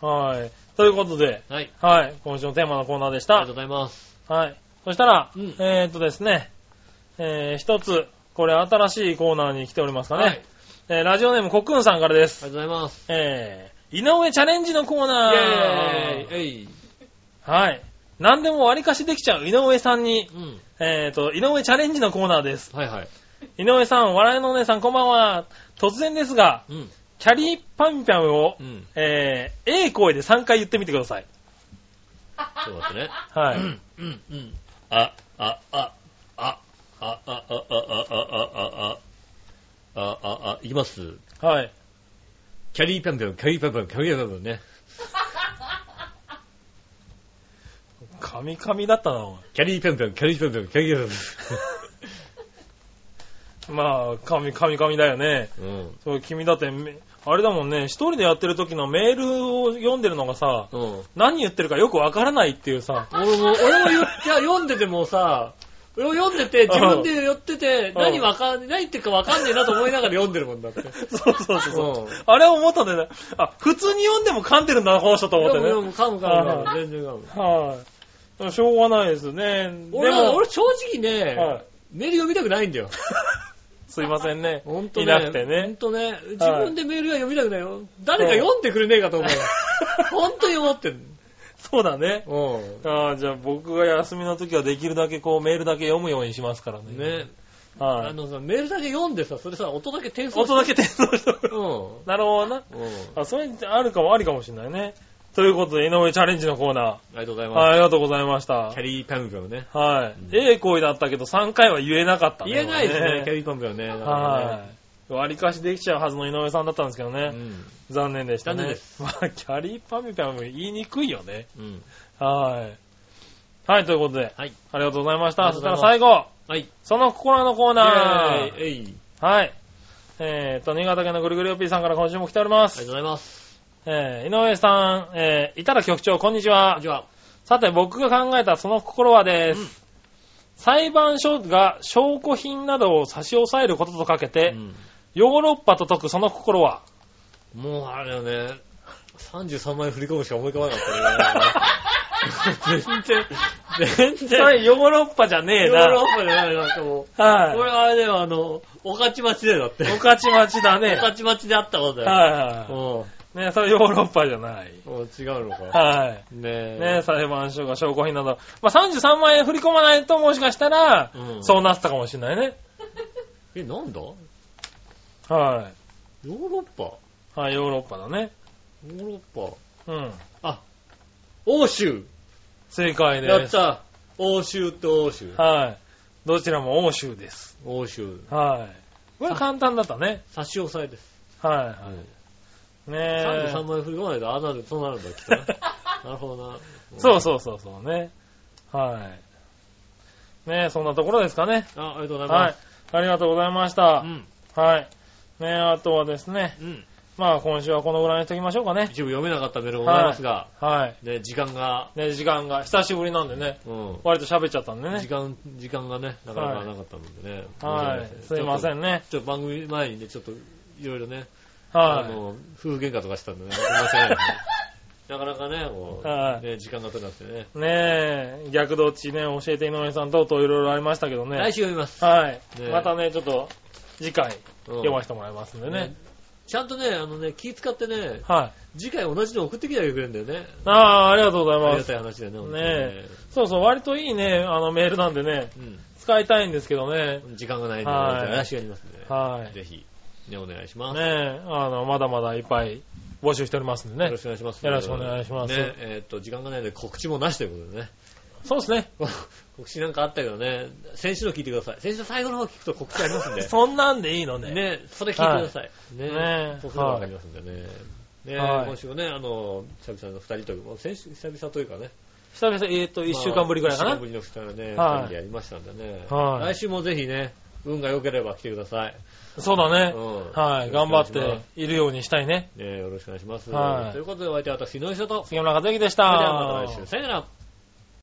Speaker 3: はい。ということで、
Speaker 2: はい。
Speaker 3: はい。今週のテーマのコーナーでし
Speaker 2: ありが
Speaker 3: た
Speaker 2: とう。ございます。
Speaker 3: はい。そしたら、
Speaker 2: うん
Speaker 3: えーっとですね、えー、一つ、これ新しいコーナーに来ておりますかね。
Speaker 2: はい。
Speaker 3: えー、ラジオネームコックンさんからで
Speaker 2: あ
Speaker 3: す。
Speaker 2: りがとうございます。
Speaker 3: えー、井上チャレンジのコー
Speaker 2: イ
Speaker 3: ナー。
Speaker 2: ェーイえい。
Speaker 3: はい。何でも割りかしできちゃう井上さんに、
Speaker 2: うん。
Speaker 3: えっ、と、井上チャレンジのコーナーです。
Speaker 2: はいはい。
Speaker 3: 井上さん、笑いのお姉さん、こんばんは。突然ですが、
Speaker 2: うん。
Speaker 3: キャリーパンピャンを、
Speaker 2: うん。
Speaker 3: えー、A 声で3回言ってみてください。
Speaker 2: ちょっと待ってね。
Speaker 3: はい。
Speaker 2: うん、うん。あ、あ、あ、あ、あ、あ、あ、あ、あ、あ、あ、あ、あ、あ、あ、いきます。
Speaker 3: はい。
Speaker 2: キャリーパンパン、キャリーパンパン、キャリーパンパンね。
Speaker 3: カミカミだったな、お
Speaker 2: キャリーパンパン、キャリーパンパン、キャリーパン
Speaker 3: 前。 まあ、カミカミカミだよね。
Speaker 2: パン。うん。
Speaker 3: そう、君だってめ、あれだもんね、一人でやってる時のメールを読んでるのがさ、
Speaker 2: うん。
Speaker 3: 何言ってるかよくわからないっていうさ、
Speaker 2: 俺も、俺も言っいや読んでてもさ、俺も読んでて、自分で寄ってて、
Speaker 3: うん
Speaker 2: 何わかん、何言ってるかわかんねえなと思いながら読んでるもんだって。
Speaker 3: そうそうそうそう。
Speaker 2: うん
Speaker 3: あれ思ったんだよね。あ、普通に読んでも噛んでるんだな、この人と思って
Speaker 2: でも
Speaker 3: ね。
Speaker 2: でも噛む
Speaker 3: はい
Speaker 2: 噛
Speaker 3: は
Speaker 2: む、全然噛む。
Speaker 3: はい。しょうがないですね。
Speaker 2: 俺
Speaker 3: で
Speaker 2: は、
Speaker 3: も
Speaker 2: 俺正直ね、
Speaker 3: はい
Speaker 2: メール読みたくないんだよ。
Speaker 3: すいませんね。
Speaker 2: ほんとね。
Speaker 3: いなくて
Speaker 2: ほ
Speaker 3: ね
Speaker 2: ん。とね。自分でメールは読みたくないよ。誰か読んでくれねえかと思うよ。ほんとに思ってる。
Speaker 3: そうだね。
Speaker 2: う
Speaker 3: ああ、じゃあ僕が休みの時はできるだけこうメールだけ読むようにしますからね。
Speaker 2: ん。ね。あ
Speaker 3: はい。
Speaker 2: のさ、メールだけ読んでさ、それさ、 音だけ転送
Speaker 3: 音だけ転送して
Speaker 2: け。う
Speaker 3: なるほどな。
Speaker 2: ん。うん。
Speaker 3: あ、それあるかも、ありかもしれないね。ということで、井上チャレンジのコーナ
Speaker 2: ありがとうござい
Speaker 3: ー。
Speaker 2: ま
Speaker 3: はい、ありがとうございまし
Speaker 2: す。
Speaker 3: た
Speaker 2: キャ。リーパンパンね。
Speaker 3: はい
Speaker 2: うん。
Speaker 3: ええ声だったけど、3回は言えなかったね。
Speaker 2: 言えないです
Speaker 3: こ
Speaker 2: ね、キャ
Speaker 3: れ
Speaker 2: リーパンパンね。
Speaker 3: はい。割りかしできちゃうはずの井上さんだったんですけど
Speaker 2: う
Speaker 3: ね。
Speaker 2: ん。
Speaker 3: 残念でしたね。
Speaker 2: 残念です
Speaker 3: まあ、キャリーパミュパム言いにくいよね。
Speaker 2: うん。
Speaker 3: はい。はい、ということで、
Speaker 2: はい。
Speaker 3: ありがとうございまし
Speaker 2: あ
Speaker 3: た。
Speaker 2: り
Speaker 3: そ
Speaker 2: が
Speaker 3: し
Speaker 2: と
Speaker 3: た
Speaker 2: うござ
Speaker 3: ら最後、
Speaker 2: はい。
Speaker 3: その心のコーナー。
Speaker 2: えい。あり
Speaker 3: はい。えーと、新潟県のぐるぐるよっぴーさんから今週も来ておりま
Speaker 2: がとう
Speaker 3: す。
Speaker 2: ございます。
Speaker 3: えー、井上さん、えー、いたら局長、こんにちは。
Speaker 2: じゃあ、
Speaker 3: さて、僕が考えたその心はです。
Speaker 2: うん
Speaker 3: 裁判所が証拠品などを差し押さえることとかけて、
Speaker 2: うん
Speaker 3: ヨーロッパと解くその心は、
Speaker 2: もうあれだよね、33万円振り込むしか思い浮かばなかったね。全然、全
Speaker 3: そ
Speaker 2: 然。
Speaker 3: れヨーロッパじゃねえ
Speaker 2: ヨーロ
Speaker 3: な。
Speaker 2: ッパじゃない、なんかもう。こ
Speaker 3: は
Speaker 2: れあれだよ、あの、おかちまちでだって。
Speaker 3: い。おかちまちだね。
Speaker 2: お
Speaker 3: は
Speaker 2: かちまちであったこと
Speaker 3: い
Speaker 2: だよ。
Speaker 3: は
Speaker 2: うん
Speaker 3: い。ねそれヨーロッパじゃない。
Speaker 2: もう違うのか。
Speaker 3: は
Speaker 2: ね
Speaker 3: い。
Speaker 2: え。
Speaker 3: ね裁判所が証拠品など。まあ、33万円振り込まないともしかしたら、
Speaker 2: うん
Speaker 3: そうなってたかもしれないね。
Speaker 2: え、なんだヨ
Speaker 3: は
Speaker 2: ーロッパヨ
Speaker 3: い。はい、ヨーロッパだね。
Speaker 2: ーロッパ。
Speaker 3: うん。
Speaker 2: 欧州
Speaker 3: 正解です。
Speaker 2: やった欧州と欧州。
Speaker 3: はい。どちらも欧州です。
Speaker 2: 欧州。
Speaker 3: はい。これ簡単だったね。
Speaker 2: 差し押さえです。
Speaker 3: は
Speaker 2: うん
Speaker 3: い。ねえ。
Speaker 2: 33万円振り込まないと、ああなる、そうなるんだ、きっとね。 なるほどな。
Speaker 3: そうそうそうそうね。はい。ねえ、そんなところですかね。
Speaker 2: あ、ありがとうございま
Speaker 3: はい
Speaker 2: す。。
Speaker 3: ありがとうございまし
Speaker 2: う
Speaker 3: た。
Speaker 2: ん、
Speaker 3: はい。ねえ、あとはですね。
Speaker 2: うん。
Speaker 3: まあ今週はこのぐらいにしときましょうかね。
Speaker 2: 一部読めなかったメールもございますが、
Speaker 3: はい。
Speaker 2: ね、時間が、
Speaker 3: ね時間が、久しぶりなんでね。
Speaker 2: うん。
Speaker 3: 割と喋っちゃったんで
Speaker 2: 時
Speaker 3: ね。
Speaker 2: 間、時間がね、なかなかなかったのでね。
Speaker 3: はい。すいま
Speaker 2: ん
Speaker 3: せ。んね。
Speaker 2: ちょっと番組前にね、ちょっと、いろいろね、あ
Speaker 3: は
Speaker 2: の、夫婦喧嘩とかしたんでね、申し訳ない ですねなかなかね、こ、
Speaker 3: はいう
Speaker 2: ね、時間が取れなくてね。
Speaker 3: い。ねえ、逆どっちね、教えて井上さんとうとういろいろありましたけどね。
Speaker 2: 来週読みます。
Speaker 3: はい。
Speaker 2: ね
Speaker 3: またね、ちょっと、次回、
Speaker 2: うん
Speaker 3: 読ませてもらいますんでね
Speaker 2: ね。ちゃんとね、あのね、気使ってね、
Speaker 3: はい。
Speaker 2: 次回同じの送ってきてあげてくれるんだよね。
Speaker 3: ああ、ありがとうござい
Speaker 2: あり
Speaker 3: ま
Speaker 2: が
Speaker 3: す。
Speaker 2: たい話だよね、本当に
Speaker 3: ねそうそう、割といいね、あの、メールなんでね、使いたいんですけね使いたいんですけどね。
Speaker 2: うん。時間がないんで、
Speaker 3: はい
Speaker 2: 来週やりますんでね。
Speaker 3: はい。ね
Speaker 2: ぜひ、ね、お願いします。
Speaker 3: え、あの、まだまだいっぱい募集しておりますんで
Speaker 2: よ
Speaker 3: ね
Speaker 2: ろし。くお願いします。
Speaker 3: よろしくお願いします
Speaker 2: ね、えっ、と、時間がないので告知もなしということでね。
Speaker 3: そうですね。
Speaker 2: 告知なんかあったけどね、先週の聞いてください。先週の最後の方聞くと告知ありますんで。
Speaker 3: そんなんでいいのね。
Speaker 2: ね、それ聞いてください。ね
Speaker 3: ね
Speaker 2: そうすればわかりますんでね。ね、
Speaker 3: はい
Speaker 2: 今週もね、あの、久々の二人というか、もう先週久々というかね。
Speaker 3: 久々、えっ、と、一週間ぶりぐらいか
Speaker 2: まあ
Speaker 3: な
Speaker 2: 一週間ぶ。りの二人ね、
Speaker 3: はい
Speaker 2: 二人でやりましたんでね。
Speaker 3: はい
Speaker 2: 来週もぜひね、運が良ければ来てください。
Speaker 3: そうだね
Speaker 2: う。ん
Speaker 3: はい。頑張って。いるようにしたいね。
Speaker 2: ね、よろしくお願いします。
Speaker 3: はい
Speaker 2: ということで、お相手は私、井上翔と。
Speaker 3: 杉村和之でし
Speaker 2: そ
Speaker 3: た。
Speaker 2: れではまた来週。さよなら。